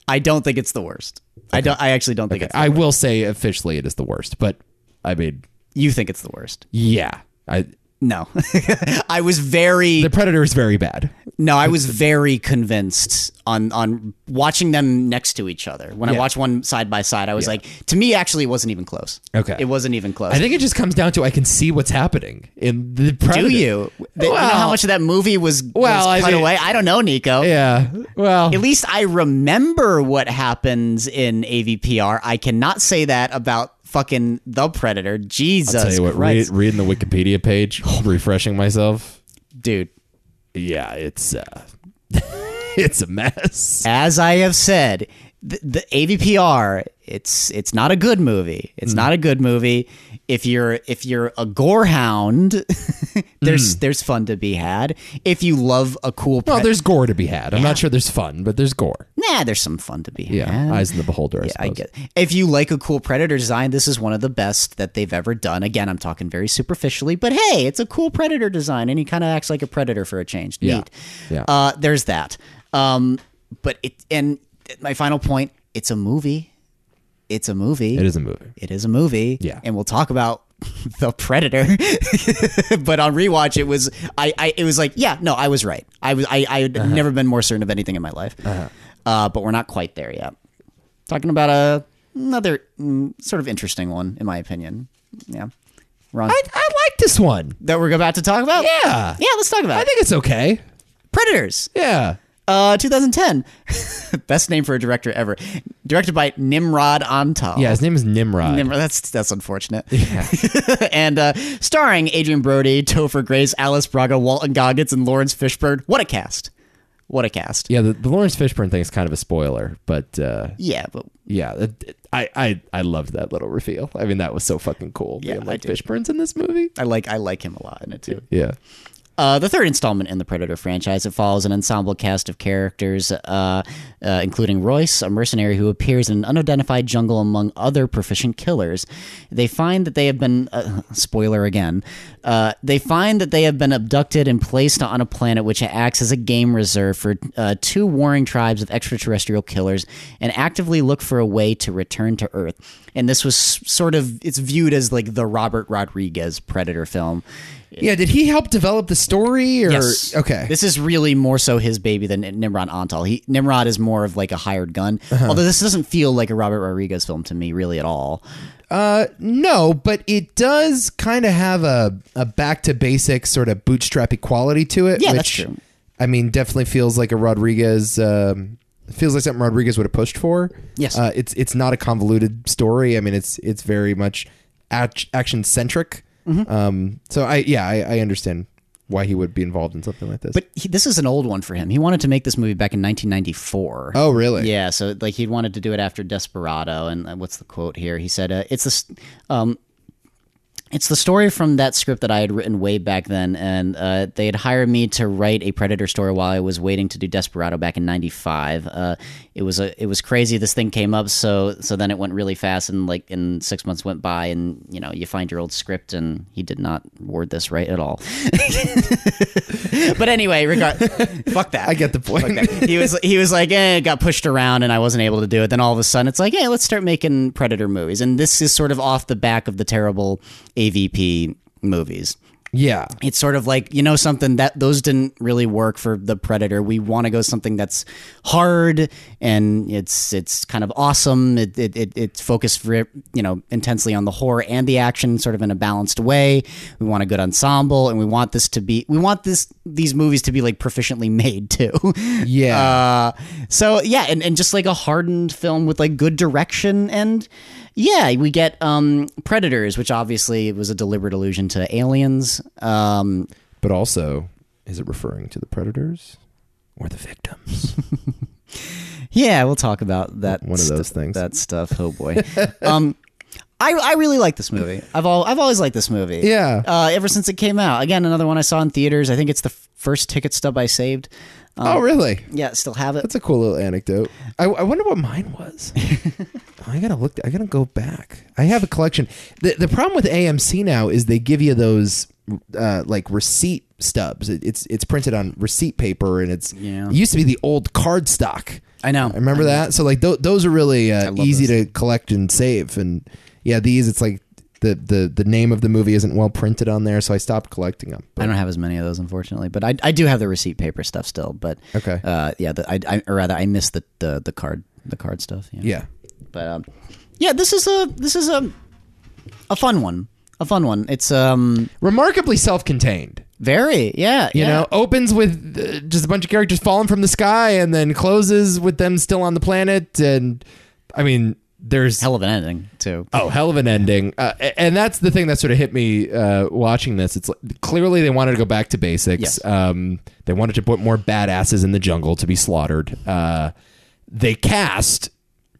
[SPEAKER 1] I don't think it's the worst. I don't. I actually don't think it's.
[SPEAKER 2] I will say officially it is the worst, but I mean,
[SPEAKER 1] You think it's the worst?
[SPEAKER 2] yeah. I
[SPEAKER 1] No, *laughs* I was very
[SPEAKER 2] The Predator is very bad.
[SPEAKER 1] no, I was very convinced on on watching them next to each other. When I watched one side by side, I was like, to me, actually, it wasn't even close.
[SPEAKER 2] Okay.
[SPEAKER 1] it wasn't even close.
[SPEAKER 2] I think it just comes down to I can see what's happening in the Predator.
[SPEAKER 1] Do you? Th- you know how
[SPEAKER 2] Well-
[SPEAKER 1] much of that movie was,
[SPEAKER 2] Well,
[SPEAKER 1] was
[SPEAKER 2] I
[SPEAKER 1] cut
[SPEAKER 2] mean-
[SPEAKER 1] away? I don't know, Nico.
[SPEAKER 2] Yeah. Well,
[SPEAKER 1] At least I remember what happens in AVPR. I cannot say that about fucking the Predator. Jesus
[SPEAKER 2] tell you what, read,
[SPEAKER 1] Christ,
[SPEAKER 2] reading the Wikipedia *sighs* page, refreshing myself.
[SPEAKER 1] dude.
[SPEAKER 2] Yeah, it's uh *laughs* it's a mess.
[SPEAKER 1] as I have said, the, the AVPR it's it's not a good movie.
[SPEAKER 2] Hmm.
[SPEAKER 1] It's not a good movie. If you're if you're a gore hound, *laughs* there's there's fun to be had. If you love a cool,
[SPEAKER 2] Hmm. Well,
[SPEAKER 1] pre-
[SPEAKER 2] there's gore to be had. I'm not sure there's fun, but there's gore.
[SPEAKER 1] nah, there's some fun to be had.
[SPEAKER 2] Yeah, eyes in the beholder. I
[SPEAKER 1] I
[SPEAKER 2] suppose.
[SPEAKER 1] get. If you like a cool predator design, this is one of the best that they've ever done. Again, I'm talking very superficially, but hey, it's a cool predator design, and he kind of acts like a predator for a change.
[SPEAKER 2] Yeah.
[SPEAKER 1] Neat.
[SPEAKER 2] Yeah.
[SPEAKER 1] Uh, there's that. Um, but it and my final point: it's a movie. It's a movie.
[SPEAKER 2] It is a movie.
[SPEAKER 1] It is a movie.
[SPEAKER 2] Yeah.
[SPEAKER 1] And we'll talk about *laughs* the Predator. *laughs* but on rewatch, it was I, I. It was like, yeah, no, I
[SPEAKER 2] Uh-huh.
[SPEAKER 1] was right. I was. I. I had never been more certain of anything in my life. uh but we're not quite there yet. Talking about a, another mm, sort of interesting one, in my opinion. Yeah. Ron,
[SPEAKER 2] I, I like this one.
[SPEAKER 1] that we're about to talk about?
[SPEAKER 2] Yeah.
[SPEAKER 1] Yeah, let's talk about
[SPEAKER 2] I
[SPEAKER 1] it.
[SPEAKER 2] think it's okay.
[SPEAKER 1] Predators.
[SPEAKER 2] Yeah.
[SPEAKER 1] Uh, 2010. *laughs* Best name for a director ever. Directed by Nimrod Antal.
[SPEAKER 2] Yeah, his name is Nimrod.
[SPEAKER 1] Nimrod. That's that's unfortunate. *laughs* and uh, starring Adrian Brody, Topher Grace, Alice Braga, Walton Goggins, and Lawrence Fishburne. What a cast! What a cast!
[SPEAKER 2] yeah, the, the Lawrence Fishburne thing is kind of a spoiler, but uh,
[SPEAKER 1] Yeah, but
[SPEAKER 2] yeah, it- it- I, I I loved that little reveal. I mean, that was so fucking cool.
[SPEAKER 1] Yeah,
[SPEAKER 2] being
[SPEAKER 1] I
[SPEAKER 2] like
[SPEAKER 1] did.
[SPEAKER 2] Fishburne's in this movie.
[SPEAKER 1] I like I like him a lot in it too.
[SPEAKER 2] Yeah,
[SPEAKER 1] Uh, the third installment in the Predator franchise, it follows an ensemble cast of characters, uh, uh, including Royce, a mercenary who appears in an unidentified jungle among other proficient killers. They find that they have been uh, *laughs* spoiler again. Uh, they find that they have been abducted and placed on a planet which acts as a game reserve for uh, two warring tribes of extraterrestrial killers, and actively look for a way to return to Earth. And this was s- sort of it's viewed as like the Robert Rodriguez Predator film.
[SPEAKER 2] yeah. Did he help develop the story? Or
[SPEAKER 1] Yes.
[SPEAKER 2] okay,
[SPEAKER 1] This is really more so his baby than Nimrod Antal. He Nimrod is more of like a hired gun.
[SPEAKER 2] Uh-huh.
[SPEAKER 1] Although this doesn't feel like a Robert Rodriguez film to me really at all.
[SPEAKER 2] No, but it does kind of have a, a back to basics sort of bootstrappy quality to it.
[SPEAKER 1] Yeah,
[SPEAKER 2] which,
[SPEAKER 1] that's true.
[SPEAKER 2] I mean, definitely feels like a Rodriguez. Um, feels like something Rodriguez would have pushed for.
[SPEAKER 1] Yes.
[SPEAKER 2] uh, it's it's not a convoluted story. I mean, it's it's very much action centric.
[SPEAKER 1] Mm-hmm.
[SPEAKER 2] Um, so I yeah I, I understand why he would be involved in something like this.
[SPEAKER 1] But he, this is an old one for him. He wanted to make this movie back in 1994.
[SPEAKER 2] oh really?
[SPEAKER 1] Yeah, so like he wanted to do it after Desperado, and uh, what's the quote here? He said, uh, "It's this, um, it's the story from that script that I had written way back then, and uh, they had hired me to write a Predator story while I was waiting to do Desperado back in '95. Uh, it was a, it was crazy. This thing came up, so so then it went really fast, and like and six months went by, and you know you find your old script, and he did not word this right at all. *laughs* but anyway, regard, fuck that.
[SPEAKER 2] I get the point.
[SPEAKER 1] he was he was like, eh, it got pushed around and I wasn't able to do it. Then all of a sudden it's like, hey, let's start making Predator movies. And this is sort of off the back of the terrible AVP movies.
[SPEAKER 2] *laughs* yeah.
[SPEAKER 1] It's sort of like, you know something that those didn't really work for the Predator. We want to go something that's hard and it's it's kind of awesome. It it it, it's focused for, you know, intensely on the horror and the action sort of in a balanced way. We want a good ensemble and we want this to be we want this these movies to be like proficiently *laughs* made too.
[SPEAKER 2] Yeah.
[SPEAKER 1] Uh, so yeah, and, and just like a hardened film with like good direction and yeah, we get um Predators, which obviously was a deliberate allusion to aliens. Um
[SPEAKER 2] but also, is it referring to the predators or
[SPEAKER 1] *laughs*
[SPEAKER 2] the victims?
[SPEAKER 1] yeah, we'll talk about that
[SPEAKER 2] One of
[SPEAKER 1] stu-
[SPEAKER 2] those things.
[SPEAKER 1] That stuff. Oh
[SPEAKER 2] *laughs*
[SPEAKER 1] boy. um I, I really like this movie. I've all I've always liked this movie.
[SPEAKER 2] Yeah.
[SPEAKER 1] Uh, ever since it came out. Again, another one I saw in theaters. I think it's the f- first ticket stub I saved. Um,
[SPEAKER 2] oh really?
[SPEAKER 1] yeah, still have it.
[SPEAKER 2] That's a cool little anecdote. I, I wonder what mine
[SPEAKER 1] *laughs*
[SPEAKER 2] was. I gotta look. I gotta go back. I have a collection. the The problem with AMC now is they give you those uh, like receipt stubs. It, it's it's printed on receipt paper, and it's
[SPEAKER 1] Yeah.
[SPEAKER 2] it used to be the old card stock.
[SPEAKER 1] I know.
[SPEAKER 2] remember that. So like th- those are really uh,
[SPEAKER 1] love
[SPEAKER 2] easy to collect and save. And yeah, these it's like the the the name of the movie isn't well printed on there, so I stopped collecting them.
[SPEAKER 1] I don't have as many of those, unfortunately, but I, I do have the receipt paper stuff still. But
[SPEAKER 2] Okay.
[SPEAKER 1] uh, yeah, the, I, I or rather I miss the, the the card the card stuff. Yeah,
[SPEAKER 2] yeah,
[SPEAKER 1] but um, yeah, this is a this is a a fun one, a fun one. It's um
[SPEAKER 2] remarkably self contained.
[SPEAKER 1] very yeah
[SPEAKER 2] You know, opens with uh, just a bunch of characters falling from the sky and then closes with them still on the planet. And I mean, there's.
[SPEAKER 1] hell of an ending too.
[SPEAKER 2] Oh, hell of an ending. Uh, a- and that's the thing that sort of hit me uh, watching this. It's like, clearly they wanted to go back to basics.
[SPEAKER 1] Yes.
[SPEAKER 2] Um, they wanted to put more badasses in the jungle to be slaughtered. Uh, they cast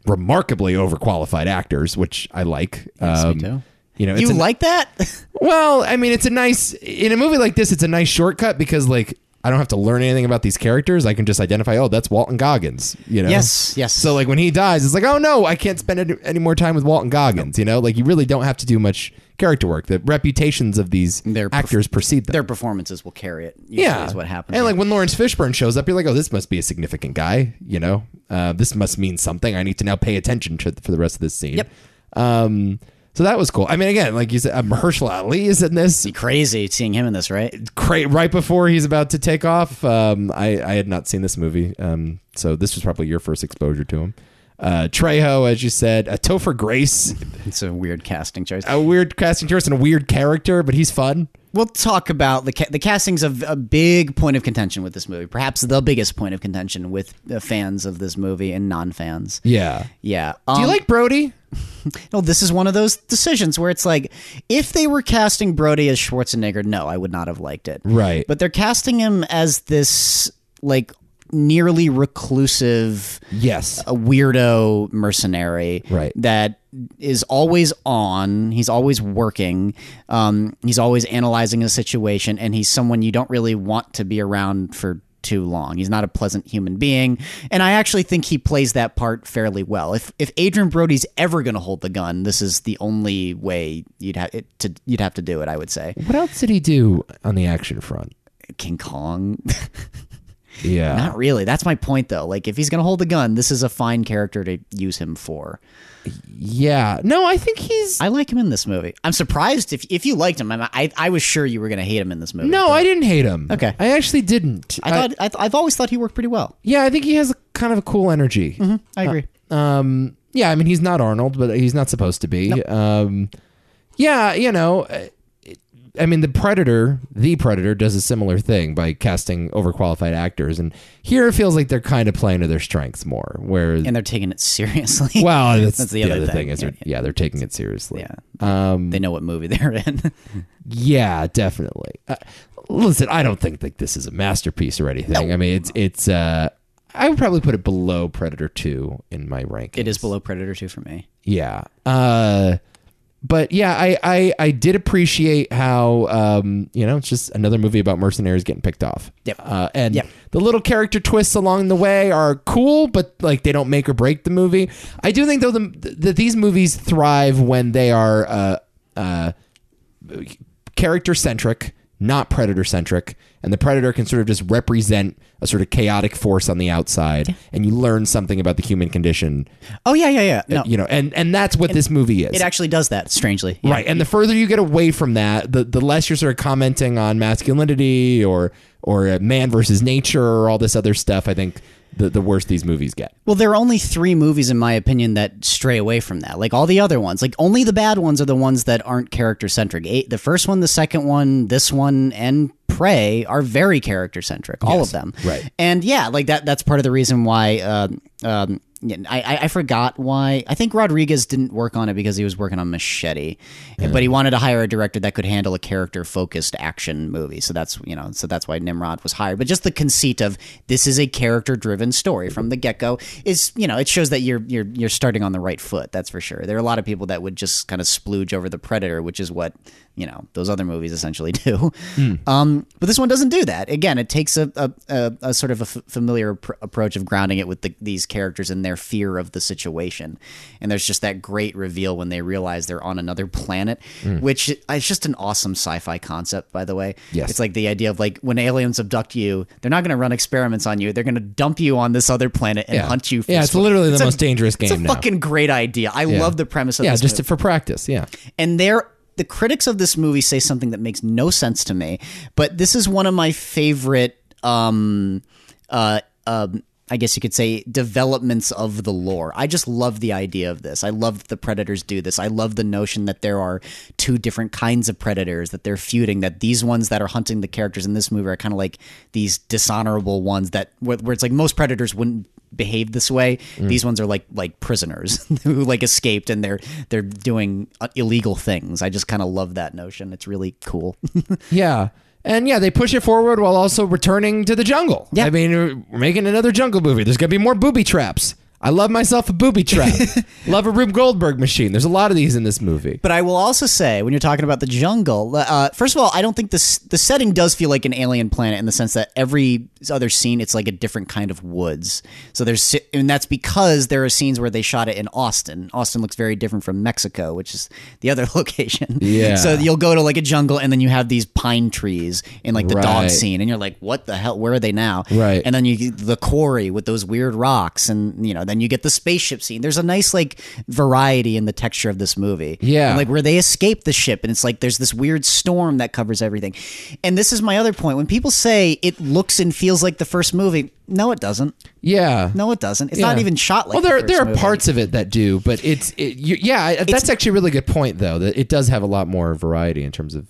[SPEAKER 2] remarkably overqualified actors, which I like.
[SPEAKER 1] Yes, we
[SPEAKER 2] Um,
[SPEAKER 1] do.
[SPEAKER 2] You know, it's
[SPEAKER 1] you
[SPEAKER 2] an-
[SPEAKER 1] like that? *laughs*
[SPEAKER 2] well, I mean, it's a nice in a movie like this. It's a nice shortcut because like I don't have to learn anything about these characters. I can just identify. Oh, that's Walton Goggins. You know.
[SPEAKER 1] Yes, yes.
[SPEAKER 2] So like when he dies, it's like, oh no, I can't spend any, any more time with Walton Goggins. You know, like you really don't have to do much character work. The reputations of these
[SPEAKER 1] They're perf-
[SPEAKER 2] actors precede them.
[SPEAKER 1] Their performances will carry it. usually
[SPEAKER 2] yeah,
[SPEAKER 1] is what happens.
[SPEAKER 2] And like when Lawrence Fishburne shows up, you're like, oh, this must be a significant guy. You know, uh, this must mean something. I need to now pay attention to for the rest of this scene.
[SPEAKER 1] Yep.
[SPEAKER 2] Um. So that was cool. I mean, again, like you said, um, Herschel Ali is in this
[SPEAKER 1] Be crazy seeing him in this, right?
[SPEAKER 2] cra- right before he's about to take off. Um, I, I had not seen this movie, um, so this was probably your first exposure to him. uh, Trejo, as you said, a Topher Grace,
[SPEAKER 1] It's a weird casting choice.
[SPEAKER 2] a weird casting choice and a weird character, but he's fun.
[SPEAKER 1] We'll talk about the ca- the castings of a big point of contention with this movie, perhaps the biggest point of contention with uh, fans of this movie and non fans.
[SPEAKER 2] Yeah.
[SPEAKER 1] Yeah.
[SPEAKER 2] Do you
[SPEAKER 1] Um,
[SPEAKER 2] like Brody?
[SPEAKER 1] No, this is one of those decisions where it's like, if they were casting Brody as Schwarzenegger, no, I would not have liked it.
[SPEAKER 2] Right.
[SPEAKER 1] But they're casting him as this like nearly reclusive
[SPEAKER 2] Yes.
[SPEAKER 1] a weirdo mercenary
[SPEAKER 2] Right.
[SPEAKER 1] that is always on he's always working um, he's always analyzing a situation and he's someone you don't really want to be around for too long he's not a pleasant human being and i actually think he plays that part fairly well if if adrian brody's ever going to hold the gun this is the only way you'd have it to you'd have to do it i would say
[SPEAKER 2] What else did he do on the action front?
[SPEAKER 1] king kong *laughs*
[SPEAKER 2] Yeah.
[SPEAKER 1] not really that's my point though like if he's going to hold the gun this is a fine character to use him for
[SPEAKER 2] yeah. No, I think he's.
[SPEAKER 1] I like him in this movie. I'm surprised if if you liked him. I'm, I I was sure you were gonna hate him in this movie.
[SPEAKER 2] no, I didn't hate him.
[SPEAKER 1] Okay.
[SPEAKER 2] I actually didn't.
[SPEAKER 1] I thought I th- I've always thought he worked pretty well. Uh,
[SPEAKER 2] yeah, I think he has a kind of a cool energy.
[SPEAKER 1] I agree.
[SPEAKER 2] Um, yeah, I mean he's not Arnold, but he's not supposed to be. Um, yeah, you know, uh, I mean the Predator, the Predator does a similar thing by casting overqualified actors, and here it feels like they're kind of playing to their strengths more. Where
[SPEAKER 1] and they're taking it seriously.
[SPEAKER 2] well, that's,
[SPEAKER 1] That's
[SPEAKER 2] the, other thing, is
[SPEAKER 1] Yeah,
[SPEAKER 2] they're, yeah, they're taking it seriously.
[SPEAKER 1] *laughs* yeah.
[SPEAKER 2] um,
[SPEAKER 1] they know what movie they're in. *laughs*
[SPEAKER 2] Yeah, definitely. Uh, listen, I don't think like this is a masterpiece or anything. I mean, it's it's. Uh, I would probably put it below Predator Two in my ranking.
[SPEAKER 1] it is below Predator Two for me.
[SPEAKER 2] Yeah. Uh, but yeah, I, I I did appreciate how um you know it's just another movie about mercenaries getting picked off.
[SPEAKER 1] Yep.
[SPEAKER 2] Uh, and
[SPEAKER 1] Yep.
[SPEAKER 2] the little character twists along the way are cool, but like they don't make or break the movie. I do think though the, that these movies thrive when they are uh uh character centric, not predator centric, and the predator can sort of just represent a sort of chaotic force on the outside, and you learn something about the human condition
[SPEAKER 1] Oh yeah, yeah, yeah. No,
[SPEAKER 2] you know and and that's what this movie is
[SPEAKER 1] it actually does that strangely. Yeah.
[SPEAKER 2] right and the further you get away from that the, the less you're sort of commenting on masculinity or or uh, man versus nature or all this other stuff i think the, the worse these movies get
[SPEAKER 1] Well, there are only three movies, in my opinion, that stray away from that. Like all the other ones, like only the bad ones are the ones that aren't character centric. Eight, the first one, the second one, this one, and Prey are very character centric. All of them,
[SPEAKER 2] right.
[SPEAKER 1] And yeah, like that. That's part of the reason why. Um, um, yeah, I, I- I forgot why. I think Rodriguez didn't work on it because he was working on Machete, but he wanted to hire a director that could handle a character-focused action movie. So that's you know, so that's why Nimrod was hired. But just the conceit of this is a character-driven story from the get-go is you know, it shows that you're you're you're starting on the right foot. That's for sure. There are a lot of people that would just kind of splooge over the Predator, which is what you know those other movies essentially *laughs* do.
[SPEAKER 2] Hmm.
[SPEAKER 1] Um, but this one doesn't do that. Again, it takes a, a, a, a sort of a f- familiar pr- approach of grounding it with the, these characters and their fear of the situation. And there's just that great reveal when they realize they're on another planet,
[SPEAKER 2] Hmm.
[SPEAKER 1] which is just an awesome sci-fi concept, by the way.
[SPEAKER 2] Yes.
[SPEAKER 1] It's like the idea of like when aliens abduct you, they're not going to run experiments on you. They're going to dump you on this other planet and hunt you. For
[SPEAKER 2] yeah it's literally the
[SPEAKER 1] It's a-
[SPEAKER 2] most dangerous game
[SPEAKER 1] It's a
[SPEAKER 2] now
[SPEAKER 1] fucking great idea. I love the premise of
[SPEAKER 2] yeah
[SPEAKER 1] this
[SPEAKER 2] just for practice yeah
[SPEAKER 1] and they're the critics of this movie say something that makes no sense to me but this is one of my favorite um uh um I guess you could say developments of the lore. I just love the idea of this. I love that the predators do this. I love the notion that there are two different kinds of predators that they're feuding. That these ones that are hunting the characters in this movie are kind of like these dishonorable ones that where, where it's like most predators wouldn't behave this way. These ones are like like prisoners *laughs* who like escaped and they're they're doing uh, illegal things. I just kind of love that notion. It's really cool. *laughs*
[SPEAKER 2] yeah and yeah they push it forward while also returning to the jungle yeah i mean we're- we're making another jungle movie there's gonna be more booby traps I love myself a
[SPEAKER 1] *laughs*
[SPEAKER 2] booby trap. love a Rube Goldberg machine. There's a lot of these in this movie.
[SPEAKER 1] but I will also say when you're talking about the jungle, uh, first of all, I don't think this the setting does feel like an alien planet in the sense that every other scene it's like a different kind of woods. So there's si- and that's because there are scenes where they shot it in Austin. Austin looks very different from Mexico, which is the other *laughs* location.
[SPEAKER 2] Yeah.
[SPEAKER 1] So you'll go to like a jungle and then you have these pine trees and like the dog
[SPEAKER 2] Right.
[SPEAKER 1] scene and you're like what the hell where are they now?
[SPEAKER 2] Right.
[SPEAKER 1] And then you the quarry with those weird rocks and you know Then you get the spaceship scene. There's a nice like variety in the texture of this movie.
[SPEAKER 2] Yeah.
[SPEAKER 1] And, like where they escape the ship and it's like there's this weird storm that covers everything. And this is my other point. When people say it looks and feels like the first movie, no it doesn't.
[SPEAKER 2] Yeah.
[SPEAKER 1] No it doesn't. It's
[SPEAKER 2] Yeah.
[SPEAKER 1] not even shot like
[SPEAKER 2] Well, there
[SPEAKER 1] the
[SPEAKER 2] there
[SPEAKER 1] first
[SPEAKER 2] are
[SPEAKER 1] movie.
[SPEAKER 2] parts of it that do, but it's it, you, yeah. I- That's actually a really good point though. That it does have a lot more variety in terms of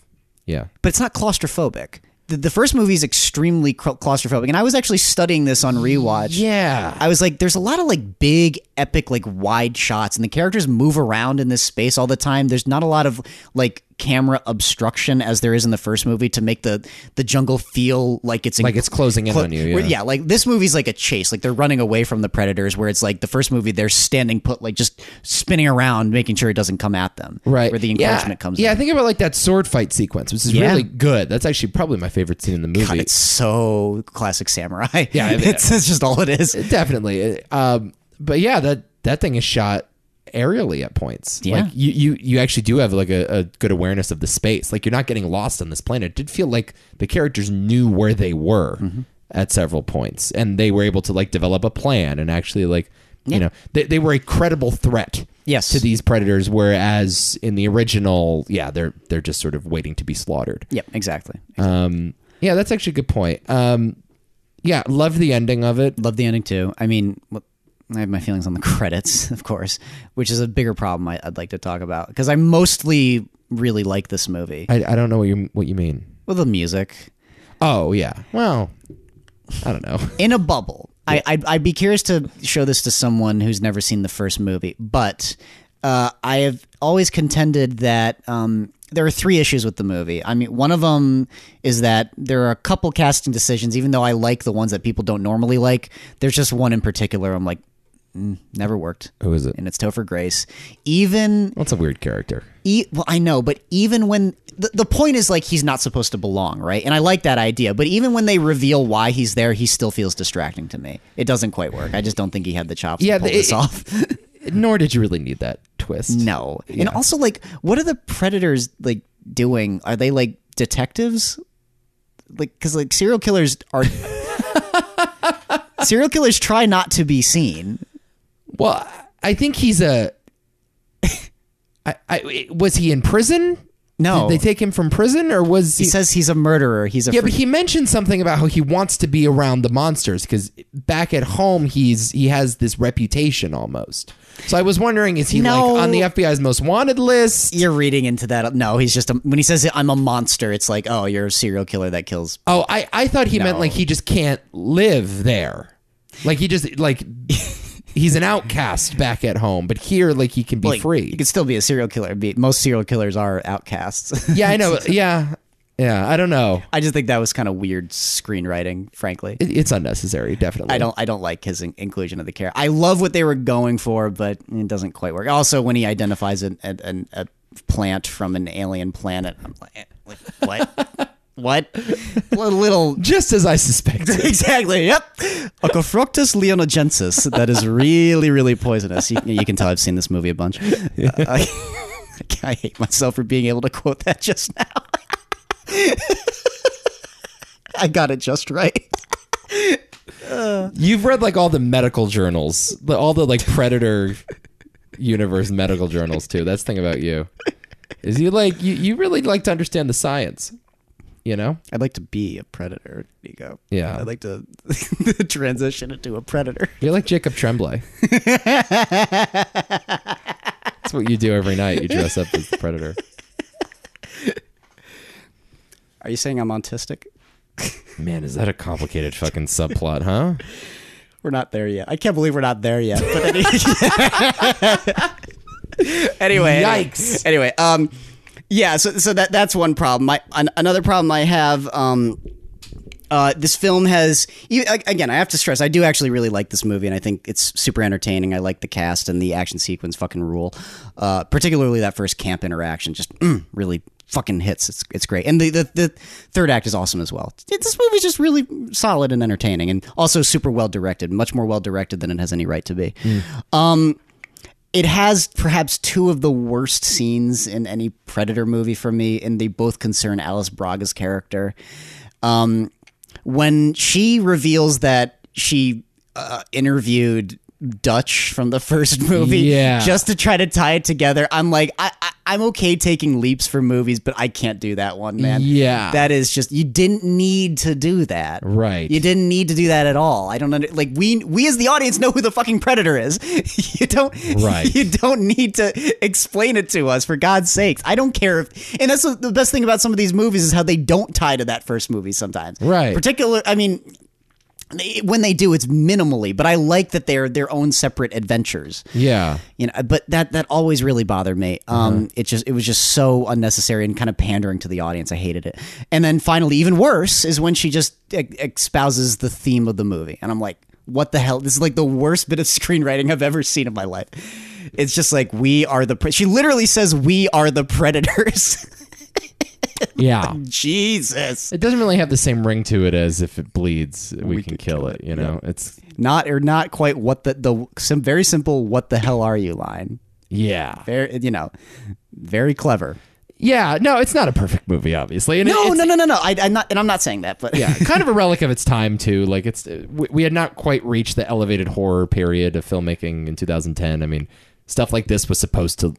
[SPEAKER 2] yeah.
[SPEAKER 1] but it's not claustrophobic. The, the first movie is extremely cla- claustrophobic, and I was actually studying this on rewatch.
[SPEAKER 2] Yeah.
[SPEAKER 1] I was like, there's a lot of like big, epic, like wide shots, and the characters move around in this space all the time. There's not a lot of like camera obstruction as there is in the first movie to make the the jungle feel like it's
[SPEAKER 2] Like it's closing in
[SPEAKER 1] clo-
[SPEAKER 2] on you.
[SPEAKER 1] where-
[SPEAKER 2] Yeah.
[SPEAKER 1] like this movie's like a chase. Like they're running away from the predators, where it's like the first movie they're standing put, like just spinning around, making sure it doesn't come at them.
[SPEAKER 2] Right.
[SPEAKER 1] where the
[SPEAKER 2] Yeah.
[SPEAKER 1] encouragement comes.
[SPEAKER 2] Yeah,
[SPEAKER 1] in.
[SPEAKER 2] I think about like that sword fight sequence, which is
[SPEAKER 1] Yeah.
[SPEAKER 2] really good. That's actually probably my favorite scene in the movie.
[SPEAKER 1] God, it's so classic samurai. *laughs*
[SPEAKER 2] Yeah, it-
[SPEAKER 1] it's, it's just all it is.
[SPEAKER 2] Definitely. Um, but yeah, that that thing is shot aerially at points.
[SPEAKER 1] Yeah.
[SPEAKER 2] Like you, you, you actually do have like a, a good awareness of the space. Like you're not getting lost on this planet. It did feel like the characters knew where they were
[SPEAKER 1] Mm-hmm.
[SPEAKER 2] at several points and they were able to like develop a plan and actually like you know they, they were a credible threat
[SPEAKER 1] Yes.
[SPEAKER 2] to these predators whereas in the original yeah they're they're just sort of waiting to be slaughtered
[SPEAKER 1] Yep, exactly.
[SPEAKER 2] um yeah that's actually a good point um yeah love the ending of it
[SPEAKER 1] Love the ending too. I mean, wh- I have my feelings on the *laughs* credits, of course, which is a bigger problem I, I'd like to talk about because I mostly really like this movie.
[SPEAKER 2] I, I don't know what you what you mean.
[SPEAKER 1] Well, the music
[SPEAKER 2] Oh yeah. Well, I don't know.
[SPEAKER 1] in a bubble. I, I'd, I'd be curious to show this to someone who's never seen the first movie, but uh, I have always contended that um, there are three issues with the movie. I mean, one of them is that there are a couple casting decisions, even though I like the ones that people don't normally like. There's just one in particular I'm like, mm, never worked.
[SPEAKER 2] Who is it?
[SPEAKER 1] and it's Topher Grace. Even,
[SPEAKER 2] That's a weird character.
[SPEAKER 1] e- well, I know, but even when the, the point is like he's not supposed to belong, right? And I like that idea, but even when they reveal why he's there, he still feels distracting to me. It doesn't quite work. I just don't think he had the chops
[SPEAKER 2] Yeah,
[SPEAKER 1] to pull
[SPEAKER 2] the-
[SPEAKER 1] this
[SPEAKER 2] it-
[SPEAKER 1] off. *laughs*
[SPEAKER 2] Nor did you really need that twist.
[SPEAKER 1] no, and also like, what are the predators like doing? Are they like detectives? Like, because like serial killers are. *laughs* Serial killers try not to be seen.
[SPEAKER 2] Well, I think he's a. I, I was he in prison?
[SPEAKER 1] No.
[SPEAKER 2] Did they take him from prison, or was Oh. he?
[SPEAKER 1] He says he's a murderer. He's a
[SPEAKER 2] yeah, but he mentioned something about how he wants to be around the monsters because back at home he's he has this reputation almost. So I was wondering, is he
[SPEAKER 1] No.
[SPEAKER 2] like on the FBI's most wanted list?
[SPEAKER 1] you're reading into that. No, he's just a, when he says I'm a monster, it's like, oh, you're a serial killer that kills.
[SPEAKER 2] Oh, I, I thought he meant
[SPEAKER 1] No.
[SPEAKER 2] like he just can't live there. Like he
[SPEAKER 1] *laughs*
[SPEAKER 2] just like he's an outcast back at home, but here like he can be
[SPEAKER 1] Like,
[SPEAKER 2] free.
[SPEAKER 1] You could still be a serial killer. Be- Most serial killers are outcasts. *laughs*
[SPEAKER 2] yeah, I know. Yeah. Yeah, I don't know.
[SPEAKER 1] I just think that was kind of weird screenwriting, frankly.
[SPEAKER 2] It, it's unnecessary, definitely.
[SPEAKER 1] I don't. I don't like his in- inclusion of the character. I love what they were going for, but it doesn't quite work. Also, when he identifies an, an, an, a plant from an alien planet, I'm like, eh, like
[SPEAKER 2] *laughs*
[SPEAKER 1] what? what? A little
[SPEAKER 2] just as
[SPEAKER 1] *laughs*
[SPEAKER 2] I suspected.
[SPEAKER 1] exactly. Yep. Ocophructus leonogensis. That is really, really poisonous. You, you can tell I've seen this movie a bunch. Uh, I, *laughs* I hate myself for being able to quote that just now. *laughs* I got it just right.
[SPEAKER 2] You've read like all the medical journals, the- all the like predator universe medical journals too. That's the thing about you. Is you like you, you really like to understand the science, you know?
[SPEAKER 1] I'd like to be a predator, Nico.
[SPEAKER 2] Yeah.
[SPEAKER 1] I'd like to *laughs* transition into a predator.
[SPEAKER 2] You're like Jacob *laughs* Tremblay. That's what you do every night. You dress up as the predator.
[SPEAKER 1] Are you saying I'm autistic?
[SPEAKER 2] Man, is that a complicated fucking subplot, huh?
[SPEAKER 1] We're not there yet. I can't believe we're not there yet. But any- *laughs* anyway,
[SPEAKER 2] Yikes.
[SPEAKER 1] Anyway, um, yeah. So, so that that's one problem. I, an, another problem I have. Um, uh, this film has you, a- again. I have to stress. I do actually really like this movie, and I think it's super entertaining. I like the cast and the action sequence. Fucking rule. Uh, particularly that first camp interaction. Just mm, really fucking hits. It's it's great. And the, the the third act is awesome as well. It- this movie's just really solid and entertaining, and also super well directed. Much more well directed than it has any right to be. Um, it has perhaps two of the worst scenes in any Predator movie for me, and they both concern Alice Braga's character. Um, when she reveals that she uh, interviewed Dutch from the *laughs* first movie,
[SPEAKER 2] Yeah.
[SPEAKER 1] just to try to tie it together. I'm like, I, I, I'm okay taking leaps for movies, but I can't do that one, man.
[SPEAKER 2] Yeah.
[SPEAKER 1] that is just you didn't need to do that,
[SPEAKER 2] Right.
[SPEAKER 1] You didn't need to do that at all. I don't under, like we we as the audience know who the fucking predator is. *laughs* you don't,
[SPEAKER 2] Right.
[SPEAKER 1] You don't need to explain it to us for God's sakes. I don't care if, and that's the- the best thing about some of these movies is how they don't tie to that first movie sometimes,
[SPEAKER 2] Right.
[SPEAKER 1] Particular, I mean, they- when they do, it's minimally. But I like that they're their own separate adventures.
[SPEAKER 2] Yeah.
[SPEAKER 1] You know, but that that always really bothered me. Um, It just it was just so unnecessary and kind of pandering to the audience. I hated it. And then finally, even worse is when she just e- espouses the theme of the movie, and I'm like, what the hell? This is like the worst bit of *laughs* screenwriting I've ever seen in my life. It's just like we are the. Pre-. She literally says we are the predators. *laughs*
[SPEAKER 2] *laughs* Yeah.
[SPEAKER 1] Jesus,
[SPEAKER 2] It doesn't really have the same ring to it as if it bleeds, we, can kill it. You know, it's
[SPEAKER 1] not or not quite what the the some very simple what the hell are you line.
[SPEAKER 2] yeah,
[SPEAKER 1] Very you know, very clever.
[SPEAKER 2] yeah. No, it's not a perfect movie, obviously. And it-
[SPEAKER 1] No,
[SPEAKER 2] it's-
[SPEAKER 1] no, no, no, no. I, I'm not, and I'm not saying that, but
[SPEAKER 2] yeah, kind of a relic of its time too. Like it's we, we had not quite reached the elevated horror period of filmmaking in 2010. I mean, stuff like this was supposed to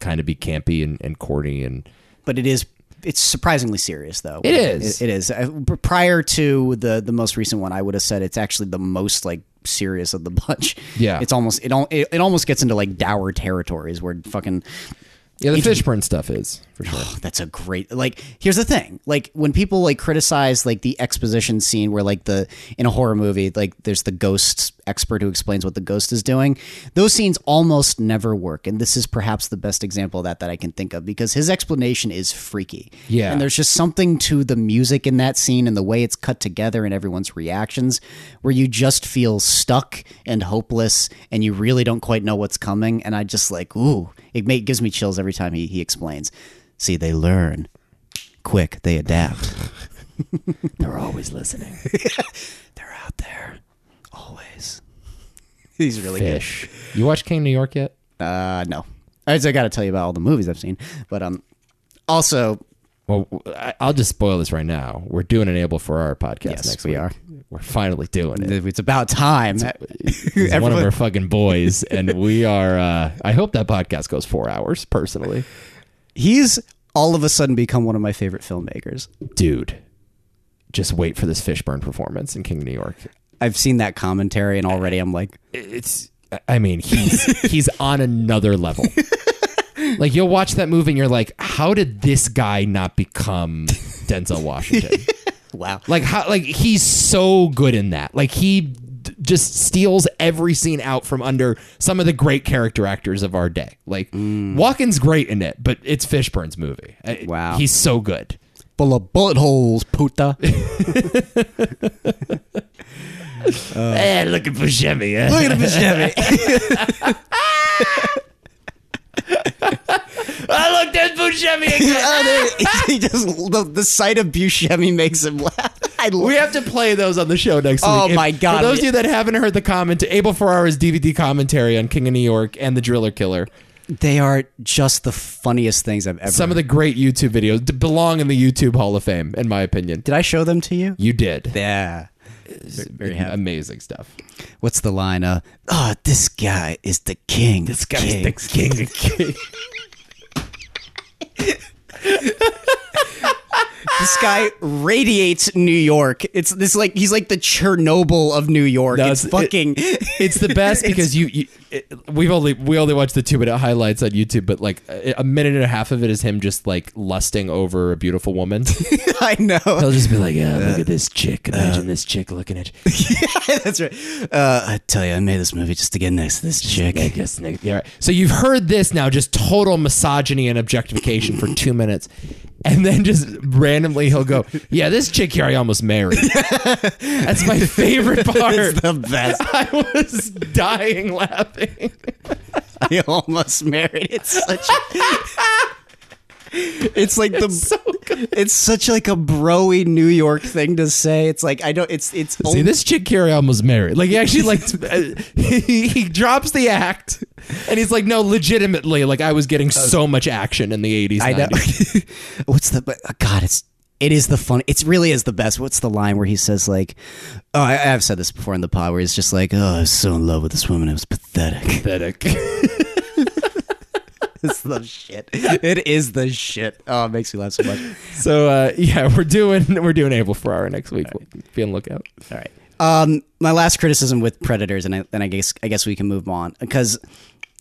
[SPEAKER 2] kind of be campy and, and corny and
[SPEAKER 1] but it is it's surprisingly serious though
[SPEAKER 2] It is.
[SPEAKER 1] it, it is Uh, pr- prior to the the most recent one i would have said it's actually the most like serious of the *laughs* bunch
[SPEAKER 2] Yeah.
[SPEAKER 1] it's almost it, al- it, it almost gets into like dour territories where fucking oh,
[SPEAKER 2] yeah, the fish burn stuff is for sure.
[SPEAKER 1] that's a great like here's the thing like when people like criticize like the exposition scene where like the in a horror movie like there's the ghost expert who explains what the ghost is doing those scenes almost never work and this is perhaps the best example of that that i can think of because his explanation is freaky
[SPEAKER 2] Yeah.
[SPEAKER 1] and there's just something to the music in that scene and the way it's cut together and everyone's reactions where you just feel stuck and hopeless and you really don't quite know what's coming and i just like ooh it ma- gives me chills every time he, he explains see they learn quick they adapt *laughs*
[SPEAKER 2] They're always listening.
[SPEAKER 1] they're out there always he's really
[SPEAKER 2] Fish. You watch King New York yet?
[SPEAKER 1] good uh no i just- I gotta tell you about all the movies i've seen but um also
[SPEAKER 2] Well, I- I'll just spoil this right now. We're doing an Abel Ferrara podcast
[SPEAKER 1] Yes,
[SPEAKER 2] next
[SPEAKER 1] we
[SPEAKER 2] week.
[SPEAKER 1] are.
[SPEAKER 2] We're finally doing *laughs* it.
[SPEAKER 1] it's about time *laughs*
[SPEAKER 2] He's one of
[SPEAKER 1] Everyone-
[SPEAKER 2] our fucking boys, and we are. Uh, I hope that podcast goes four hours, personally,
[SPEAKER 1] he's all of a sudden become one of my favorite filmmakers
[SPEAKER 2] dude. Just wait for this Fishburne performance in King of New York.
[SPEAKER 1] I've seen that commentary, and already I'm like,
[SPEAKER 2] It's. I mean, he's *laughs* he's on another level. Like you'll watch that movie, and you're like, how did this guy not become Denzel *laughs* Washington?
[SPEAKER 1] wow.
[SPEAKER 2] Like how like he's so good in that. Like he d- just steals every scene out from under some of the great character actors of our day. Like
[SPEAKER 1] Mm.
[SPEAKER 2] Walken's great in it, but it's Fishburne's movie. I-
[SPEAKER 1] Wow.
[SPEAKER 2] he's so good.
[SPEAKER 1] Full of bullet holes, puta. *laughs* Look Uh.
[SPEAKER 2] Eh, looking for
[SPEAKER 1] *laughs*
[SPEAKER 2] Chevy. eh?
[SPEAKER 1] at him, Chevy.
[SPEAKER 2] I looked
[SPEAKER 1] *laughs*
[SPEAKER 2] at Buscemi again.
[SPEAKER 1] *laughs* he just the, the sight of Buscemi makes him laugh. *laughs* I love
[SPEAKER 2] We have to play those on the show next
[SPEAKER 1] Oh
[SPEAKER 2] week. If-
[SPEAKER 1] my God.
[SPEAKER 2] For those of you that haven't heard the comment, Abel Ferrara's DVD commentary on King of New York and The Driller Killer,
[SPEAKER 1] They are just the funniest things I've ever.
[SPEAKER 2] some of the great YouTube videos d- belong in the YouTube Hall of Fame, in my opinion.
[SPEAKER 1] Did I show them to you?
[SPEAKER 2] You did.
[SPEAKER 1] Yeah.
[SPEAKER 2] Very amazing stuff.
[SPEAKER 1] What's the line? Uh, oh, this guy is the king. This guy king.
[SPEAKER 2] *laughs* king of king.
[SPEAKER 1] This guy radiates New York. It's this like he's like the Chernobyl of New York.
[SPEAKER 2] No,
[SPEAKER 1] it's,
[SPEAKER 2] it's-
[SPEAKER 1] fucking. *laughs*
[SPEAKER 2] It's the best because you, you it, we've only we only watched the two minute highlights on YouTube, but like a, a minute and a half of it is him just like lusting over a beautiful woman.
[SPEAKER 1] I know.
[SPEAKER 2] *laughs* He'll just be like, "Yeah, look at this chick. Imagine this chick looking at you.
[SPEAKER 1] *laughs* That's right. Uh, I tell you, I made this movie just to get next to this chick.
[SPEAKER 2] Yes, Nick. Yeah, right. So you've heard this now, just total misogyny and objectification for two minutes, and then just randomly he'll go, "Yeah, this chick here I almost married." That's my favorite part.
[SPEAKER 1] *laughs* It's the best.
[SPEAKER 2] *laughs*
[SPEAKER 1] *laughs*
[SPEAKER 2] I was dying laughing. *laughs*
[SPEAKER 1] I almost married. It's such. *laughs* it's like the. It's, such like a broy New York thing to say. It's like I don't. It's it's.
[SPEAKER 2] See,
[SPEAKER 1] Only,
[SPEAKER 2] this chick here I almost married. Like, he actually, like, t- uh, he, he drops the act, and he's like, no, legitimately, like, I was getting so much action in the 80s,
[SPEAKER 1] *laughs* I know.
[SPEAKER 2] 90s.
[SPEAKER 1] What's the? but, uh, God, it's It is the fun. It really is the best. What's the line where he says like, "Oh, I, I've said this before in the pod," where he's just like, "Oh, I was so in love with this woman, it was pathetic." *laughs*
[SPEAKER 2] Pathetic.
[SPEAKER 1] it's the shit. It is the shit. Oh, it makes me laugh so much.
[SPEAKER 2] so uh, yeah, we're doing *laughs* we're doing Abel Ferrara next week. We'll be on the lookout.
[SPEAKER 1] All right. Um, my last criticism with Predators, and I, and I guess I guess we can move on because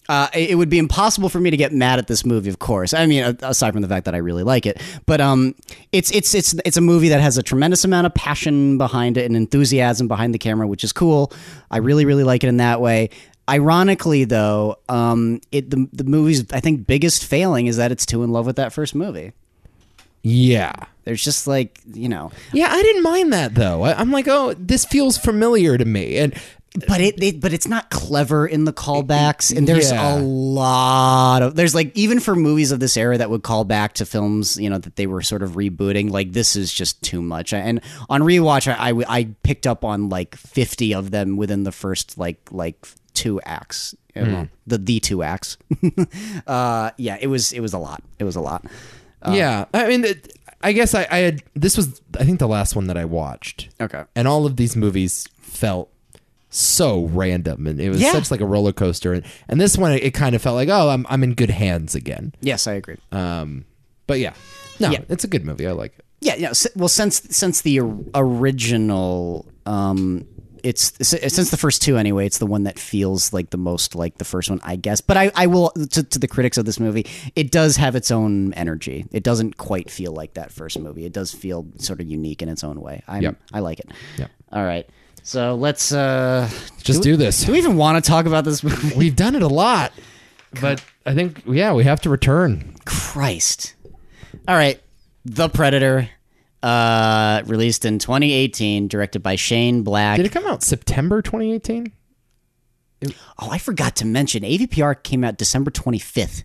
[SPEAKER 1] uh, it it would be impossible for me to get mad at this movie. Of course, I mean, a- aside from the fact that I really like it, but um, it's it's it's it's a movie that has a tremendous amount of passion behind it and enthusiasm behind the camera, which is cool. I really really like it in that way. Ironically, though, um, it the the movie's I think biggest failing is that it's too in love with that first movie.
[SPEAKER 2] Yeah.
[SPEAKER 1] There's just like you know,
[SPEAKER 2] Yeah, I didn't mind that though. I, I'm like, oh, this feels familiar to me, and
[SPEAKER 1] but it, it but it's not clever in the callbacks and there's a
[SPEAKER 2] Yeah.
[SPEAKER 1] lot of there's like even for movies of this era that would call back to films you know that they were sort of rebooting like this is just too much and on rewatch i i, w- I picked up on like 50 of them within the first like like two acts Uh, well, the the two acts *laughs* uh yeah it was it was a lot it was a lot
[SPEAKER 2] yeah, I mean, it, I guess I, I had this was I think the last one that I watched.
[SPEAKER 1] okay
[SPEAKER 2] and all of these movies felt so random and it was
[SPEAKER 1] Yeah.
[SPEAKER 2] such like a roller coaster and, and this one it kind of felt like oh I'm, I'm in good hands again
[SPEAKER 1] yes i agree
[SPEAKER 2] um but yeah no
[SPEAKER 1] Yeah.
[SPEAKER 2] it's a good movie i like it
[SPEAKER 1] Yeah, yeah. s- Well, since since the or- original, um, it's s- since the first two anyway. It's the one that feels like the most like the first one, I guess. But I, I will to, to the critics of this movie, it does have its own energy. It doesn't quite feel like that first movie. It does feel sort of unique in its own way. I
[SPEAKER 2] Yep.
[SPEAKER 1] I like it.
[SPEAKER 2] Yep.
[SPEAKER 1] All right. So let's. Uh,
[SPEAKER 2] just do, this
[SPEAKER 1] do we even want to talk about this movie? *laughs*
[SPEAKER 2] *laughs* we've done it a lot but i think yeah we have to return
[SPEAKER 1] Christ. All right. The Predator, uh, released in 2018, directed by Shane Black.
[SPEAKER 2] did it come out september 2018
[SPEAKER 1] Oh, I forgot to mention AVPR came out December 25th.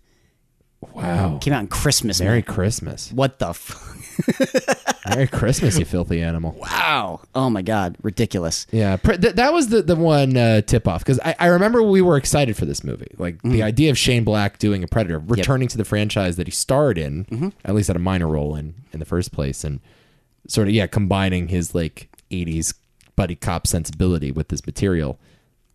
[SPEAKER 2] wow
[SPEAKER 1] Came out on Christmas.
[SPEAKER 2] merry
[SPEAKER 1] man.
[SPEAKER 2] christmas
[SPEAKER 1] What the f- *laughs*
[SPEAKER 2] merry christmas you filthy animal
[SPEAKER 1] Wow. Oh my god, ridiculous.
[SPEAKER 2] Yeah, pr- th- that was the the one uh, tip off because I, I remember we were excited for this movie, like the idea of Shane Black doing a Predator, returning to the franchise that he starred in, at least had a minor role in in the first place, and sort of yeah, combining his like '80s buddy cop sensibility with this material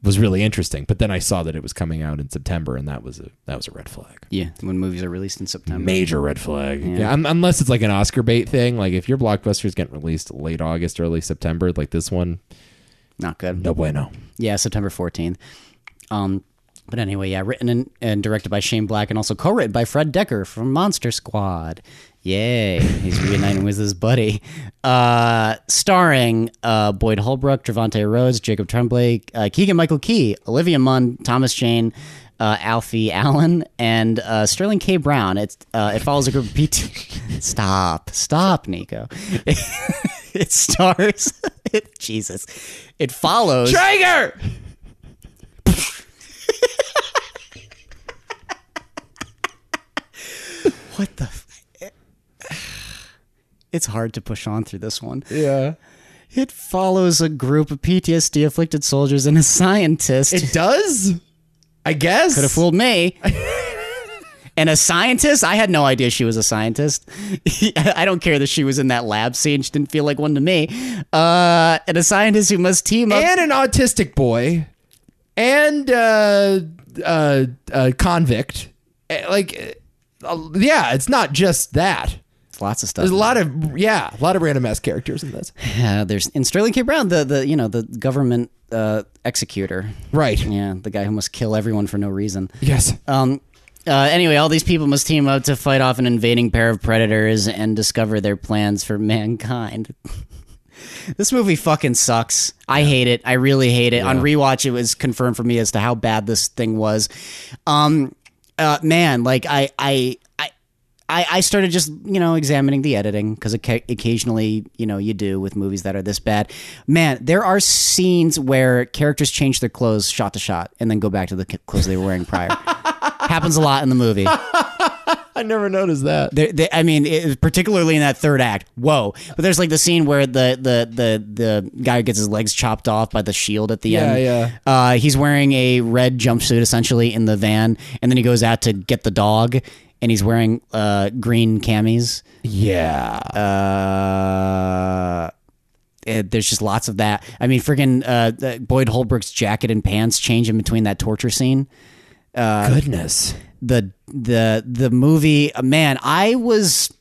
[SPEAKER 2] was really interesting. But then I saw that it was coming out in September, and that was a that was a red flag.
[SPEAKER 1] Yeah, when movies are released in September.
[SPEAKER 2] Major red flag. Yeah, un- unless it's like an Oscar bait thing. Like if your blockbuster's getting released late August, early September, like this one,
[SPEAKER 1] Not good.
[SPEAKER 2] no bueno.
[SPEAKER 1] Yeah, September 14th. Um but anyway, yeah, written and, and directed by Shane Black and also co-written by Fred Decker from Monster Squad. Yay, he's reuniting with his buddy. Uh, starring uh, Boyd Holbrook, Trevante Rhodes, Jacob Tremblay, uh, Keegan Michael Key, Olivia Munn, Thomas Jane, uh, Alfie Allen and uh, Sterling K. Brown. It's uh, it follows a group of PT. *laughs* stop, stop, Nico. *laughs* it stars. *laughs* It, Jesus, it follows.
[SPEAKER 2] Tiger.
[SPEAKER 1] What the? F- it's hard to push on through this one.
[SPEAKER 2] Yeah.
[SPEAKER 1] It follows a group of PTSD afflicted soldiers and a scientist.
[SPEAKER 2] It does? I guess.
[SPEAKER 1] Could have fooled
[SPEAKER 2] *laughs*
[SPEAKER 1] me. and a scientist? I had no idea she was a scientist. *laughs* I don't care that she was in that lab scene. She didn't feel like one to me. Uh, and a scientist who must team up.
[SPEAKER 2] and an autistic boy and uh, uh, uh, convict. Eh, Like, uh, yeah, it's not just that.
[SPEAKER 1] lots of stuff.
[SPEAKER 2] There's a lot of, yeah, a lot of random ass characters in this.
[SPEAKER 1] Yeah, there's and Sterling K. Brown, the the you know the government uh, executor.
[SPEAKER 2] Right.
[SPEAKER 1] Yeah, the guy who must kill everyone for no reason.
[SPEAKER 2] Yes.
[SPEAKER 1] Um, uh, anyway, all these people must team up to fight off an invading pair of predators and discover their plans for *laughs* mankind. this movie fucking sucks. I hate it. I really hate it. On rewatch, it was confirmed for me as to how bad this thing was. Um, uh, man, like I, I, I. I, I started just you know examining the editing because occasionally you know you do with movies that are this bad. Man, there are scenes where characters change their clothes shot to shot and then go back to the c- clothes they were wearing prior. Happens a lot in the movie.
[SPEAKER 2] I never noticed that.
[SPEAKER 1] There there- I mean, it, particularly in that third act. Whoa! But there's like the scene where the the the the guy gets his legs chopped off by the shield at the
[SPEAKER 2] Yeah,
[SPEAKER 1] end.
[SPEAKER 2] yeah.
[SPEAKER 1] Uh, he's wearing a red jumpsuit essentially in the van, and then he goes out to get the dog, and he's wearing uh, green camis.
[SPEAKER 2] Yeah.
[SPEAKER 1] Uh, eh, there's just lots of that. I mean, friggin' uh, uh, Boyd Holbrook's jacket and pants change in between that torture scene
[SPEAKER 2] Goodness.
[SPEAKER 1] the the the movie uh, man i was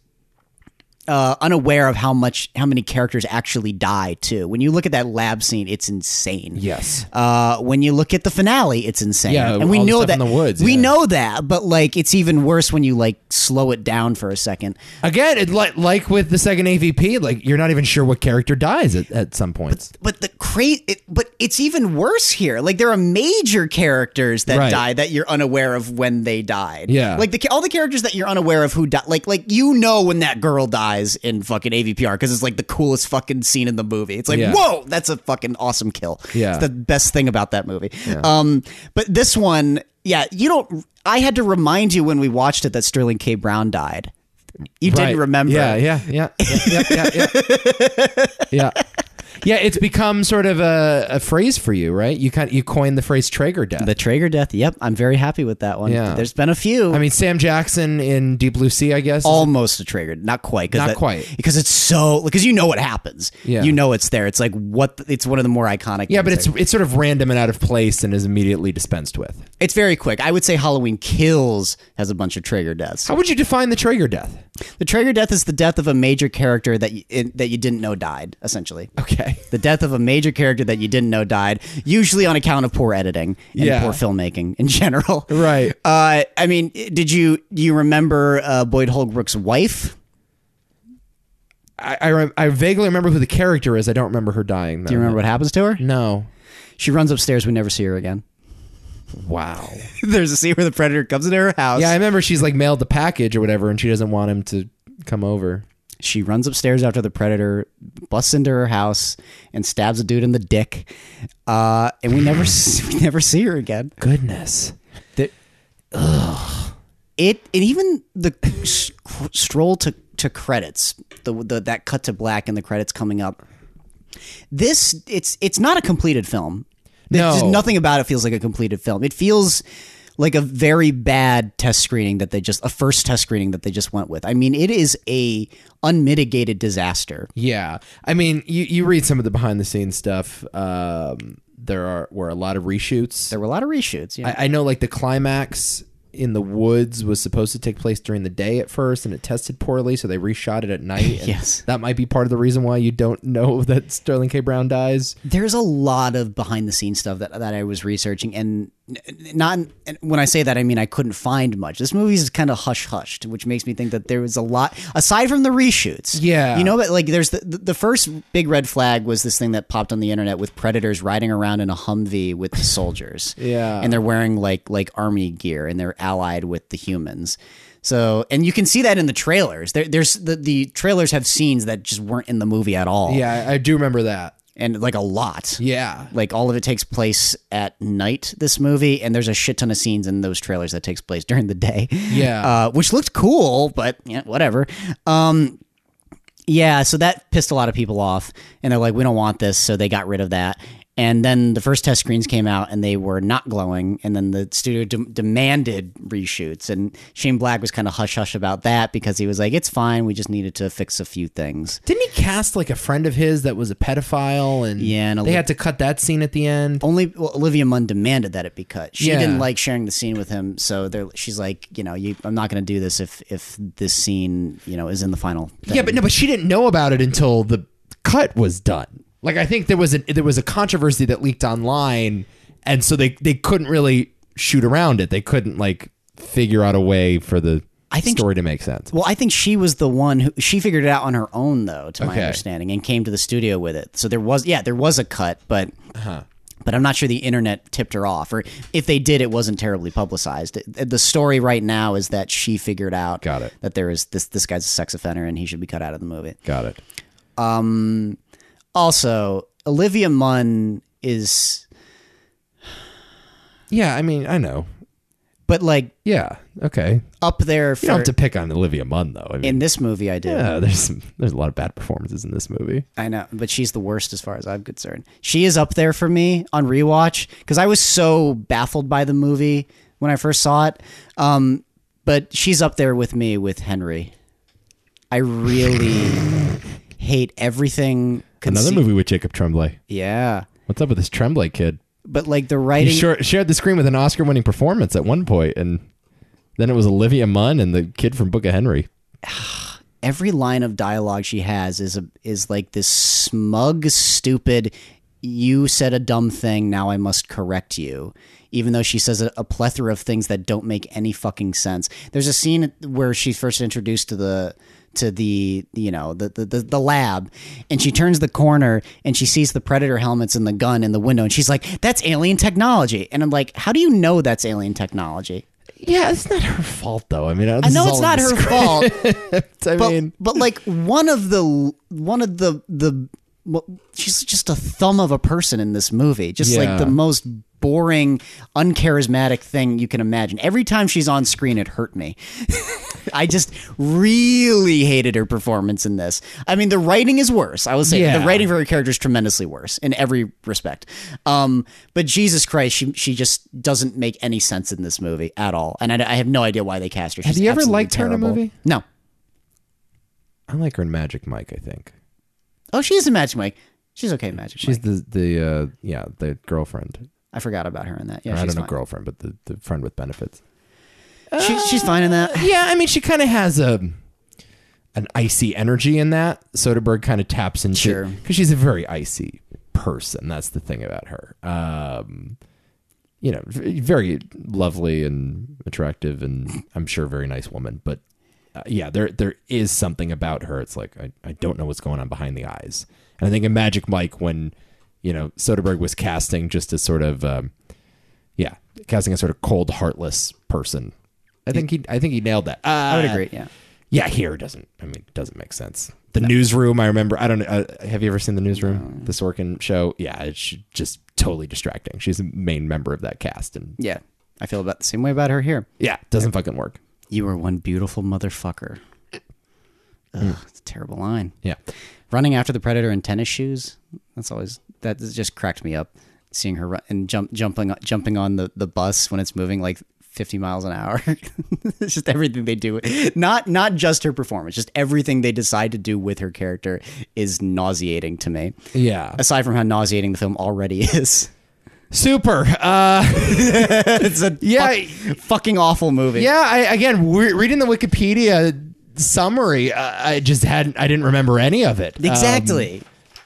[SPEAKER 1] uh, unaware of how much how many characters actually die too when you look at that lab scene it's insane
[SPEAKER 2] Yes.
[SPEAKER 1] uh, when you look at the finale it's insane
[SPEAKER 2] Yeah,
[SPEAKER 1] and we
[SPEAKER 2] all the
[SPEAKER 1] know
[SPEAKER 2] stuff
[SPEAKER 1] that
[SPEAKER 2] in the woods,
[SPEAKER 1] we
[SPEAKER 2] yeah.
[SPEAKER 1] know that but like it's even worse when you like slow it down for a second
[SPEAKER 2] Again, it, like like with the second AVP, like you're not even sure what character dies at, at some points.
[SPEAKER 1] but the crazy it, but it's even worse here like there are major characters that
[SPEAKER 2] Right.
[SPEAKER 1] die that you're unaware of when they died
[SPEAKER 2] Yeah.
[SPEAKER 1] like the ca- all the characters that you're unaware of who died like like you know when that girl dies in fucking avpr because it's like the coolest fucking scene in the movie it's like
[SPEAKER 2] Yeah.
[SPEAKER 1] whoa that's a fucking awesome kill
[SPEAKER 2] Yeah.
[SPEAKER 1] it's the best thing about that movie um but this one yeah you don't i had to remind you when we watched it that sterling k brown died you
[SPEAKER 2] Right.
[SPEAKER 1] didn't remember
[SPEAKER 2] Yeah, yeah, yeah, yeah, yeah, yeah,
[SPEAKER 1] *laughs*
[SPEAKER 2] yeah. yeah. Yeah, it's become sort of a, a phrase for you, right? You kind you coined the phrase Traeger death.
[SPEAKER 1] the Traeger death. Yep, I'm very happy with that one.
[SPEAKER 2] Yeah.
[SPEAKER 1] There's been a few.
[SPEAKER 2] I mean, Sam Jackson in Deep Blue Sea, I guess.
[SPEAKER 1] almost a trigger not quite 'cause
[SPEAKER 2] Not
[SPEAKER 1] that-
[SPEAKER 2] quite.
[SPEAKER 1] because it's so because you know what happens
[SPEAKER 2] Yeah.
[SPEAKER 1] you know it's there it's like what the- it's one of the more iconic
[SPEAKER 2] yeah, but
[SPEAKER 1] things
[SPEAKER 2] it's it's sort of random and out of place and is immediately dispensed with.
[SPEAKER 1] there. it's very quick i would say halloween kills has a bunch of trigger deaths
[SPEAKER 2] How would you define the Traeger death?
[SPEAKER 1] the trigger death is the death of a major character that you, in, that you didn't know died essentially
[SPEAKER 2] Okay.
[SPEAKER 1] the death of a major character that you didn't know died, usually on account of poor editing and
[SPEAKER 2] Yeah.
[SPEAKER 1] poor filmmaking in *laughs* general.
[SPEAKER 2] Right.
[SPEAKER 1] Uh, I mean, did you do you remember uh, Boyd Holbrook's wife?
[SPEAKER 2] I, I, rem- I vaguely remember who the character is. I don't remember her dying. Though.
[SPEAKER 1] Do you remember what happens to her?
[SPEAKER 2] No.
[SPEAKER 1] She runs upstairs. We never see her again.
[SPEAKER 2] Wow.
[SPEAKER 1] There's a scene where the predator comes into her house.
[SPEAKER 2] Yeah, I remember she's like mailed the package or whatever, and she doesn't want him to come over.
[SPEAKER 1] She runs upstairs after the predator busts into her house and stabs a dude in the dick. Uh, and we never s- we never see her again.
[SPEAKER 2] Goodness.
[SPEAKER 1] It and even the s- stroll to to credits, the, the that cut to black and the credits coming up. This it's it's not a completed film.
[SPEAKER 2] No.
[SPEAKER 1] There's nothing about it feels like a completed film. It feels like a very bad test screening that they just a first test screening that they just went with. I mean, it is a unmitigated disaster.
[SPEAKER 2] Yeah, I mean, you, you read some of the behind the scenes stuff. Um, there are were a lot of reshoots.
[SPEAKER 1] There were a lot of reshoots. Yeah.
[SPEAKER 2] I, I know, like the climax in the woods was supposed to take place during the day at first, and it tested poorly, so they reshot it at night. and
[SPEAKER 1] Yes.
[SPEAKER 2] that might be part of the reason why you don't know *laughs* that Sterling K. Brown dies.
[SPEAKER 1] There's a lot of behind the scenes stuff that, that I was researching, and n- n- not and when I say that, I mean I couldn't find much. This movie is kind of hush hushed, which makes me think that there was a lot aside from the reshoots.
[SPEAKER 2] Yeah.
[SPEAKER 1] you know, but like there's the, the the first big red flag was this thing that popped on the internet with predators riding around in a Humvee with the soldiers.
[SPEAKER 2] *laughs* Yeah.
[SPEAKER 1] and they're wearing like like army gear, and they're allied with the humans. So, and you can see that in the trailers. There, there's the, the trailers have scenes that just weren't in the movie at all.
[SPEAKER 2] Yeah, I, I do remember that.
[SPEAKER 1] and like a lot
[SPEAKER 2] Yeah,
[SPEAKER 1] like all of it takes place at night this movie and there's a shit ton of scenes in those trailers that takes place *laughs* during the day
[SPEAKER 2] Yeah.
[SPEAKER 1] uh, which looked cool but yeah, whatever um yeah so that pissed a lot of people off and they're like we don't want this so they got rid of that and then the first test screens came out and they were not glowing and then the studio de- demanded reshoots and shane black was kind of hush-hush about that because he was like it's fine we just needed to fix a few things
[SPEAKER 2] didn't he cast like a friend of his that was a pedophile, and
[SPEAKER 1] Yeah, and a
[SPEAKER 2] they
[SPEAKER 1] li-
[SPEAKER 2] had to cut that scene at the end.
[SPEAKER 1] only well, Olivia Munn demanded that it be cut. She
[SPEAKER 2] Yeah.
[SPEAKER 1] didn't like sharing the scene with him, so they're, she's like, you know, you, I'm not going to do this if if this scene, you know, is in the final. thing.
[SPEAKER 2] Yeah, but no, but she didn't know about it until the cut was done. Like I think there was a there was a controversy that leaked online, and so they they couldn't really shoot around it. They couldn't like figure out a way for the
[SPEAKER 1] I think-
[SPEAKER 2] story to make sense.
[SPEAKER 1] Well, I think she was the one who she figured it out on her own, though, to my
[SPEAKER 2] Okay.
[SPEAKER 1] understanding, and came to the studio with it. So there was, yeah, there was a cut, but.
[SPEAKER 2] Uh-huh.
[SPEAKER 1] But I'm not sure the internet tipped her off, or if they did, it wasn't terribly publicized. It- The story right now is that she figured out
[SPEAKER 2] Got it.
[SPEAKER 1] that there is this this guy's a sex offender and he should be cut out of the movie.
[SPEAKER 2] Got it.
[SPEAKER 1] Also, Olivia Munn is
[SPEAKER 2] Yeah, I mean, I know.
[SPEAKER 1] but like
[SPEAKER 2] Yeah, Okay.
[SPEAKER 1] Up there for
[SPEAKER 2] You don't have to pick on Olivia Munn though. I mean,
[SPEAKER 1] in this movie I do.
[SPEAKER 2] yeah, there's some, there's a lot of bad performances in this movie.
[SPEAKER 1] I know, but she's the worst as far as I'm concerned. She is up there for me on rewatch because I was so baffled by the movie when I first saw it. Um, but she's up there with me with Henry. I
[SPEAKER 2] *sighs*
[SPEAKER 1] really hate everything.
[SPEAKER 2] Another
[SPEAKER 1] conce-
[SPEAKER 2] movie with Jacob Tremblay.
[SPEAKER 1] yeah.
[SPEAKER 2] What's up with this Tremblay kid?
[SPEAKER 1] But like the
[SPEAKER 2] He
[SPEAKER 1] writing,
[SPEAKER 2] shor- shared the screen with an Oscar-winning performance at one point, and then it was Olivia Munn and the kid from Book of Henry.
[SPEAKER 1] every line of dialogue she has is a is like this smug, stupid. You said a dumb thing. Now I must correct you. Even though she says a, a plethora of things that don't make any fucking sense. There's a scene where she's first introduced to the to the you know the the, the, the lab, and she turns the corner and she sees the predator helmets and the gun in the window, and she's like, "That's alien technology." And I'm like, "How do you know that's alien technology?"
[SPEAKER 2] Yeah, it's not her fault though. I mean,
[SPEAKER 1] I know it's not her fault.
[SPEAKER 2] I
[SPEAKER 1] but,
[SPEAKER 2] mean,
[SPEAKER 1] but like one of the one of the the well, she's just a thumb of a person in this movie just
[SPEAKER 2] Yeah.
[SPEAKER 1] like the most boring uncharismatic thing you can imagine every time she's on screen it hurt me *laughs* i just really hated her performance in this i mean the writing is worse i will say
[SPEAKER 2] Yeah.
[SPEAKER 1] the writing for her character is tremendously worse in every respect um but jesus christ she she just doesn't make any sense in this movie at all and i, I have no idea why they cast her
[SPEAKER 2] Have
[SPEAKER 1] She's
[SPEAKER 2] you ever
[SPEAKER 1] absolutely
[SPEAKER 2] liked her in a
[SPEAKER 1] terrible.
[SPEAKER 2] movie?
[SPEAKER 1] no
[SPEAKER 2] I like her in Magic Mike. I think
[SPEAKER 1] Oh, she is a Magic Mike. She's okay, in Magic
[SPEAKER 2] she's
[SPEAKER 1] Mike.
[SPEAKER 2] the the uh, yeah the girlfriend.
[SPEAKER 1] I forgot about her in that. Yeah,
[SPEAKER 2] Or I
[SPEAKER 1] she's
[SPEAKER 2] don't know
[SPEAKER 1] fine.
[SPEAKER 2] girlfriend, but the, the friend with benefits.
[SPEAKER 1] She, she's fine in that.
[SPEAKER 2] Yeah, I mean, she kind of has a an icy energy in that. Soderbergh kind of taps into
[SPEAKER 1] Sure.
[SPEAKER 2] because she's a very icy person. That's the thing about her. Um, you know, v- very lovely and attractive, and I'm sure very nice woman. But uh, yeah, there there is something about her. It's like I, I don't know what's going on behind the eyes. And I think in Magic Mike, when you know Soderbergh was casting just as sort of um, yeah, casting a sort of cold, heartless person. I think he I think he nailed that.
[SPEAKER 1] I would agree. Yeah.
[SPEAKER 2] Yeah, here it doesn't. I mean, it doesn't make sense. The newsroom. I remember. I don't know. Uh, have you ever seen the newsroom? The Sorkin show. Yeah, it's just totally distracting. She's the main member of that cast, and
[SPEAKER 1] Yeah. I feel about the same way about her here.
[SPEAKER 2] yeah, it doesn't fucking work.
[SPEAKER 1] You are one beautiful motherfucker. Ugh, it's a terrible line.
[SPEAKER 2] Yeah,
[SPEAKER 1] Running after the predator in tennis shoes. That's always that just cracked me up. Seeing her run and jump, jumping, jumping on the, the bus when it's moving like fifty miles an hour. *laughs* it's just everything they do. Not not just her performance. Just everything they decide to do with her character is nauseating to me.
[SPEAKER 2] yeah.
[SPEAKER 1] aside from how nauseating the film already *laughs* is.
[SPEAKER 2] Super. Uh,
[SPEAKER 1] it's a
[SPEAKER 2] yeah,
[SPEAKER 1] fuck- fucking awful movie.
[SPEAKER 2] yeah. I, again, re- reading the Wikipedia summary, uh, I just hadn't. I didn't remember any of it. Um,
[SPEAKER 1] Exactly.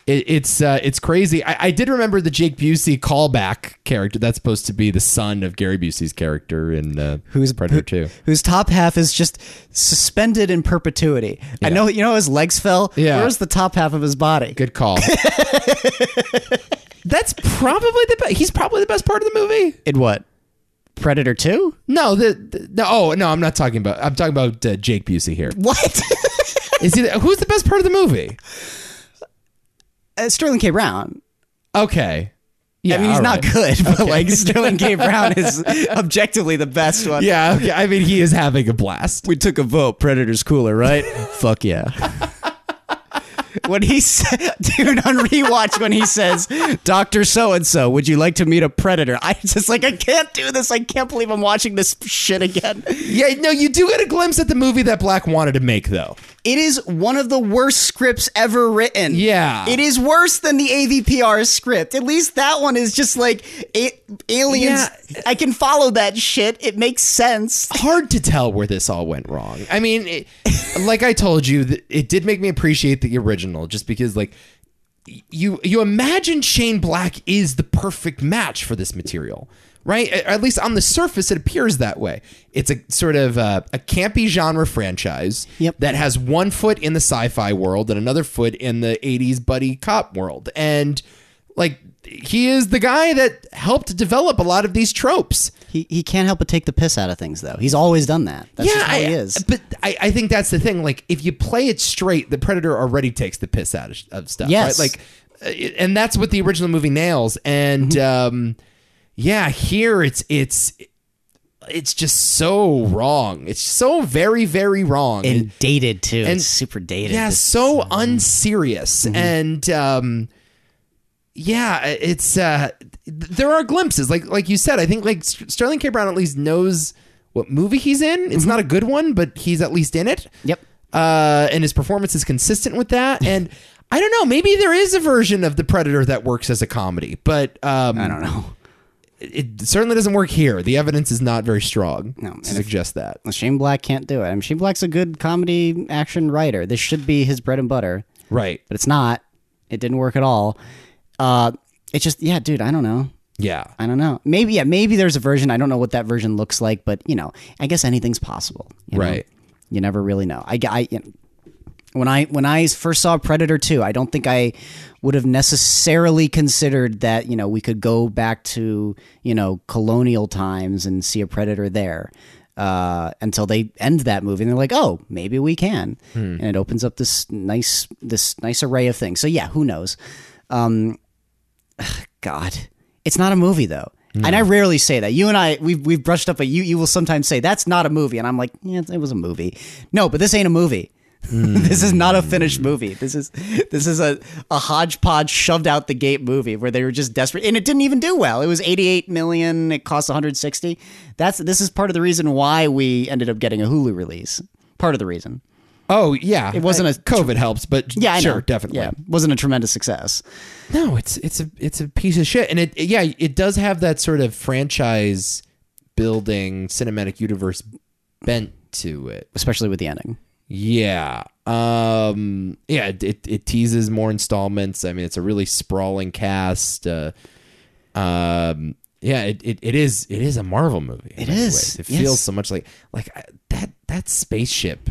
[SPEAKER 2] It, it's uh, it's crazy. I, I did remember the Jake Busey callback character. That's supposed to be the son of Gary Busey's character in uh, Who's Predator Two.
[SPEAKER 1] Whose top half is just suspended in perpetuity. I know you know his legs fell.
[SPEAKER 2] Yeah.
[SPEAKER 1] Where's the top half of his body?
[SPEAKER 2] Good call. *laughs* That's probably the best. He's probably the best part of the movie.
[SPEAKER 1] In what? Predator 2?
[SPEAKER 2] No, the, the- no. Oh no, I'm not talking about. I'm talking about uh, Jake Busey here.
[SPEAKER 1] What? *laughs*
[SPEAKER 2] Is he? The, *laughs* who's the best part of the movie?
[SPEAKER 1] uh, Sterling K. Brown.
[SPEAKER 2] Okay. Yeah,
[SPEAKER 1] I mean, he's
[SPEAKER 2] all
[SPEAKER 1] not
[SPEAKER 2] right.
[SPEAKER 1] good, but like Sterling K. Brown *laughs* is objectively the best one.
[SPEAKER 2] *laughs* Yeah, okay. I mean, he is having a blast.
[SPEAKER 1] we took a vote. Predator's cooler, right? *laughs* Fuck yeah. *laughs* when he said, dude, on rewatch, when he says, Dr. So and so, would you like to meet a predator? I just like, I can't do this. I can't believe I'm watching this shit again.
[SPEAKER 2] Yeah, no, you do get a glimpse at the movie that Black wanted to make, though.
[SPEAKER 1] It is one of the worst scripts ever written.
[SPEAKER 2] Yeah.
[SPEAKER 1] It is worse than the AVPR script. At least that one is just like a- aliens. I can follow that shit. It makes sense.
[SPEAKER 2] hard to tell where this all went wrong. I mean, it, like I told you, th- it did make me appreciate the original just because, like, y- you you imagine Shane Black is the perfect match for this material, right? A- At least on the surface, it appears that way. It's a sort of uh, a campy genre franchise
[SPEAKER 1] Yep.
[SPEAKER 2] that has one foot in the sci-fi world and another foot in the '80s buddy cop world, and like. He is the guy that helped develop a lot of these tropes.
[SPEAKER 1] He, he can't help but take the piss out of things, though. He's always done that. That's just how
[SPEAKER 2] I, uh,
[SPEAKER 1] he is.
[SPEAKER 2] But I, I think that's the thing. Like, if you play it straight, the Predator already takes the piss out of, of stuff.
[SPEAKER 1] Yes.
[SPEAKER 2] Right? Like, uh, it- and that's what the
[SPEAKER 1] Mm-hmm.
[SPEAKER 2] original movie nails. And um, yeah, here it's it's it's just so wrong. It's so very, very wrong.
[SPEAKER 1] and dated too.
[SPEAKER 2] and-
[SPEAKER 1] it's super dated.
[SPEAKER 2] yeah,
[SPEAKER 1] It's-
[SPEAKER 2] so unserious.
[SPEAKER 1] Mm-hmm.
[SPEAKER 2] And um, yeah, it's uh, th- there are glimpses, like like you said. I think like S- Sterling K. Brown at least knows what movie he's in.
[SPEAKER 1] Mm-hmm.
[SPEAKER 2] It's not a good one, but he's at least in it.
[SPEAKER 4] Yep.
[SPEAKER 2] Uh, and his performance is consistent with that. And I don't know, maybe there is a version of the Predator that works as a comedy, but um,
[SPEAKER 1] I don't know. *laughs*
[SPEAKER 2] it certainly doesn't work here. The evidence is not very strong
[SPEAKER 1] No, and
[SPEAKER 2] to
[SPEAKER 1] if-
[SPEAKER 2] suggest that.
[SPEAKER 1] Shane Black can't do it. I mean, Shane Black's a good comedy action writer. This should be his bread and butter,
[SPEAKER 2] Right.
[SPEAKER 1] but
[SPEAKER 4] it's not.
[SPEAKER 1] it didn't work at all. Uh, it's just yeah, dude. I don't know.
[SPEAKER 2] Yeah.
[SPEAKER 1] I don't know. Maybe yeah. Maybe there's a version. I don't know what that version looks like, but you know, I guess anything's possible. you know?
[SPEAKER 2] Right.
[SPEAKER 1] You never really know. I, I you know, when I when I first saw Predator Two, I don't think I would have necessarily considered that you know we could go back to you know colonial times and see a predator there uh, until they end that movie and they're like, oh, maybe we can, and it opens up this nice this nice array of things. So yeah, who knows? God, it's not a movie though. And I rarely say that. You and I, we've, we've brushed up, but you, you will sometimes say, that's not a movie. And I'm like, yeah, it was a movie. No, but this ain't a movie. *laughs* this is not a finished
[SPEAKER 2] Hmm.
[SPEAKER 1] movie. This is this is a, a hodgepodge shoved out the gate movie where they were just desperate and it didn't even do well. It was 88 million, it cost 160. That's this is part of the reason why we ended up getting a Hulu release. Part of the reason.
[SPEAKER 2] Oh yeah. It
[SPEAKER 1] wasn't a-
[SPEAKER 2] COVID helps, but
[SPEAKER 1] Yeah, I
[SPEAKER 2] sure,
[SPEAKER 1] know.
[SPEAKER 2] definitely.
[SPEAKER 1] Yeah, wasn't a tremendous success.
[SPEAKER 2] No, it's it's a it's a piece of shit, and it yeah, it does have that sort of franchise building cinematic universe bent to it.
[SPEAKER 1] Especially with the ending.
[SPEAKER 2] Yeah, um, yeah, it, it it teases more installments. I mean, it's a really sprawling cast. Uh, um, yeah, it, it, it is it is a Marvel movie. It is.
[SPEAKER 1] is,
[SPEAKER 2] It
[SPEAKER 1] yes.
[SPEAKER 2] feels so much like like I- that that spaceship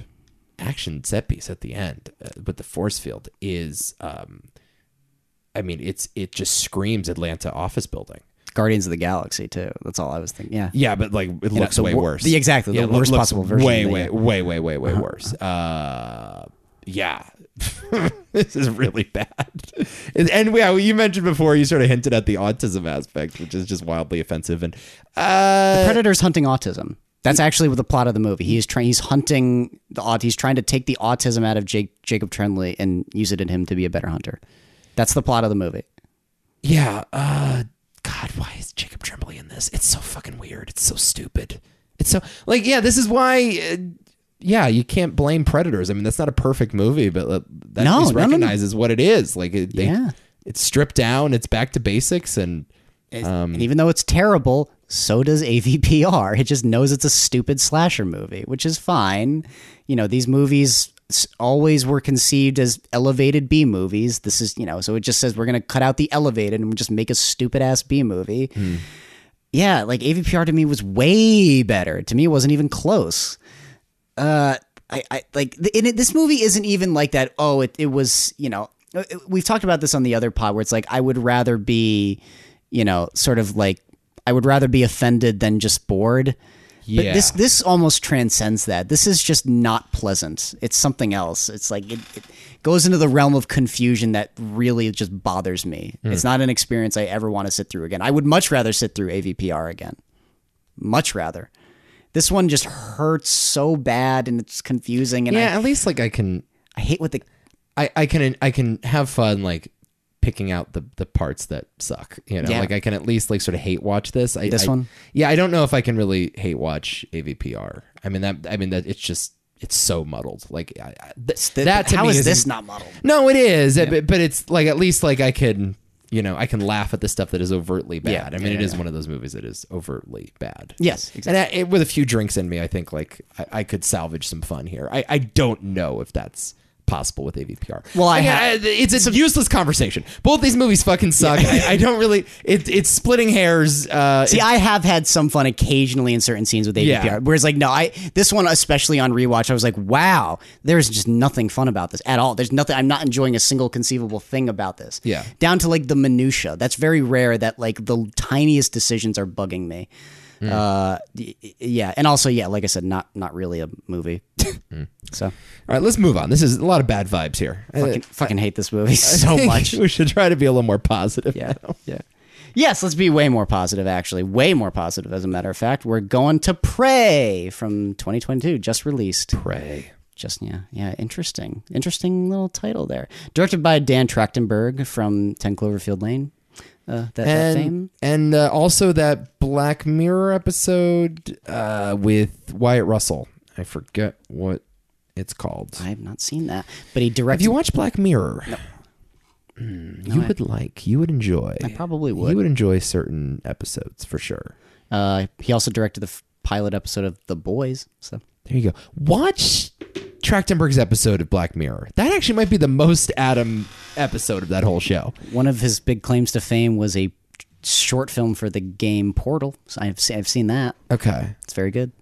[SPEAKER 2] action set piece at the end uh, with the force field is. Um, I mean, it's it just screams Atlanta office building.
[SPEAKER 1] Guardians of the Galaxy too. That's all I was thinking. Yeah.
[SPEAKER 2] Yeah, but like it looks
[SPEAKER 1] the
[SPEAKER 2] way
[SPEAKER 1] wor-
[SPEAKER 2] worse.
[SPEAKER 1] the- exactly, the
[SPEAKER 2] it loo-
[SPEAKER 1] worst
[SPEAKER 2] looks
[SPEAKER 1] possible version
[SPEAKER 2] Way,
[SPEAKER 1] of the- Uh-huh.
[SPEAKER 2] way, way, way, way, way worse. Uh, yeah, *laughs* this is really bad. And- And yeah, you mentioned before you sort of hinted at the autism aspect, which is just wildly offensive. And uh,
[SPEAKER 1] Predator's hunting autism. That's actually what the plot of the movie. He is trying. He's hunting the aut. He's trying to take the autism out of Jake, Jacob Trendley and use it in him to be a better hunter. That's the plot of the movie.
[SPEAKER 2] yeah, uh, God, why is Jacob Tremblay in this? It's so fucking weird. It's so stupid. It's so like yeah. This is why. Uh, yeah, you can't blame predators. I mean, that's not a perfect movie, but uh, that
[SPEAKER 1] No,
[SPEAKER 2] at least
[SPEAKER 1] no, no, no.
[SPEAKER 2] recognizes what it is. Like, it, they,
[SPEAKER 1] Yeah.
[SPEAKER 2] it's stripped down. It's back to basics, and
[SPEAKER 1] and even though it's terrible, so does AVPR. It just knows it's a stupid slasher movie, which is fine. You know, these movies s- always were conceived as elevated B movies. This is, you know, so it just says we're going to cut out the elevated and just make a stupid ass B movie. Yeah, like AVPR to me was way better. To me, it wasn't even close. Uh, I, I like th- and it, this movie isn't even like that. Oh, it, it was you know uh, we've talked about this on the other pod where it's like I would rather be you know sort of like I would rather be offended than just bored. But
[SPEAKER 2] Yeah.
[SPEAKER 1] this this almost transcends that. This is just not pleasant. It's something else. It's like it, it goes into the realm of confusion that really just bothers me. It's not an experience I ever want to sit through again. I would much rather sit through AVPR again. Much rather. This one just hurts so bad and it's confusing and
[SPEAKER 2] yeah, at least like I can,
[SPEAKER 1] I, I hate what the
[SPEAKER 2] I, I can, I can have fun like picking out the the parts that suck. You know,
[SPEAKER 1] Yeah.
[SPEAKER 2] like I can at least like sort of hate watch this. I,
[SPEAKER 1] This
[SPEAKER 2] I-
[SPEAKER 1] one?
[SPEAKER 2] yeah. I don't know if I can really hate watch AVPR. I mean that. I mean that. It's just it's so muddled. Like I, I, th- that. To
[SPEAKER 1] how
[SPEAKER 2] me
[SPEAKER 1] is this
[SPEAKER 2] isn't-
[SPEAKER 1] not muddled?
[SPEAKER 2] No, it is. But, but it's like at least like I can. You know, I can laugh at the stuff that is overtly bad. I mean, it is one of those movies that is overtly bad.
[SPEAKER 1] Yes,
[SPEAKER 2] And I, it, with a few drinks in me, I think like I, I could salvage some fun here. I, I don't know if that's possible with AVPR.
[SPEAKER 1] Well, I
[SPEAKER 2] Again,
[SPEAKER 1] have-
[SPEAKER 2] it's a useless conversation. Both these movies fucking suck. I, I don't really. It, it's splitting hairs. Uh,
[SPEAKER 1] See,
[SPEAKER 2] it's-
[SPEAKER 1] I have had some fun occasionally in certain scenes with AVPR.
[SPEAKER 2] Yeah.
[SPEAKER 1] Whereas, like, no, I this one especially on rewatch, I was like, wow, there's just nothing fun about this at all. There's nothing. I'm not enjoying a single conceivable thing about this.
[SPEAKER 2] Yeah.
[SPEAKER 1] down to like the minutia. That's very rare. That like the tiniest decisions are bugging me.
[SPEAKER 2] Hmm.
[SPEAKER 1] Uh, y- y- yeah, and also yeah, like I said, not not really a movie.
[SPEAKER 2] Hmm.
[SPEAKER 1] *laughs* So
[SPEAKER 2] all right, let's move on. This is a lot of bad vibes here.
[SPEAKER 1] fucking, fucking hate this movie *laughs* so
[SPEAKER 2] Uh, I think *laughs*
[SPEAKER 1] much.
[SPEAKER 2] we should try to be a little more positive.
[SPEAKER 1] Yeah,
[SPEAKER 2] now.
[SPEAKER 1] yeah. Yes, let's be way more positive, actually. Way more positive, as a matter of fact. We're going to Prey from 2022, just released.
[SPEAKER 2] Pray.
[SPEAKER 1] Just, yeah, yeah, interesting. Interesting little title there. Directed by Dan Trachtenberg from 10 Cloverfield Lane. Uh, that, that fame.
[SPEAKER 2] And, and uh, also that Black Mirror episode uh, with Wyatt Russell. I forget what it's called.
[SPEAKER 1] I have not seen that. But he
[SPEAKER 2] Have
[SPEAKER 1] directed.
[SPEAKER 2] you watched Black Mirror? No. you would like, you would enjoy. I
[SPEAKER 1] probably would.
[SPEAKER 2] You would enjoy certain episodes for sure.
[SPEAKER 1] uh, he also directed the f- pilot episode of The Boys. So.
[SPEAKER 2] There you go. Watch Trachtenberg's episode of Black Mirror. That actually might be the most Adam episode of that whole show.
[SPEAKER 1] One of his big claims to fame was a short film for the game Portal. So I've se- I've seen that.
[SPEAKER 2] Okay.
[SPEAKER 1] It's very good.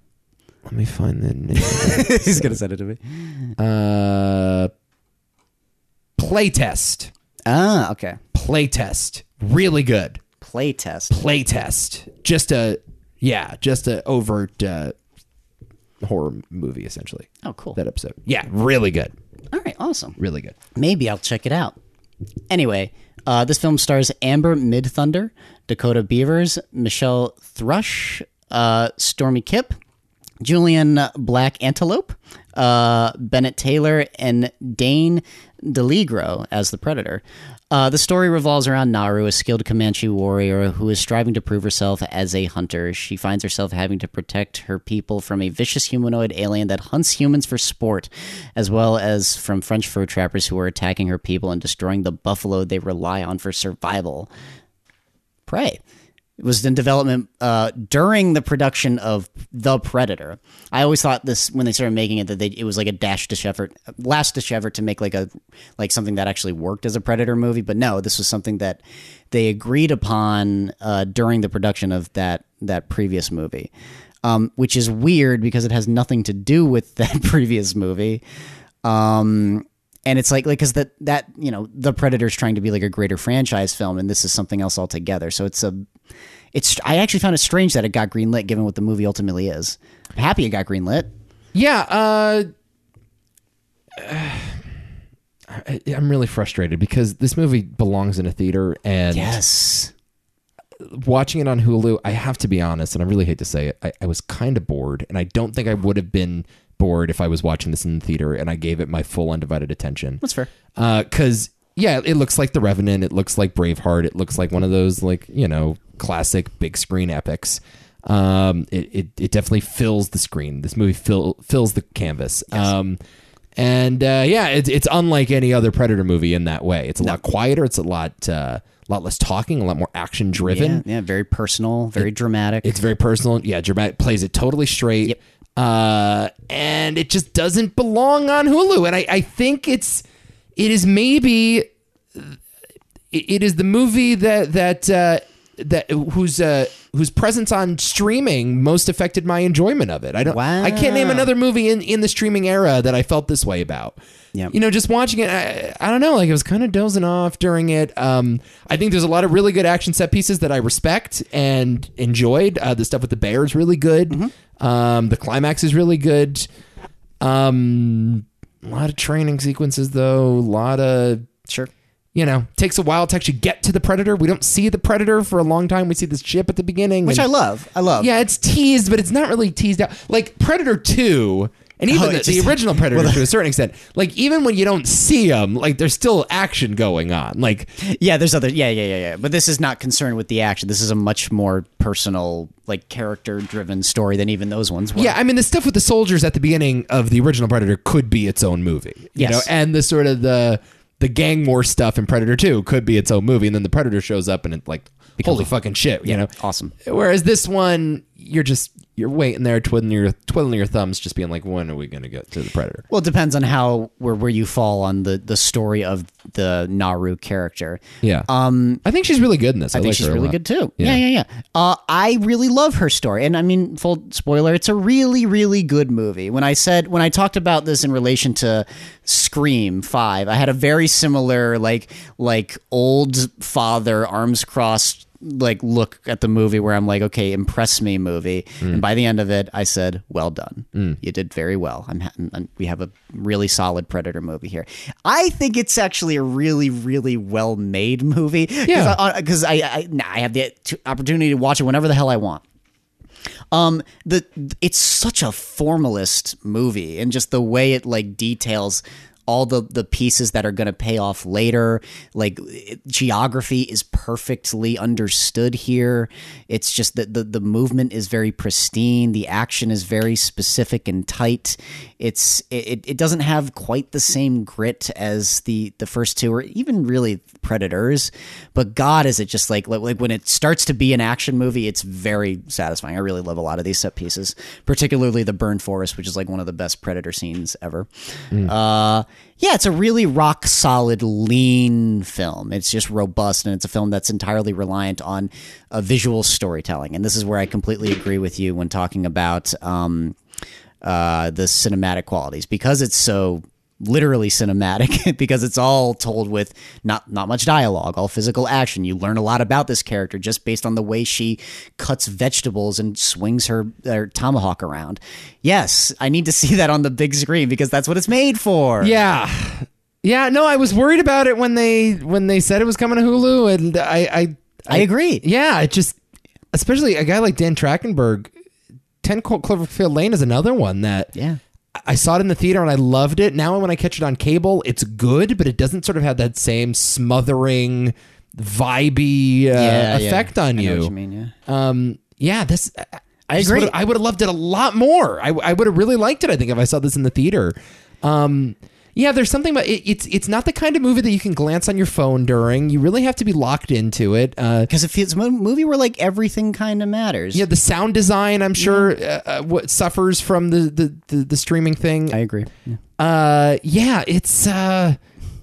[SPEAKER 2] Let me find the
[SPEAKER 1] *laughs*
[SPEAKER 2] name. *laughs*
[SPEAKER 1] He's gonna send it to me.
[SPEAKER 2] uh, playtest.
[SPEAKER 1] Ah, okay.
[SPEAKER 2] Playtest. Really good.
[SPEAKER 1] Playtest.
[SPEAKER 2] Playtest. Just a, yeah, just a overt uh, horror movie, essentially.
[SPEAKER 1] Oh, cool.
[SPEAKER 2] That episode. Yeah, really good.
[SPEAKER 1] All right, awesome.
[SPEAKER 2] Really good.
[SPEAKER 1] Maybe I'll check it out. Anyway, uh, this film stars Amber Mid Thunder, Dakota Beavers, Michelle Thrush, uh, Stormy Kipp, Julian Black Antelope, uh, Bennett Taylor, and Dane DeLigro as the Predator. Uh, the story revolves around Naru, a skilled Comanche warrior who is striving to prove herself as a hunter. She finds herself having to protect her people from a vicious humanoid alien that hunts humans for sport, as well as from French fur trappers who are attacking her people and destroying the buffalo they rely on for survival. Prey. It was in development uh, during the production of The Predator. I always thought this when they started making it that they, it was like a dash dish effort, last dish effort to make like a like something that actually worked as a Predator movie. But no, this was something that they agreed upon uh, during the production of that that previous movie, um, which is weird because it has nothing to do with *laughs* that previous movie. Um, and it's like like because that that you know the Predator's trying to be like a greater franchise film, and this is something else altogether. So it's a it's I actually found it strange that it got greenlit, given what the movie ultimately is. I'm happy it got greenlit.
[SPEAKER 2] Yeah, uh, *sighs* I, I'm really frustrated because this movie belongs in a theater, and
[SPEAKER 1] Yes,
[SPEAKER 2] watching it on Hulu, I have to be honest, and I really hate to say it, I, I was kind of bored, and I don't think I would have been bored if I was watching this in the theater and I gave it my full undivided attention.
[SPEAKER 1] that's fair.
[SPEAKER 2] Because Uh, yeah, it looks like The Revenant, it looks like Braveheart, it looks like one of those like you know classic big screen epics. Um, it, it it definitely fills the screen. This movie fill, fills the canvas. Um, and uh, yeah, it, it's unlike any other Predator movie in that way. It's a lot quieter. It's a lot uh, lot less talking. A lot more action driven.
[SPEAKER 1] Yeah, yeah, very personal, very dramatic.
[SPEAKER 2] It's very personal. Yeah, dramatic plays it totally straight.
[SPEAKER 1] Yep.
[SPEAKER 2] Uh, and it just doesn't belong on Hulu. And I, I think it's it is maybe it, it is the movie that that uh, that whose uh, whose presence on streaming most affected my enjoyment of it. I don't. I can't name
[SPEAKER 1] Wow.
[SPEAKER 2] another movie in in the streaming era that I felt this way about.
[SPEAKER 1] Yep.
[SPEAKER 2] You know, just watching it, I, I don't know. Like I was kind of dozing off during it. Um, I think there's a lot of really good action set pieces that I respect and enjoyed. Uh, the stuff with the bear is really good.
[SPEAKER 1] Mm-hmm.
[SPEAKER 2] Um, the climax is really good. Um, a lot of training sequences though. A lot of
[SPEAKER 1] sure.
[SPEAKER 2] you know, takes a while to actually get to the predator. We don't see the predator for a long time. We see this ship at the beginning,
[SPEAKER 1] Which I
[SPEAKER 2] and-
[SPEAKER 1] love. I love.
[SPEAKER 2] yeah, it's teased, but it's not really teased out. Like Predator Two, and even
[SPEAKER 1] Oh,
[SPEAKER 2] the,
[SPEAKER 1] it just-
[SPEAKER 2] the *laughs* original Predator to a certain extent. Like even when you don't see them, like there's still action going on. Like
[SPEAKER 1] yeah. There's other. Yeah, yeah, yeah, yeah. But this is not concerned with the action. This is a much more personal, like character-driven story than even those ones were.
[SPEAKER 2] yeah, I mean the stuff with the soldiers at the beginning of the original Predator could be its own movie. You
[SPEAKER 1] Yes.
[SPEAKER 2] know, and the sort of the the gang war stuff in Predator Two could be its own movie, and then the Predator shows up and it like holy fucking shit, you know.
[SPEAKER 1] Awesome.
[SPEAKER 2] Whereas this one, you're just you're waiting there, twiddling your twiddling your thumbs, just being like, when are we gonna get to the Predator?
[SPEAKER 1] Well, it depends on how where where you fall on the the story of the Naru character.
[SPEAKER 2] Yeah. Um, I think she's really good in this. I,
[SPEAKER 1] I think
[SPEAKER 2] like
[SPEAKER 1] she's
[SPEAKER 2] her a
[SPEAKER 1] really
[SPEAKER 2] lot.
[SPEAKER 1] good too. Yeah, yeah, yeah. Uh, I really love her story, and I mean, full spoiler, it's a really, really good movie. When I said when I talked about this in relation to Scream Five, I had a very similar like like old father arms crossed like look at the movie where I'm like, okay, impress me movie. And by the end of it, I said, well done. You did very well. I'm, ha- I'm we have a really solid Predator movie here. I think it's actually a really really well made movie.
[SPEAKER 2] Yeah.
[SPEAKER 1] because I I, nah, I have the t- opportunity to watch it whenever the hell I want. Um, the it's such a formalist movie, and just the way it like details all the the pieces that are going to pay off later. Like it- geography is perfectly understood here. It's just that the the movement is very pristine. The action is very specific and tight. It's it, it- it doesn't have quite the same grit as the the first two or even really Predators, but God is it just like like, like when it starts to be an action movie, it's very satisfying. I really love a lot of these set pieces, particularly the burn forest, which is like one of the best Predator scenes ever. Uh, yeah, it's a really rock solid, lean film. It's just robust, and it's a film that's entirely reliant on uh, visual storytelling. And this is where I completely agree with you when talking about. Um, uh, the cinematic qualities because it's so literally cinematic *laughs* because it's all told with not not much dialogue all physical action you learn a lot about this character just based on the way she cuts vegetables and swings her, her tomahawk around yes i need to see that on the big screen because that's what it's made for
[SPEAKER 2] Yeah, yeah. No, I was worried about it when they when they said it was coming to Hulu, and I, I,
[SPEAKER 1] i agree
[SPEAKER 2] yeah, it just especially a guy like Dan Trachtenberg. Ten Clo- Cloverfield Lane is another one that
[SPEAKER 1] yeah
[SPEAKER 2] I saw it in the theater and I loved it. Now when I catch it on cable, it's good, but it doesn't sort of have that same smothering, vibey uh,
[SPEAKER 1] yeah, yeah.
[SPEAKER 2] effect on
[SPEAKER 1] I know
[SPEAKER 2] you.
[SPEAKER 1] what you mean yeah
[SPEAKER 2] Um, yeah, this. I
[SPEAKER 1] agree.
[SPEAKER 2] I would have loved it a lot more. I, I would have really liked it. I think if I saw this in the theater. Um, yeah, there's something about it, it's. It's not the kind of movie that you can glance on your phone during. You really have to be locked into it. Uh,
[SPEAKER 1] because if it's a mo- movie where like everything kind of matters
[SPEAKER 2] yeah, the sound design, I'm sure, uh, uh, what suffers from the the, the, the streaming thing.
[SPEAKER 1] Mm-hmm. i agree
[SPEAKER 2] uh, yeah, it's uh,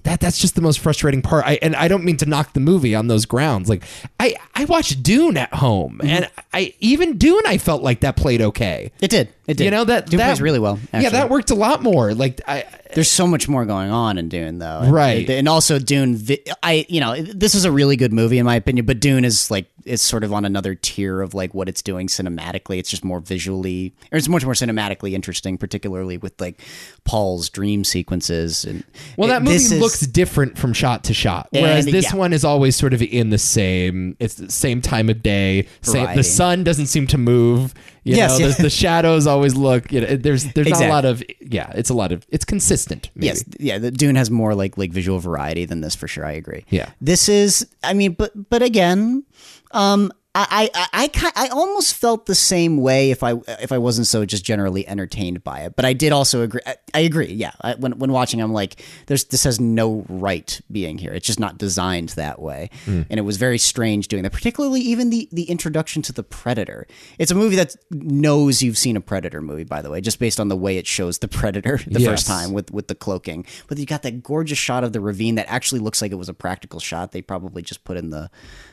[SPEAKER 2] that that's just the most frustrating part. I and I don't mean to knock the movie on those grounds. Like I I watched Dune at home,
[SPEAKER 1] Mm-hmm.
[SPEAKER 2] and I even Dune I felt like that played okay.
[SPEAKER 1] it did it did
[SPEAKER 2] You know that
[SPEAKER 1] Dune
[SPEAKER 2] that
[SPEAKER 1] plays really well
[SPEAKER 2] Yeah,
[SPEAKER 1] actually.
[SPEAKER 2] that worked a lot more. Like I
[SPEAKER 1] There's so much more going on in Dune, though, And-
[SPEAKER 2] Right.
[SPEAKER 1] And also Dune, vi- I you know this is a really good movie in my opinion, but Dune is like it's sort of on another tier of like what it's doing cinematically. It's just more visually, or it's much more cinematically interesting, particularly with like Paul's dream sequences and
[SPEAKER 2] well, that
[SPEAKER 1] it-
[SPEAKER 2] movie
[SPEAKER 1] this is-
[SPEAKER 2] looks different from shot to shot, whereas
[SPEAKER 1] And-
[SPEAKER 2] this
[SPEAKER 1] yeah.
[SPEAKER 2] one is always sort of in the same. It's the same time of day. Same,
[SPEAKER 1] Variety.
[SPEAKER 2] the sun doesn't seem to move. You
[SPEAKER 1] Yes,
[SPEAKER 2] know,
[SPEAKER 1] yeah.
[SPEAKER 2] the, the shadows always look. You know, there's there's
[SPEAKER 1] Exactly.
[SPEAKER 2] not a lot of yeah. It's a lot of it's consistent. Maybe.
[SPEAKER 1] Yes, yeah, the Dune has more like like visual variety than this for sure. I agree.
[SPEAKER 2] Yeah.
[SPEAKER 1] this is. I mean, but but again, um, I I I, I, ki- I almost felt the same way if I if I wasn't so just generally entertained by it. But I did also agree. I, I agree. Yeah, I, when when watching, I'm like, there's this has no right being here. It's just not designed that way,
[SPEAKER 2] Hmm.
[SPEAKER 1] and it was very strange doing that. Particularly even the the introduction to the Predator. It's a movie that knows you've seen a Predator movie, by the way, just based on the way it shows the Predator *laughs* the
[SPEAKER 2] Yes.
[SPEAKER 1] first time with with the cloaking. But you got that gorgeous shot of the ravine that actually looks like it was a practical shot. They probably just put in the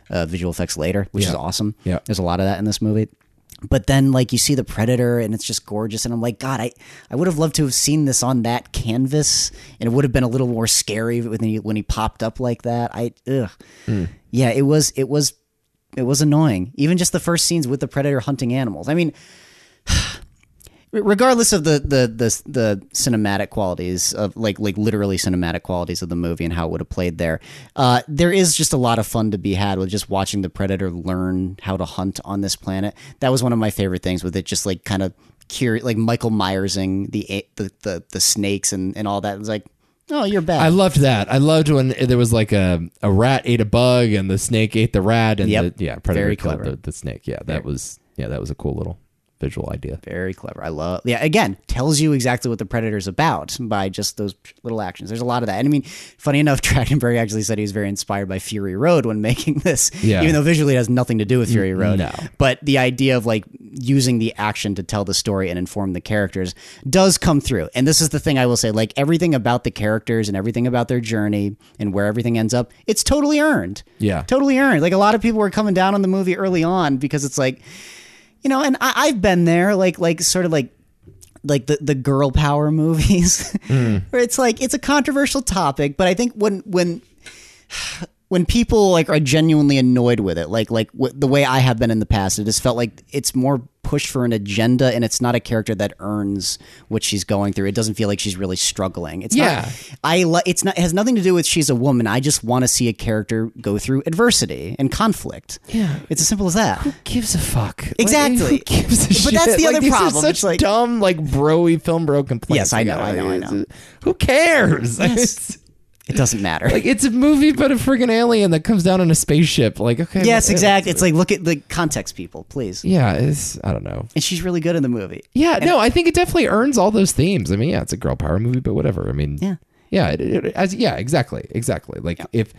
[SPEAKER 1] uh, visual effects later, which is awesome.
[SPEAKER 2] Yeah.
[SPEAKER 1] there's a lot of that in this movie. But then, like you see the predator, and it's just gorgeous. And I'm like, God, I, I would have loved to have seen this on that canvas, and it would have been a little more scary when he when he popped up like that. I, ugh.
[SPEAKER 2] Hmm.
[SPEAKER 1] yeah, it was it was it was annoying. Even just the first scenes with the predator hunting animals. I mean, regardless of the, the the the cinematic qualities of like like literally cinematic qualities of the movie and how it would have played there, uh, there is just a lot of fun to be had with just watching the predator learn how to hunt on this planet. That was one of my favorite things with it, just like kind of curi like Michael Myersing the a- the the, the snakes and and all that. It was like, oh, you're
[SPEAKER 2] I
[SPEAKER 1] bad.
[SPEAKER 2] loved that. I loved when there was like a, a rat ate a bug and the snake ate the rat and
[SPEAKER 1] Yep.
[SPEAKER 2] the, yeah, predator
[SPEAKER 1] Very
[SPEAKER 2] killed
[SPEAKER 1] clever.
[SPEAKER 2] the, the snake. Yeah, that was yeah, that was a cool little visual idea.
[SPEAKER 1] Very clever. I love. Yeah, again, tells you exactly what the predator's about by just those little actions. There's a lot of that. And I mean, funny enough, *laughs* Trachtenberg actually said he was very inspired by Fury Road when making this,
[SPEAKER 2] Yeah.
[SPEAKER 1] even though visually it has nothing to do with Fury Road.
[SPEAKER 2] Mm, no.
[SPEAKER 1] But the idea of like using the action to tell the story and inform the characters does come through. And this is the thing I will say, like everything about the characters and everything about their journey and where everything ends up, it's totally earned.
[SPEAKER 2] Yeah.
[SPEAKER 1] Totally earned. Like a lot of people were coming down on the movie early on because it's like you know, and I, I've been there, like like sort of like like the, the girl power *laughs*
[SPEAKER 2] Hmm.
[SPEAKER 1] movies where it's like it's a controversial topic, but I think when when when people like are genuinely annoyed with it, like like w- the way I have been in the past, it has felt like it's more pushed for an agenda, and it's not a character that earns what she's going through. It doesn't feel like she's really struggling. It's
[SPEAKER 2] Yeah.
[SPEAKER 1] not. I li- it's not it has nothing to do with she's a woman. I just want to see a character go through adversity and conflict.
[SPEAKER 2] Yeah.
[SPEAKER 1] it's as simple as that.
[SPEAKER 2] gives a fuck? Like,
[SPEAKER 1] Exactly.
[SPEAKER 2] who gives a
[SPEAKER 1] But
[SPEAKER 2] shit?
[SPEAKER 1] that's the
[SPEAKER 2] Like,
[SPEAKER 1] other
[SPEAKER 2] these are
[SPEAKER 1] problem.
[SPEAKER 2] such
[SPEAKER 1] It's like-
[SPEAKER 2] dumb, like broy film bro complaints.
[SPEAKER 1] Yes, I know,
[SPEAKER 2] Like,
[SPEAKER 1] I know, I
[SPEAKER 2] it's-
[SPEAKER 1] know.
[SPEAKER 2] Who cares? *laughs* It's,
[SPEAKER 1] It doesn't matter.
[SPEAKER 2] like it's a movie about a friggin' alien that comes down in a spaceship. Like okay.
[SPEAKER 1] yes,
[SPEAKER 2] well,
[SPEAKER 1] exactly. It's like look at the context, people, please.
[SPEAKER 2] Yeah, it's I don't know.
[SPEAKER 1] And she's really good in the movie.
[SPEAKER 2] Yeah, no, I think it definitely earns all those themes. I mean, yeah, it's a girl power movie, but whatever. I mean,
[SPEAKER 1] Yeah.
[SPEAKER 2] yeah, it, it- as, yeah, exactly, exactly. Like if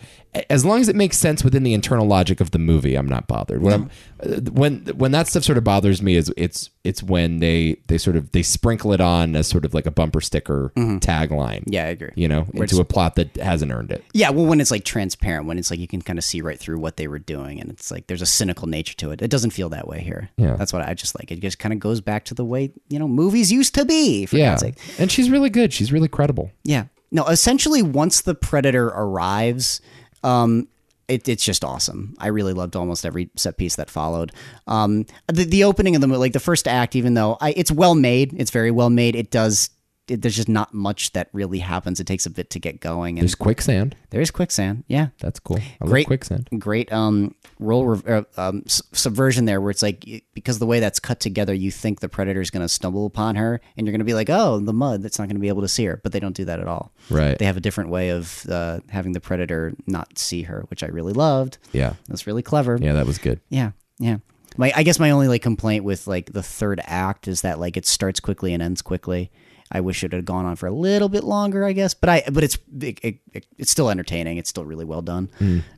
[SPEAKER 2] as long as it makes sense within the internal logic of the movie, I'm not bothered. When I'm uh, when when that stuff sort of bothers me is it's it's when they they sort of they sprinkle it on as sort of like a bumper sticker tagline.
[SPEAKER 1] Mm-hmm. Yeah, I agree.
[SPEAKER 2] you know,
[SPEAKER 1] it's-
[SPEAKER 2] into a plot that hasn't earned it.
[SPEAKER 1] Yeah, well, when it's like transparent, when it's like you can kind of see right through what they were doing, and it's like there's a cynical nature to it. It doesn't feel that way here.
[SPEAKER 2] Yeah.
[SPEAKER 1] that's what I just like. It just kind of goes back to the way you know movies used to be. For
[SPEAKER 2] Yeah,
[SPEAKER 1] God's sake.
[SPEAKER 2] and she's really good. She's really credible.
[SPEAKER 1] yeah. No, essentially, once the predator arrives, um, it, it's just awesome. I really loved almost every set piece that followed. Um, the the opening of the movie, like the first act, even though I, it's well made, it's very well made. It does. It, there's just not much that really happens. It takes a bit to get going, and
[SPEAKER 2] There's quicksand.
[SPEAKER 1] there is quicksand. Yeah,
[SPEAKER 2] That's cool. I love
[SPEAKER 1] Great.
[SPEAKER 2] quicksand.
[SPEAKER 1] great um role rev- uh, um, s- subversion there where it's like y- because the way that's cut together you think the predator is going to stumble upon her and you're going to be like oh the mud that's not going to be able to see her but they don't do that at all
[SPEAKER 2] Right.
[SPEAKER 1] they have a different way of uh, having the predator not see her which i really loved
[SPEAKER 2] Yeah.
[SPEAKER 1] that's really clever
[SPEAKER 2] Yeah, that was good.
[SPEAKER 1] yeah yeah my i guess my only like complaint with like the third act is that like it starts quickly and ends quickly I wish it had gone on for a little bit longer, I guess. But I, but it's it, it, it- it's still entertaining. It's still really well done.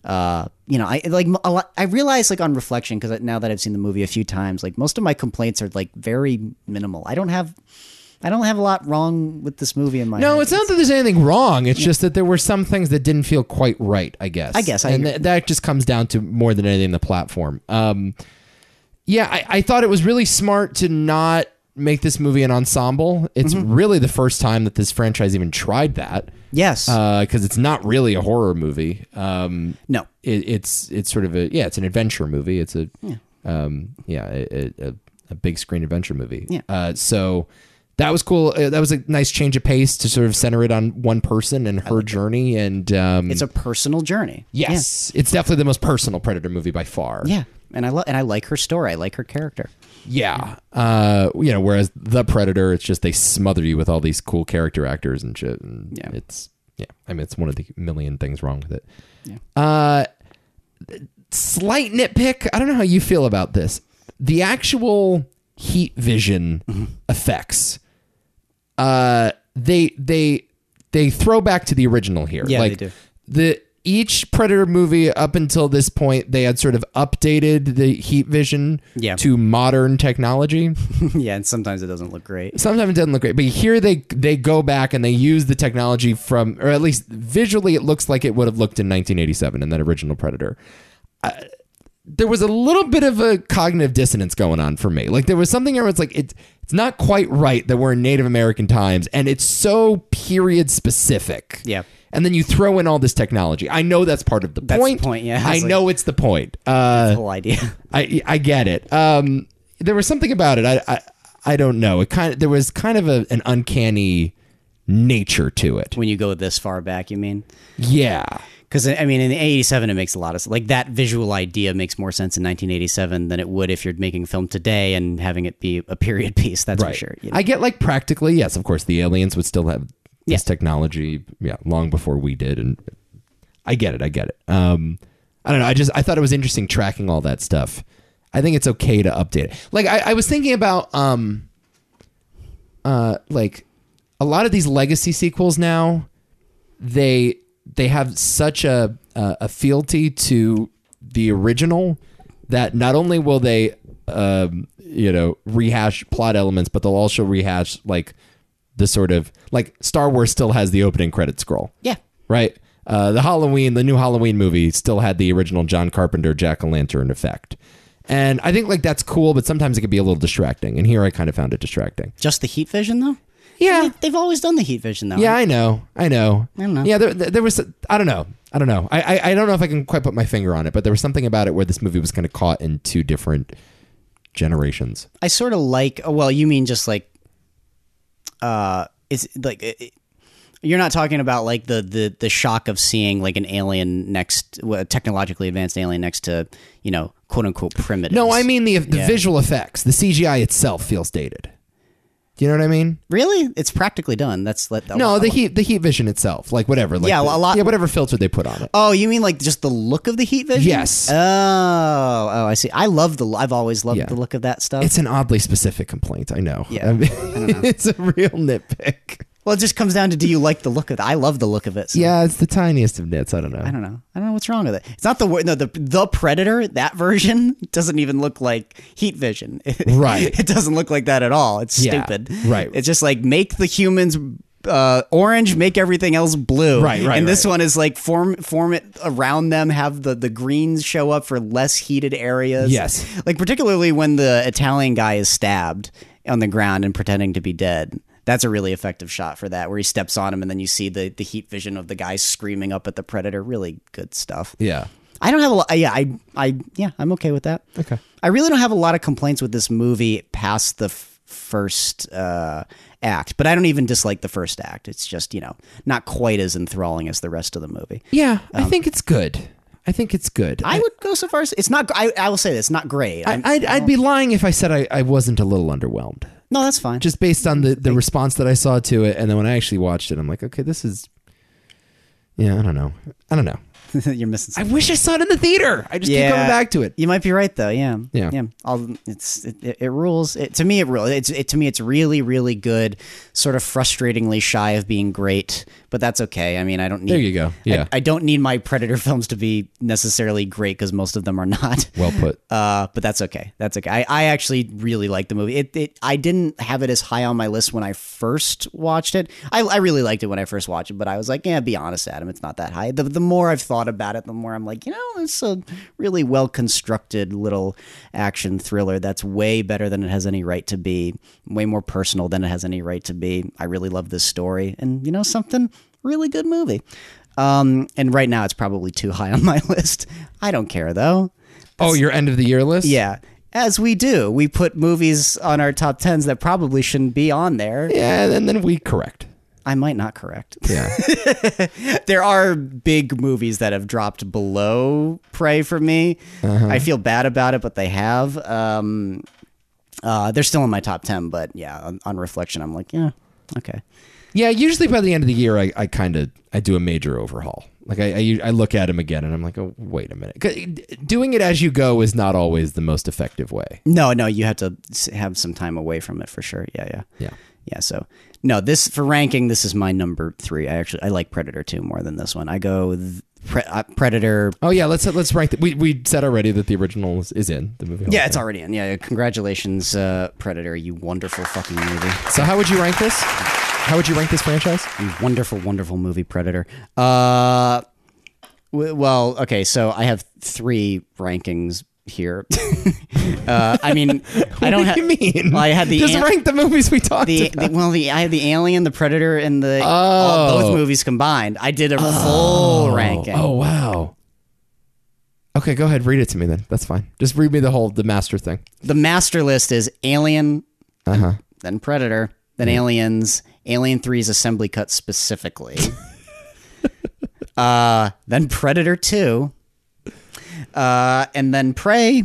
[SPEAKER 1] Uh, you know, I like a lot, I realize like on reflection because now that I've seen the movie a few times, like most of my complaints are like very minimal. I don't have I don't have a lot wrong with this movie in my
[SPEAKER 2] No,
[SPEAKER 1] head.
[SPEAKER 2] it's not that there's anything wrong. It's just that there were some things that didn't feel quite right. I guess.
[SPEAKER 1] I guess, I
[SPEAKER 2] and
[SPEAKER 1] agree.
[SPEAKER 2] th- that just comes down to more than anything the platform. Um, yeah, I, I thought it was really smart to not make this movie an ensemble. It's
[SPEAKER 1] Mm-hmm.
[SPEAKER 2] really the first time that this franchise even tried that
[SPEAKER 1] yes
[SPEAKER 2] because it's not really a horror movie. Um,
[SPEAKER 1] no
[SPEAKER 2] it, it's it's sort of a yeah, it's an adventure movie. It's a yeah, um, yeah a, a, a- a big screen adventure movie.
[SPEAKER 1] Yeah.
[SPEAKER 2] Uh, so that was cool. Uh, that was a nice change of pace to sort of center it on one person and her journey. And um,
[SPEAKER 1] it's a personal journey Yeah.
[SPEAKER 2] yes, it's definitely the most personal Predator movie by far.
[SPEAKER 1] Yeah, and I love and I like her story. I like her character.
[SPEAKER 2] Yeah. Uh, you know, whereas the Predator, it's just they smother you with all these cool character actors and shit. And
[SPEAKER 1] Yeah.
[SPEAKER 2] It's yeah. I mean, it's one of the million things wrong with it. Uh, slight nitpick. I don't know how you feel about this. The actual heat vision
[SPEAKER 1] Mm-hmm.
[SPEAKER 2] effects. Uh, they they they throw back to the original here.
[SPEAKER 1] Yeah,
[SPEAKER 2] like
[SPEAKER 1] they do.
[SPEAKER 2] the each Predator movie up until this point, they had sort of updated the heat vision
[SPEAKER 1] Yeah.
[SPEAKER 2] to modern technology.
[SPEAKER 1] *laughs* yeah, and sometimes it doesn't look great.
[SPEAKER 2] Sometimes it doesn't look great, but here they they go back and they use the technology from, or at least visually, it looks like it would have looked in 1987 in that original Predator. there was a little bit of a cognitive dissonance going on for me. Like there was something where it's like it's it's not quite right that we're in Native American times and it's so period specific.
[SPEAKER 1] Yeah.
[SPEAKER 2] And then you throw in all this technology. I know that's part of the
[SPEAKER 1] the
[SPEAKER 2] point.
[SPEAKER 1] point, yeah. *laughs*
[SPEAKER 2] I,
[SPEAKER 1] It's like-
[SPEAKER 2] know it's the point. Uh,
[SPEAKER 1] The whole idea. *laughs*
[SPEAKER 2] I I get it. Um, there was something about it. I I, I don't know. It kind of there was kind of a, an uncanny nature to it.
[SPEAKER 1] When you go this far back, you mean?
[SPEAKER 2] Yeah.
[SPEAKER 1] Because I mean, in '87, it makes a lot of like that visual idea makes more sense in 1987 than it would if you're making a film today and having it be a period *laughs* piece. That's for sure. you know?
[SPEAKER 2] I get like practically, yes, of course, the aliens would still have
[SPEAKER 1] Yeah.
[SPEAKER 2] this technology, yeah, long before we did, and I get it, I get it. Um, I don't know, I just I thought it was interesting tracking all that stuff. I think it's okay to update it. Like I, I was thinking about, um, uh, like a lot of these legacy sequels now, they they have such a uh, a fealty to the original that not only will they um, you know rehash plot elements, but they'll also rehash like the sort of like Star Wars still has the opening credit scroll,
[SPEAKER 1] yeah,
[SPEAKER 2] right? Uh, the Halloween, the new Halloween movie, still had the original John Carpenter jack o' lantern effect, and I think like that's cool, but sometimes it could be a little distracting. And here I kind of found it distracting.
[SPEAKER 1] just the heat vision though.
[SPEAKER 2] Yeah.
[SPEAKER 1] They've always done the heat vision though.
[SPEAKER 2] Yeah,
[SPEAKER 1] right?
[SPEAKER 2] I know. I know. I
[SPEAKER 1] don't know.
[SPEAKER 2] Yeah, there, there there was. I don't know. I don't know. I, I I don't know if I can quite put my finger on it, but there was something about it where this movie was kind of caught in two different generations.
[SPEAKER 1] I sort of like. oh, Well, you mean just like, uh, it's like it, it- you're not talking about like the the the shock of seeing like an alien next, well, a technologically advanced alien next to you know quote unquote primitive.
[SPEAKER 2] No, I mean the the
[SPEAKER 1] Yeah.
[SPEAKER 2] visual effects. The CGI itself feels dated. Do you know what I mean?
[SPEAKER 1] really, it's practically done. That's let.
[SPEAKER 2] No, the heat the heat vision itself, like whatever. Like
[SPEAKER 1] Yeah,
[SPEAKER 2] the-
[SPEAKER 1] well, a lot-
[SPEAKER 2] Yeah, whatever filter they put on it.
[SPEAKER 1] Oh, you mean like just the look of the heat vision?
[SPEAKER 2] Yes.
[SPEAKER 1] Oh, oh, I see. I love the. I've always loved
[SPEAKER 2] Yeah.
[SPEAKER 1] the look of that stuff.
[SPEAKER 2] It's an oddly specific complaint. I know.
[SPEAKER 1] Yeah,
[SPEAKER 2] *laughs* I mean, it's a real nitpick.
[SPEAKER 1] well, it just comes down to do you like the look of it? I love the look of it. so-
[SPEAKER 2] Yeah, it's the tiniest of nits. I don't know.
[SPEAKER 1] I don't know. I don't know what's wrong with it. It's not the word. No, the the Predator that version *laughs* doesn't even look like Heat Vision. *laughs*
[SPEAKER 2] Right.
[SPEAKER 1] it doesn't look like that at all. It's
[SPEAKER 2] Yeah,
[SPEAKER 1] stupid.
[SPEAKER 2] right.
[SPEAKER 1] It's just like make the humans. Uh, orange, make everything else blue.
[SPEAKER 2] Right, right,
[SPEAKER 1] And this
[SPEAKER 2] right.
[SPEAKER 1] one is like form form it around them. Have the the greens show up for less heated areas.
[SPEAKER 2] Yes.
[SPEAKER 1] like particularly when the Italian guy is stabbed on the ground and pretending to be dead. That's a really effective shot for that, where he steps on him and then you see the, the heat vision of the guy screaming up at the predator. Really good stuff.
[SPEAKER 2] Yeah.
[SPEAKER 1] I don't have a lot. Yeah, I, I, yeah, I'm okay with that.
[SPEAKER 2] Okay.
[SPEAKER 1] I really don't have a lot of complaints with this movie past the f- first uh, act, but I don't even dislike the first act. It's just you know not quite as enthralling as the rest of the movie.
[SPEAKER 2] Yeah, I think it's good. I think it's good.
[SPEAKER 1] Um, I would go so far as it's not. I, I will say this, not great.
[SPEAKER 2] I,
[SPEAKER 1] I'm-
[SPEAKER 2] I'd, I'd be lying if I said I, I wasn't a little underwhelmed,
[SPEAKER 1] no, that's fine.
[SPEAKER 2] just based on the, the response that I saw to it, and then when I actually watched it, I'm like, okay, this is, yeah, I don't know, I don't know.
[SPEAKER 1] *laughs* you're missing.
[SPEAKER 2] I wish I saw it in the theater. I just keep coming back to it.
[SPEAKER 1] You might be right though. Yeah.
[SPEAKER 2] Yeah.
[SPEAKER 1] Yeah. All it's it, it, it rules. It, to me, it rules. It's it, to me, it's really really good. Sort of frustratingly shy of being great, but that's okay. I mean, I don't need.
[SPEAKER 2] There you go. Yeah.
[SPEAKER 1] I, I don't need my Predator films to be necessarily great because most of them are not.
[SPEAKER 2] well
[SPEAKER 1] *laughs*
[SPEAKER 2] put.
[SPEAKER 1] Uh, but that's okay. That's okay. I, I actually really like the movie. It, it I didn't have it as high on my list when I first watched it. I, I really liked it when I first watched it, but I was like, yeah, be honest, Adam, it's not that high. The, the more I've thought about it, the more I'm like, you know, it's a really well constructed little action thriller that's way better than it has any right to be, way more personal than it has any right to be. I really love this story, and you know something, really good movie. Um, and right now it's probably too high on my *laughs* list. I don't care though.
[SPEAKER 2] Oh, your end of the year list.
[SPEAKER 1] Yeah. As we do, we put movies on our top tens that probably shouldn't be on there.
[SPEAKER 2] yeah, and then we correct.
[SPEAKER 1] I might not correct. *laughs*
[SPEAKER 2] Yeah,
[SPEAKER 1] there are big movies that have dropped below Prey for me. I feel bad about it, but they have. Um, uh, they're still in my top ten, but yeah, on, on reflection, I'm like, yeah, okay.
[SPEAKER 2] yeah. Usually by the end of the year, I, I kind of I do a major overhaul. Like I, I I look at them again, and I'm like, oh, wait a minute. 'Cause Doing it as you go is not always the most effective way.
[SPEAKER 1] No, no, you have to s- have some time away from it for sure. Yeah, yeah,
[SPEAKER 2] Yeah.
[SPEAKER 1] yeah. So no, this for ranking, this is my number three. I actually I like Predator two more than this one. I go th- pre- uh, Predator,
[SPEAKER 2] Oh yeah, let's let's rank. The, we we said already that the original is, is in the movie. Hall
[SPEAKER 1] Yeah,
[SPEAKER 2] of
[SPEAKER 1] it's already in. Yeah, congratulations, uh, Predator. You wonderful fucking movie.
[SPEAKER 2] Fame. So how would you rank this? How would you rank this franchise?
[SPEAKER 1] You wonderful, wonderful movie, Predator. Uh, w- well, okay, so I have three rankings here. *laughs* uh, I mean, I don't
[SPEAKER 2] what
[SPEAKER 1] have.
[SPEAKER 2] do you mean?
[SPEAKER 1] Well, I had the
[SPEAKER 2] just
[SPEAKER 1] an-
[SPEAKER 2] rank the movies we talked
[SPEAKER 1] the,
[SPEAKER 2] about.
[SPEAKER 1] the- well, the I had the Alien, the Predator, and the
[SPEAKER 2] Oh.
[SPEAKER 1] all, both movies combined. I did a full ranking.
[SPEAKER 2] Oh wow. Okay, go ahead. Read it to me then. That's fine. Just read me the whole the master thing.
[SPEAKER 1] The master list is Alien,
[SPEAKER 2] Uh huh.
[SPEAKER 1] then Predator, then Aliens, Alien 3's assembly cut specifically. *laughs* uh, then Predator 2, uh, and then Prey,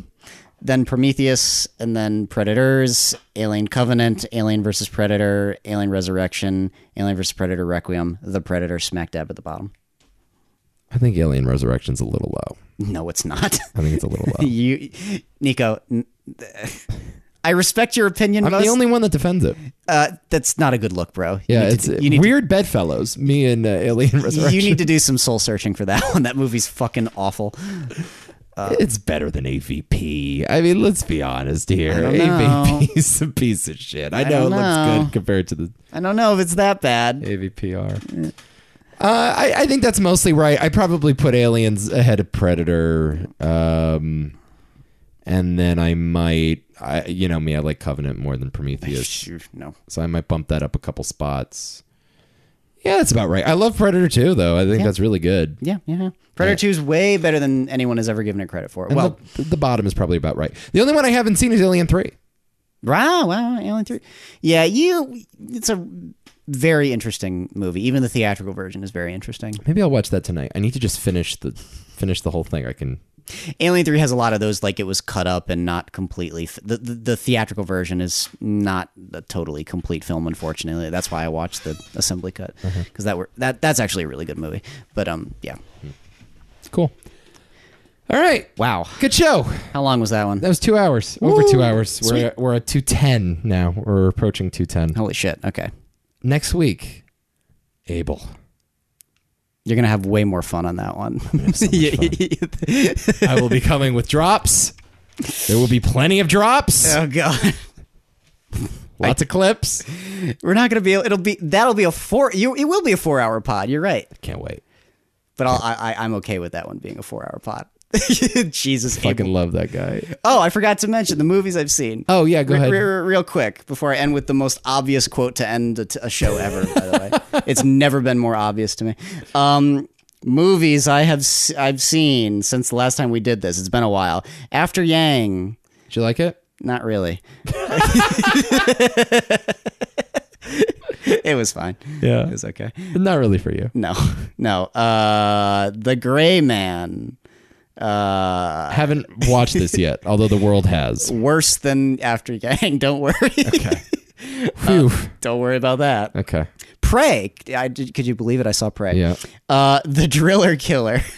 [SPEAKER 1] then Prometheus, and then Predators, Alien Covenant, Alien versus Predator, Alien Resurrection, Alien versus Predator Requiem, The Predator smack dab at the bottom. *laughs*
[SPEAKER 2] I think Alien Resurrection's a little low.
[SPEAKER 1] No, it's not. *laughs*
[SPEAKER 2] I think it's a *laughs* little low.
[SPEAKER 1] you, Nico, n- *laughs* I respect your opinion.
[SPEAKER 2] I'm
[SPEAKER 1] most.
[SPEAKER 2] the only one that defends it.
[SPEAKER 1] uh, that's not a good look, bro. You
[SPEAKER 2] Yeah,
[SPEAKER 1] need to
[SPEAKER 2] it's
[SPEAKER 1] do-
[SPEAKER 2] *laughs*
[SPEAKER 1] you need to
[SPEAKER 2] weird bedfellows. Me and uh, Alien Resurrection.
[SPEAKER 1] You need to do some soul searching for that *laughs* one. That movie's fucking awful.
[SPEAKER 2] it's better than AVP. I mean, let's be honest here.
[SPEAKER 1] don't know.
[SPEAKER 2] AVP is a piece of shit. I know it
[SPEAKER 1] don't know.
[SPEAKER 2] looks good compared to the
[SPEAKER 1] I don't know if it's that bad.
[SPEAKER 2] AVPR. Uh, I, I think that's mostly right. I probably put Aliens ahead of Predator, um, and then I might I you know me, I like Covenant more than
[SPEAKER 1] *laughs*
[SPEAKER 2] Prometheus,
[SPEAKER 1] Shoo, No.
[SPEAKER 2] so I might bump that up a couple spots. Yeah, that's about right. I love Predator too, though. I think that's really good.
[SPEAKER 1] Yeah, yeah, yeah. Predator 2 is way better than anyone has ever given it credit for.
[SPEAKER 2] And
[SPEAKER 1] well,
[SPEAKER 2] the, the bottom is probably about right. The only one I haven't seen is Alien Three.
[SPEAKER 1] wow, wow, Alien 3. Yeah, you. It's a very interesting movie. Even the theatrical version is very interesting.
[SPEAKER 2] Maybe I'll watch that tonight. I need to just finish the finish the whole thing. I can.
[SPEAKER 1] Alien 3 has a lot of those, like it was cut up and not completely. F- the, the, the theatrical version is not a totally complete film, unfortunately. That's why I watched the assembly cut, because that were that that's actually a really good movie. But um, yeah.
[SPEAKER 2] Cool. All right.
[SPEAKER 1] Wow.
[SPEAKER 2] Good show.
[SPEAKER 1] How long was that one?
[SPEAKER 2] That was two hours. Over two hours. We're we're at two ten now. We're approaching two ten.
[SPEAKER 1] Holy shit. Okay.
[SPEAKER 2] Next week, Abel.
[SPEAKER 1] *laughs* You're going to have way more fun on that one. Yeah.
[SPEAKER 2] I will be coming with drops. There will be plenty of drops.
[SPEAKER 1] *laughs* oh, God.
[SPEAKER 2] Lots of clips.
[SPEAKER 1] We're not going to be, it'll be, that'll be a four, you, it will be a four hour pod. You're right.
[SPEAKER 2] Can't wait.
[SPEAKER 1] But I'll, I, I- I'm okay with that one being a four hour pod. *laughs* Jesus.
[SPEAKER 2] Fucking
[SPEAKER 1] Abel.
[SPEAKER 2] love that guy.
[SPEAKER 1] Oh, I forgot to mention the movies I've seen.
[SPEAKER 2] Oh yeah, go
[SPEAKER 1] Re-
[SPEAKER 2] ahead.
[SPEAKER 1] re- re- real quick before I end with the most obvious quote to end a, t- a show ever. By the
[SPEAKER 2] *laughs*
[SPEAKER 1] way, it's never been more obvious to me. Um, movies I have s- I've seen since the last time we did this. It's been a while. After Yang,
[SPEAKER 2] Did you like it?
[SPEAKER 1] not really. *laughs* it was fine.
[SPEAKER 2] Yeah.
[SPEAKER 1] It was okay.
[SPEAKER 2] Not really for you.
[SPEAKER 1] No, no. Uh, the Gray Man. Uh,
[SPEAKER 2] Haven't watched this yet,
[SPEAKER 1] *laughs*
[SPEAKER 2] although the world has.
[SPEAKER 1] worse than After Yang. *laughs* Don't worry. Okay.
[SPEAKER 2] Phew.
[SPEAKER 1] Don't worry about that.
[SPEAKER 2] okay.
[SPEAKER 1] Prey. I, did- could you believe it? I saw Prey.
[SPEAKER 2] Yeah.
[SPEAKER 1] Uh, the Driller Killer. *laughs*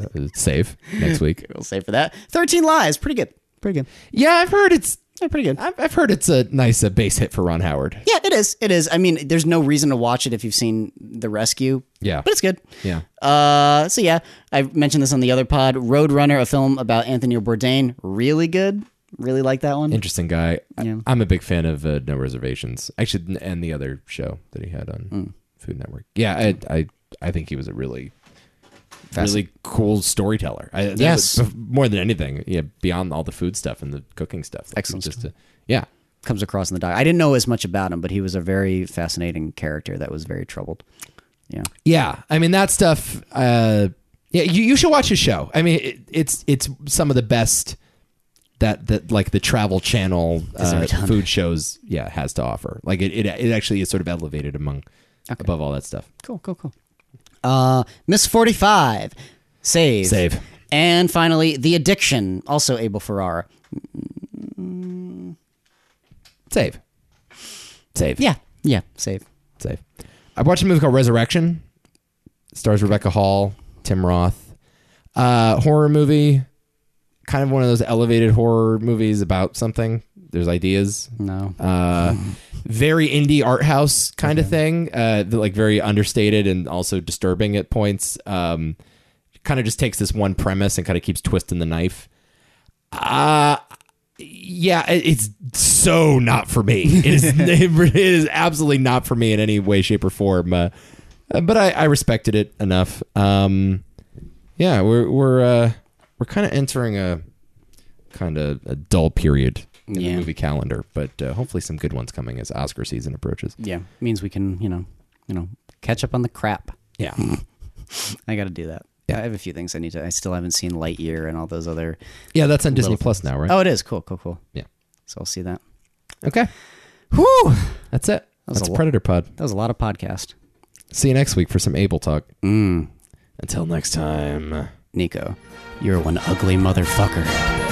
[SPEAKER 2] Uh, Save next week.
[SPEAKER 1] we'll say for that. 13 Lies. Pretty good. Pretty good.
[SPEAKER 2] Yeah, I've heard it's
[SPEAKER 1] Yeah, pretty good.
[SPEAKER 2] I've, I've heard it's a nice uh, base hit for Ron Howard.
[SPEAKER 1] Yeah, it is. It is. I mean, there's no reason to watch it if you've seen The Rescue.
[SPEAKER 2] Yeah.
[SPEAKER 1] But it's good.
[SPEAKER 2] Yeah.
[SPEAKER 1] Uh, so yeah, I mentioned this on the other pod. Roadrunner, a film about Anthony Bourdain. Really good. Really like that one.
[SPEAKER 2] Interesting guy.
[SPEAKER 1] Yeah.
[SPEAKER 2] I, am a big fan of uh, No Reservations. Actually, n- and the other show that he had on
[SPEAKER 1] Mm.
[SPEAKER 2] Food Network. Yeah, I, I I think he was a really really cool storyteller. I, that
[SPEAKER 1] Yes.
[SPEAKER 2] was bef- more than anything. Yeah, beyond all the food stuff and the cooking stuff. Like,
[SPEAKER 1] Excellent
[SPEAKER 2] Just a, yeah.
[SPEAKER 1] Comes across in the doc. I didn't know as much about him, but he was a very fascinating character that was very troubled. Yeah.
[SPEAKER 2] Yeah, I mean that stuff. Uh, yeah, you, you should watch his show. I mean, it, it's it's some of the best that that like the Travel Channel uh,
[SPEAKER 1] ever done.
[SPEAKER 2] food shows yeah has to offer. Like it, it it actually is sort of elevated among above all that stuff.
[SPEAKER 1] Cool, cool, cool. Uh, Miss 45, Save.
[SPEAKER 2] Save.
[SPEAKER 1] And finally, The Addiction, also Abel Ferrara.
[SPEAKER 2] Save, save,
[SPEAKER 1] Yeah, yeah, Save.
[SPEAKER 2] save. I watched a movie called Resurrection. It stars Rebecca Hall, Tim Roth. Uh, horror movie, kind of one of those elevated horror movies about something. There's ideas.
[SPEAKER 1] No.
[SPEAKER 2] uh, very indie art house kind of thing, uh, the- like very understated and also disturbing at points. Um, kind of just takes this one premise and kind of keeps twisting the knife. Uh, yeah, it- it's so not
[SPEAKER 1] *laughs*
[SPEAKER 2] for me. It is, it re- it is absolutely not for me in any way, shape, or form. Uh, uh, but I, I respected it enough. Um, yeah, we're we're uh, we're kind of entering a kind of a dull period in the
[SPEAKER 1] Yeah.
[SPEAKER 2] movie calendar, but uh, hopefully some good ones coming as Oscar season approaches.
[SPEAKER 1] Yeah, means we can, you know, you know, catch up on the crap.
[SPEAKER 2] Yeah,
[SPEAKER 1] I got to do that. I have a few things I need to. I still haven't seen Lightyear and all those other.
[SPEAKER 2] yeah, that's on Disney Plus now, right?
[SPEAKER 1] Oh, it is cool, cool, cool.
[SPEAKER 2] Yeah.
[SPEAKER 1] So I'll see that.
[SPEAKER 2] Okay,
[SPEAKER 1] Whew!
[SPEAKER 2] that's it.
[SPEAKER 1] was
[SPEAKER 2] That's
[SPEAKER 1] a lo-
[SPEAKER 2] Predator Pod.
[SPEAKER 1] That was a lot of podcast.
[SPEAKER 2] See you next week for some Able talk.
[SPEAKER 1] Mm,
[SPEAKER 2] Until next time.
[SPEAKER 1] Nico, you're one ugly motherfucker.